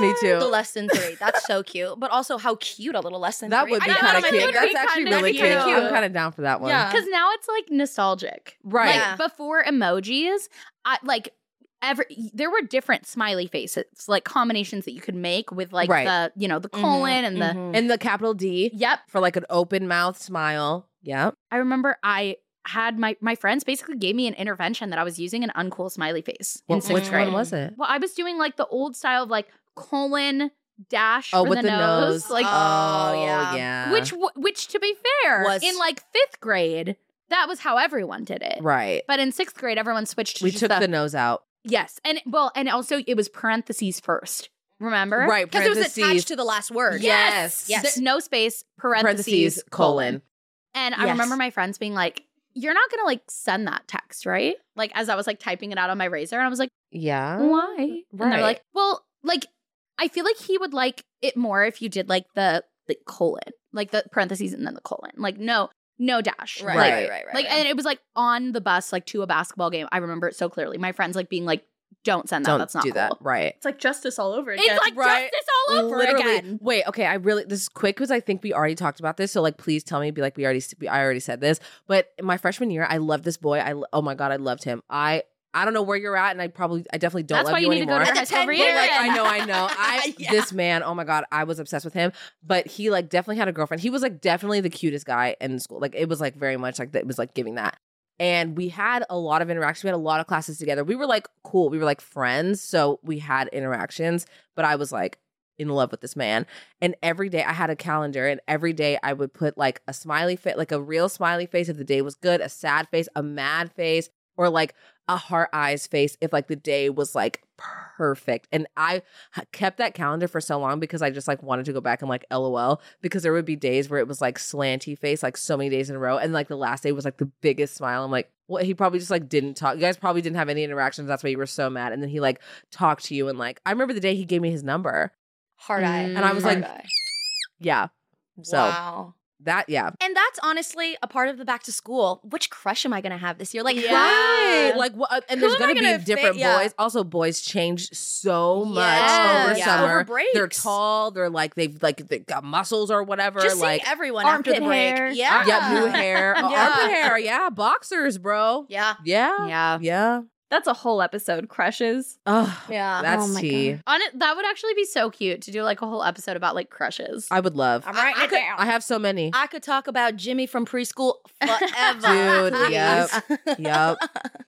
Speaker 4: Me too.
Speaker 5: The less than three. That's so cute. But also, how cute a little less than
Speaker 4: that
Speaker 5: three.
Speaker 4: would be
Speaker 3: I know,
Speaker 4: kind
Speaker 3: that
Speaker 4: of
Speaker 3: would
Speaker 4: cute.
Speaker 3: be
Speaker 4: That's
Speaker 3: kinda
Speaker 4: actually really
Speaker 5: cute.
Speaker 4: cute. I'm kind of down for that one.
Speaker 5: Yeah.
Speaker 3: Because now it's like nostalgic.
Speaker 4: Right.
Speaker 5: Yeah.
Speaker 3: Like before emojis, I like every there were different smiley faces, like combinations that you could make with like
Speaker 4: Right.
Speaker 3: the you know the
Speaker 5: Mhm,
Speaker 3: colon and the
Speaker 5: mhm.
Speaker 4: And the capital D
Speaker 3: yep.
Speaker 4: for like an open mouth smile. Yep.
Speaker 3: I remember I had my my friends basically gave me an intervention that I was using an uncool smiley face in
Speaker 4: What-
Speaker 3: sixth
Speaker 4: which
Speaker 3: grade.
Speaker 4: one was it?
Speaker 3: Well, I was doing like the old style of like colon dash
Speaker 4: Oh,
Speaker 3: for
Speaker 4: with
Speaker 3: the, nose, like
Speaker 5: Oh,
Speaker 4: oh
Speaker 5: yeah.
Speaker 4: yeah.
Speaker 3: which w- which to be fair
Speaker 5: Was-
Speaker 3: in like fifth grade that was how everyone did it.
Speaker 4: right?
Speaker 3: But in sixth grade, everyone switched to
Speaker 4: We
Speaker 3: just
Speaker 4: took the nose out.
Speaker 3: Yes, and well, and also it was parentheses first. Remember,
Speaker 4: Right.
Speaker 5: because it was
Speaker 4: parentheses,
Speaker 5: attached to the last word.
Speaker 3: Yes,
Speaker 5: Yes.
Speaker 3: There- no space. Parentheses,
Speaker 4: parentheses colon.
Speaker 3: And I
Speaker 5: Yes.
Speaker 3: remember my friends being like, "You're not gonna like send that text, right?" Like as I was like typing it out on my razor, and I was like,
Speaker 6: Mm.
Speaker 4: Yeah.
Speaker 3: "Why?" And
Speaker 4: right.
Speaker 3: they're like, "Well, like I feel like he would like it more if you did like the the colon, like the parentheses and then the colon. Like no, no dash,
Speaker 5: Right,
Speaker 3: Like,
Speaker 5: right, right, right.
Speaker 3: like
Speaker 5: right.
Speaker 3: and it was like on the bus like to a basketball game i remember it so clearly my friends like being like don't send that
Speaker 4: Don't
Speaker 3: that's not
Speaker 4: do that.
Speaker 3: cool
Speaker 4: Right.
Speaker 6: it's like justice all over
Speaker 3: it's like
Speaker 4: right.
Speaker 3: justice all over again
Speaker 4: Wait, okay. I really this is quick because I think we already talked about this. So like, please tell me. Be like, we already. we- I already said this. But in my freshman year, I loved this boy. I lo- oh my god, I loved him. I I don't know where you're at, and I probably I definitely don't
Speaker 3: that's
Speaker 4: love
Speaker 3: why you need
Speaker 4: anymore.
Speaker 3: to
Speaker 5: At
Speaker 3: go to
Speaker 5: the
Speaker 3: high school
Speaker 5: 10
Speaker 3: every
Speaker 5: year,
Speaker 3: year
Speaker 4: like
Speaker 5: Aaron.
Speaker 4: I know, I know. I
Speaker 5: Yeah.
Speaker 4: this man, oh my god, I was obsessed with him. But he like definitely had a girlfriend. He was like definitely the cutest guy in school. Like it was like very much like that it was like giving that. And we had a lot of interactions. We had a lot of classes together. We were like cool. We were like friends. So we had interactions. But I was like in love with this man. And every day I had a calendar and every day I would put like a smiley face, like a real smiley face if the day was good, a sad face, a mad face, or like a heart eyes face if like the day was like perfect. And I h- kept that calendar for so long because I just like wanted to go back and like LOL because there would be days where it was like slanty face like so many days in a row and like the last day was like the biggest smile. I'm like, what he probably just like didn't talk. You guys probably didn't have any interactions. That's why you were so mad. And then he like talked to you and like I remember the day he gave me his number.
Speaker 5: Hard eye.
Speaker 4: Mm-hmm. And I was
Speaker 5: Hard
Speaker 4: like,
Speaker 5: eye.
Speaker 4: Yeah. so-
Speaker 5: wow.
Speaker 4: That yeah.
Speaker 5: And that's honestly a part of the back to school. Which crush am I going to have this year? Like,
Speaker 3: Yeah.
Speaker 5: why?
Speaker 4: Right. Like, what? uh, And
Speaker 5: Who
Speaker 4: there's
Speaker 5: am I
Speaker 4: gonna,
Speaker 5: gonna
Speaker 4: be
Speaker 5: fit-
Speaker 4: different
Speaker 5: yeah.
Speaker 4: boys. Also, boys change so much
Speaker 5: Yes.
Speaker 4: over
Speaker 5: Yeah.
Speaker 4: summer.
Speaker 3: Over breaks.
Speaker 4: They're tall. They're like they've like they got muscles or whatever.
Speaker 5: just
Speaker 4: like
Speaker 5: seeing everyone
Speaker 6: armpit
Speaker 5: after the break.
Speaker 6: hair.
Speaker 5: Yeah.
Speaker 4: yep, new hair,
Speaker 5: Yeah.
Speaker 4: armpit hair. Yeah, boxers, bro.
Speaker 5: Yeah.
Speaker 4: Yeah,
Speaker 3: Yeah.
Speaker 4: yeah.
Speaker 6: That's a whole episode. Crushes.
Speaker 4: Oh,
Speaker 5: Yeah.
Speaker 4: That's
Speaker 6: Oh my
Speaker 4: tea.
Speaker 6: God.
Speaker 3: On it, that would actually be so cute to do like a whole episode about like crushes.
Speaker 4: I would love.
Speaker 5: I'm writing
Speaker 4: I,
Speaker 5: it
Speaker 4: could-
Speaker 5: down.
Speaker 4: I have so many.
Speaker 5: I could talk about Jimmy from preschool forever.
Speaker 4: Dude, yep.
Speaker 5: Please.
Speaker 4: Yep.
Speaker 3: well,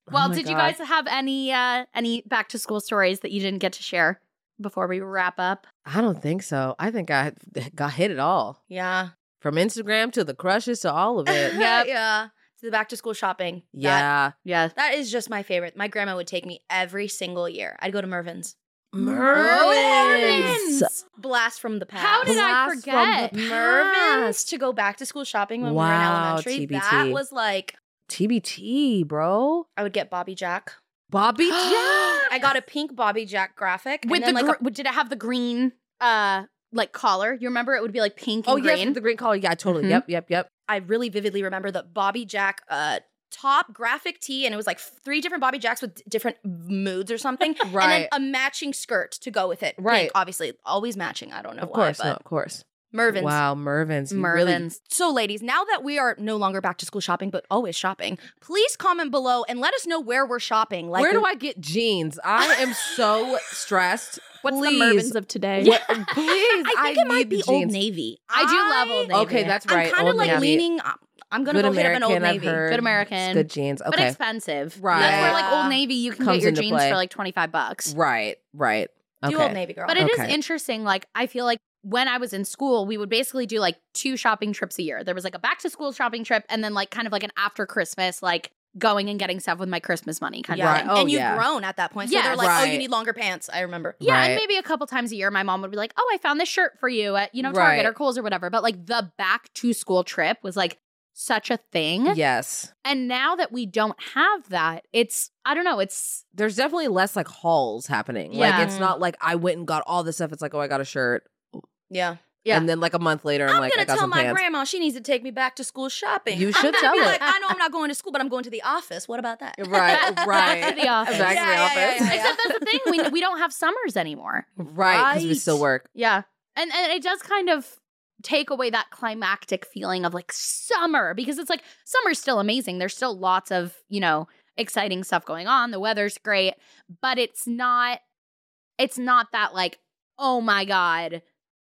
Speaker 4: Oh my
Speaker 3: did you
Speaker 4: God.
Speaker 3: guys have any uh any back to school stories that you didn't get to share before we wrap up?
Speaker 4: I don't think so. I think I got hit it all
Speaker 5: Yeah.
Speaker 4: from Instagram to the crushes to all of it.
Speaker 3: Yep.
Speaker 5: Yeah. To the back to school shopping. That-
Speaker 4: yeah,
Speaker 3: Yeah.
Speaker 5: that is just my favorite. My grandma would take me every single year. I'd go to Mervin's.
Speaker 4: Mervins.
Speaker 5: Blast from the past.
Speaker 3: How did I
Speaker 4: Blast from the
Speaker 3: forget?
Speaker 5: Mervin's to go back to school shopping when
Speaker 4: Wow,
Speaker 5: we were in elementary.
Speaker 4: TBT.
Speaker 5: That was like
Speaker 4: TBT, bro.
Speaker 5: I would get Bobby Jack.
Speaker 4: Bobby Jack.
Speaker 5: I got a pink Bobby Jack graphic and
Speaker 3: With the
Speaker 5: then, like
Speaker 3: gr- did it have the green uh like collar? You remember it would be like pink and
Speaker 4: Oh
Speaker 3: green.
Speaker 4: yes, the green collar. Yeah, totally.
Speaker 3: Mhm.
Speaker 4: Yep,
Speaker 5: Mm-hmm.
Speaker 4: yep, yep.
Speaker 5: I really vividly remember the Bobby Jack uh, top graphic tee, and it was like three different Bobby Jacks with d- different moods or something,
Speaker 4: Right.
Speaker 5: and then a matching skirt to go with it. Pink,
Speaker 4: Right.
Speaker 5: obviously, always matching. I don't know
Speaker 4: of
Speaker 5: why,
Speaker 4: course,
Speaker 5: but
Speaker 4: no, of course.
Speaker 5: Mervin's.
Speaker 4: Wow, Mervin's. you really-
Speaker 3: Mervins.
Speaker 5: So, ladies, now that we are no longer back to school shopping, but always shopping, please comment below and let us know where we're shopping. Like,
Speaker 4: where do I get jeans? I am so stressed.
Speaker 6: What's
Speaker 4: Please.
Speaker 6: the Mervins of today?
Speaker 4: What- please, I,
Speaker 5: I think it might
Speaker 4: need the
Speaker 5: be Old
Speaker 4: jeans.
Speaker 5: Navy.
Speaker 3: I do love Old Navy.
Speaker 4: Okay, that's right.
Speaker 5: I'm kind of
Speaker 4: Old
Speaker 5: like
Speaker 4: Navy.
Speaker 5: leaning. I'm- I'm gonna
Speaker 4: Good
Speaker 5: go
Speaker 4: American.
Speaker 5: hit up an Old
Speaker 4: I've
Speaker 5: Navy.
Speaker 4: heard.
Speaker 3: Good American.
Speaker 4: It's Good jeans.
Speaker 3: But
Speaker 4: Okay.
Speaker 3: expensive. That's
Speaker 4: Right.
Speaker 3: where like Old
Speaker 5: Yeah.
Speaker 3: Navy you can
Speaker 4: Comes
Speaker 3: get your
Speaker 4: into
Speaker 3: jeans
Speaker 4: play.
Speaker 3: for like 25 bucks.
Speaker 4: Right. Right. Okay.
Speaker 5: Do Old Navy, girl.
Speaker 3: But it is
Speaker 4: Okay.
Speaker 3: interesting. Like, I feel like when I was in school, we would basically do like two shopping trips a year. There was like a back to school shopping trip and then like kind of like an after Christmas, like going and getting stuff with my Christmas money kind
Speaker 5: yeah.
Speaker 3: of thing.
Speaker 4: Right. Oh,
Speaker 5: and you've
Speaker 4: yeah.
Speaker 5: grown at that point. So
Speaker 3: Yes.
Speaker 5: they're like, oh,
Speaker 4: Right.
Speaker 5: you need longer pants. I remember.
Speaker 3: Yeah, and
Speaker 4: Right.
Speaker 3: maybe a couple times a year, my mom would be like, "Oh, I found this shirt for you at you know Target
Speaker 4: Right.
Speaker 3: or Kohl's or whatever." But like the back to school trip was like such a thing,
Speaker 4: Yes.
Speaker 3: and now that we don't have that, it's I don't know, it's
Speaker 4: There's definitely less like hauls happening.
Speaker 3: Yeah.
Speaker 4: Like it's not like I went and got all this stuff. It's like, oh, I got a shirt.
Speaker 5: Yeah.
Speaker 3: Yeah.
Speaker 4: And then like a month later, I'm,
Speaker 5: I'm
Speaker 4: like, I
Speaker 5: gonna
Speaker 4: got
Speaker 5: tell
Speaker 4: some
Speaker 5: my
Speaker 4: pants.
Speaker 5: grandma she needs to take me back to school shopping.
Speaker 4: You
Speaker 5: I'm
Speaker 4: should
Speaker 5: gonna
Speaker 4: tell
Speaker 5: be
Speaker 4: it.
Speaker 5: like, I know I'm not going to school, but I'm going to the office. What about that?
Speaker 4: right.
Speaker 5: Back to
Speaker 4: Right.
Speaker 3: the office.
Speaker 4: Back
Speaker 5: Yeah, yeah,
Speaker 4: to the office.
Speaker 5: yeah, yeah,
Speaker 3: except that's the thing we we don't have summers anymore.
Speaker 4: Right. Because we still
Speaker 5: Right.
Speaker 4: work.
Speaker 3: Yeah. And and it does kind of take away that climactic feeling of like summer because it's like summer's still amazing. There's still lots of, you know, exciting stuff going on. The weather's great, but it's not it's not that like, oh my god,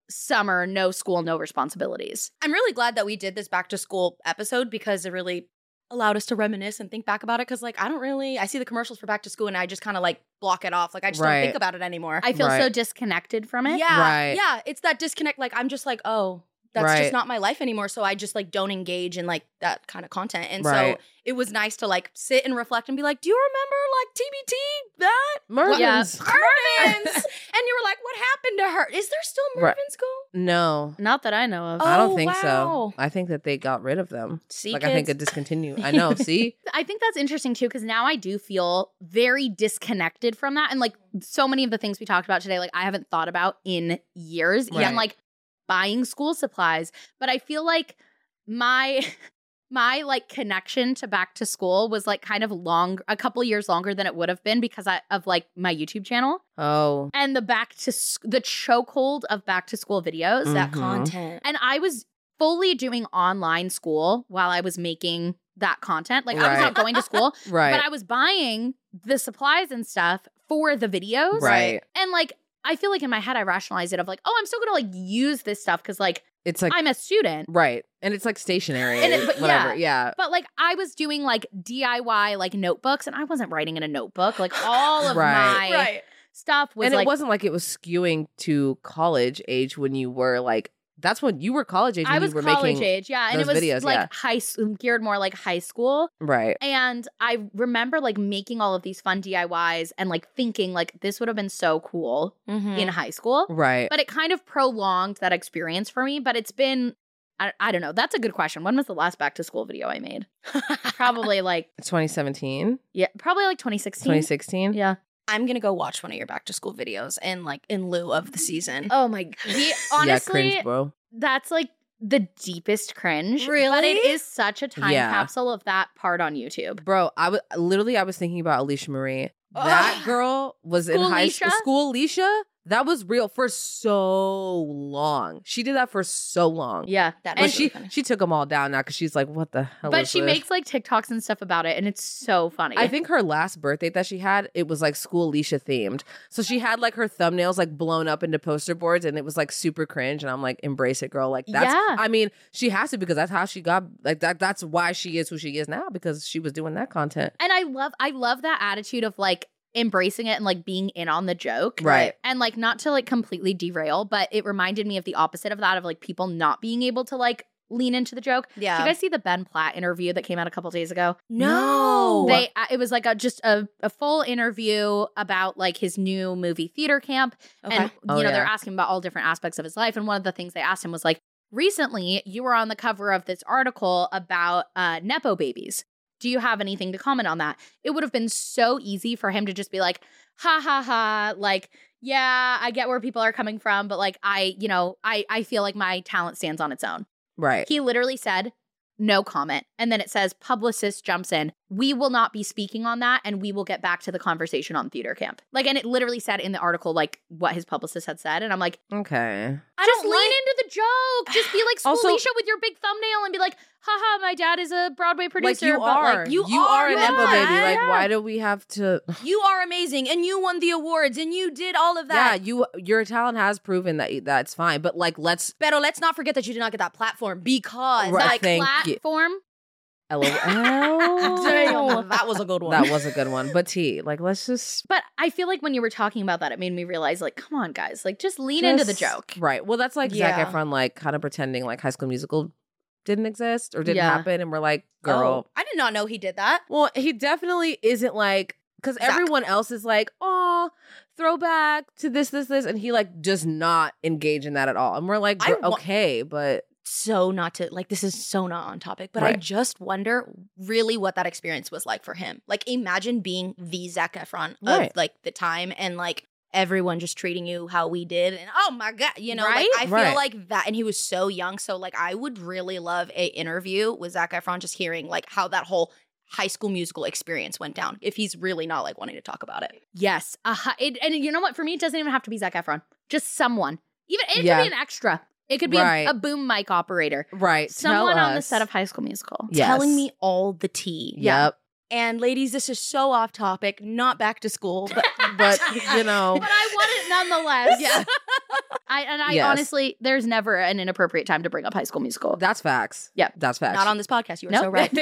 Speaker 3: summer, no school, no responsibilities.
Speaker 5: I'm really glad that we did this back to school episode because it really allowed us to reminisce and think back about it. Cause like I don't really I see the commercials for back to school and I just kind of like block it off. Like I just
Speaker 4: Right.
Speaker 5: don't think about it anymore.
Speaker 3: I feel so
Speaker 4: Right.
Speaker 3: disconnected from it.
Speaker 5: yeah.
Speaker 4: Right.
Speaker 5: Yeah. It's that disconnect. Like I'm just like, oh, that's
Speaker 4: Right.
Speaker 5: just not my life anymore. So I just like don't engage in like that kind of content. And
Speaker 4: Right.
Speaker 5: so it was nice to like sit and reflect and be like, do you remember like TBT that?
Speaker 4: Mervins.
Speaker 3: Yeah.
Speaker 5: Mervins. and you were like, what happened to her? Is there still Mervins
Speaker 4: Right.
Speaker 5: going?
Speaker 4: No.
Speaker 3: Not that I know of.
Speaker 5: Oh.
Speaker 4: I don't think
Speaker 5: wow.
Speaker 4: so. I think that they got rid of them.
Speaker 5: See,
Speaker 4: like I think it discontinued. I know. See,
Speaker 3: I think that's interesting too, because now I do feel very disconnected from that. And like so many of the things we talked about today, like I haven't thought about in years,
Speaker 4: Right.
Speaker 3: even like buying school supplies. But I feel like my. My like connection to back to school was like kind of long, a couple years longer than it would have been because I, of like my YouTube channel
Speaker 4: oh,
Speaker 3: and the back to s- the chokehold of back to school videos.
Speaker 4: Mm.
Speaker 5: that
Speaker 4: Mhm.
Speaker 5: content.
Speaker 3: And I was fully doing online school while I was making that content. Like I was not
Speaker 4: Right.
Speaker 3: going to school,
Speaker 4: right,
Speaker 3: but I was buying the supplies and stuff for the videos.
Speaker 4: right.
Speaker 3: And like, I feel like in my head, I rationalized it of like, oh, I'm still gonna like use this stuff because like
Speaker 4: It's like
Speaker 3: I'm a student.
Speaker 4: right, and it's like stationary.
Speaker 3: And it- but
Speaker 4: whatever. Yeah.
Speaker 3: But like, I was doing like DIY like notebooks and I wasn't writing in a notebook. Like, all of
Speaker 4: Right.
Speaker 3: my stuff was
Speaker 4: and it
Speaker 3: like,
Speaker 4: wasn't like it was skewing to college age when you were like that's when you were college age. When
Speaker 3: I was
Speaker 4: you were
Speaker 3: college
Speaker 4: making,
Speaker 3: age, yeah, and it
Speaker 4: those
Speaker 3: was
Speaker 4: videos,
Speaker 3: like
Speaker 4: yeah.
Speaker 3: high s- geared more like high school.
Speaker 4: Right.
Speaker 3: And I remember like making all of these fun DIYs and like thinking like this would have been so cool
Speaker 5: Mm-hmm.
Speaker 3: in
Speaker 4: Mm.
Speaker 3: high school.
Speaker 4: Right.
Speaker 3: But it kind of prolonged that experience for me. But it's been, I, I don't know. That's a good question. When was the last back to school video I made? probably like,
Speaker 4: 2017,
Speaker 3: yeah, probably like 2016.
Speaker 4: 2016.
Speaker 3: Yeah.
Speaker 5: I'm gonna go watch one of your back to school videos and like in lieu of the season.
Speaker 3: Oh my. We, honestly,
Speaker 4: yeah, cringe, bro.
Speaker 3: that's like the deepest cringe. But
Speaker 5: Really?
Speaker 3: it is such a time
Speaker 4: Yeah.
Speaker 3: capsule of that part on YouTube.
Speaker 4: Bro, I was literally I was thinking about Alicia Marie. That
Speaker 5: Ugh.
Speaker 4: girl was in
Speaker 3: School
Speaker 4: high
Speaker 3: Alicia?
Speaker 4: school. School Alicia. That was real for so long. She did that for so long.
Speaker 3: Yeah.
Speaker 5: that
Speaker 4: But
Speaker 5: is really
Speaker 4: she
Speaker 5: funny.
Speaker 4: she took them all down now because she's like, what the hell?
Speaker 3: But
Speaker 4: is
Speaker 3: she
Speaker 4: this?
Speaker 3: makes like TikToks and stuff about it, and it's so funny.
Speaker 4: I think her last birthday that she had, it was like school Leisha themed. So she had like her thumbnails like blown up into poster boards and it was like super cringe. And I'm like, embrace it, girl. Like that's
Speaker 3: Yeah.
Speaker 4: I mean, she has to because that's how she got like that that's why she is who she is now, because she was doing that content.
Speaker 3: and I love I love that attitude of like embracing it and like being in on the joke.
Speaker 4: Right.
Speaker 3: And like not to like completely derail, but it reminded me of the opposite of that of like people not being able to like lean into the joke.
Speaker 5: yeah.
Speaker 3: Did you guys see the Ben Platt interview that came out a couple days ago?
Speaker 5: no.
Speaker 3: They uh, it was like a just a, a full interview about like his new movie theater camp and
Speaker 5: Okay.
Speaker 3: you
Speaker 4: Oh,
Speaker 3: know they're
Speaker 4: yeah.
Speaker 3: asking about all different aspects of his life and one of the things they asked him was like recently you were on the cover of this article about uh nepo babies do you have anything to comment on that it would have been so easy for him to just be like ha ha ha like yeah i get where people are coming from but like i you know i i feel like my talent stands on its own
Speaker 4: Right.
Speaker 3: he literally said, no comment. And then it says, publicist jumps in. We will not be speaking on that and we will get back to the conversation on theater camp. Like, and it literally said in the article, like, what his publicist had said. And I'm like,
Speaker 4: okay.
Speaker 5: I
Speaker 3: just
Speaker 5: don't
Speaker 3: lean
Speaker 5: like-
Speaker 3: into the joke. Just be like school
Speaker 4: Also-
Speaker 3: Alicia with your big thumbnail and be like, haha, my dad is a Broadway producer.
Speaker 4: like you
Speaker 3: but
Speaker 4: are.
Speaker 3: Like,
Speaker 5: you
Speaker 4: you, are,
Speaker 5: are
Speaker 4: an Empo
Speaker 5: not.
Speaker 4: baby. Like, why do we have to
Speaker 5: You are amazing and you won the awards and you did all of
Speaker 4: Yeah,
Speaker 5: that.
Speaker 4: you your talent has proven that that's fine. But like let's
Speaker 5: Beto, let's not forget that you did not get that platform because
Speaker 4: Right.
Speaker 5: like,
Speaker 4: Thank you.
Speaker 3: platform.
Speaker 4: LOL.
Speaker 5: Oh. damn, that was a good one.
Speaker 4: That was a good one. But T, like let's just
Speaker 3: But I feel like when you were talking about that, it made me realize, like, come on, guys, like, just lean into the
Speaker 4: Just-
Speaker 3: joke.
Speaker 4: Right. Well, that's like Zac
Speaker 5: Yeah.
Speaker 4: Efron, like kind of pretending like High School Musical didn't exist or didn't
Speaker 3: Yeah.
Speaker 4: happen, and we're like, girl.
Speaker 5: Oh, I did not know he did that.
Speaker 4: Well, he definitely isn't like because
Speaker 5: Zac.
Speaker 4: everyone else is like, oh, throwback to this, this, this, and he like does not engage in that at all, and we're like,
Speaker 5: I
Speaker 4: gr-
Speaker 5: wa-
Speaker 4: okay, but
Speaker 5: So not to like this is so not on topic, but I
Speaker 4: Right.
Speaker 5: just wonder really what that experience was like for him. Like imagine being the Zac Efron of
Speaker 4: Right.
Speaker 5: like the time and like everyone just treating you how we did and oh my god, you know,
Speaker 3: Right?
Speaker 5: like I feel
Speaker 4: Right.
Speaker 5: like that and he was so young, so like I would really love a interview with Zac Efron just hearing like how that whole high school musical experience went down if he's really not like wanting to talk about it.
Speaker 3: Yes. Uh, it, and you know what? For me, it doesn't even have to be Zac Efron. Just someone. Even it
Speaker 4: Yeah.
Speaker 3: could be an extra. It could be a-
Speaker 4: Right.
Speaker 3: a, boom mic operator.
Speaker 4: right,
Speaker 3: Someone
Speaker 4: tell
Speaker 3: on the
Speaker 4: us.
Speaker 3: set of High School Musical.
Speaker 4: Yes.
Speaker 5: Telling me all the tea.
Speaker 4: Yep,
Speaker 5: And ladies, this is so off topic, not back to school, but
Speaker 4: but you know,
Speaker 3: But I want it nonetheless.
Speaker 5: yeah.
Speaker 3: I and I
Speaker 4: Yes.
Speaker 3: honestly, there's never an inappropriate time to bring up High School Musical.
Speaker 4: that's facts.
Speaker 3: Yep.
Speaker 4: that's facts.
Speaker 5: Not on this podcast. You were
Speaker 3: Nope.
Speaker 5: so right.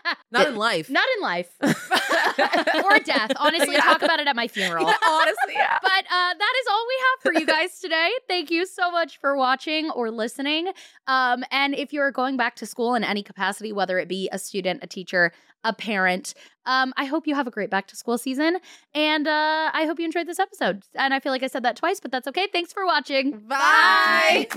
Speaker 4: not in life.
Speaker 3: Not in life or death. Honestly,
Speaker 4: Yeah.
Speaker 3: talk about it at my funeral.
Speaker 4: Honestly, yeah.
Speaker 3: But uh, that is all we have for you guys today. Thank you so much for watching or listening. Um, and if you're going back to school in any capacity, whether it be a student, a teacher, a parent, um, I hope you have a great back to school season. And uh, I hope you enjoyed this episode. And I feel like I said that twice, but that's okay. Thanks for watching.
Speaker 5: Bye.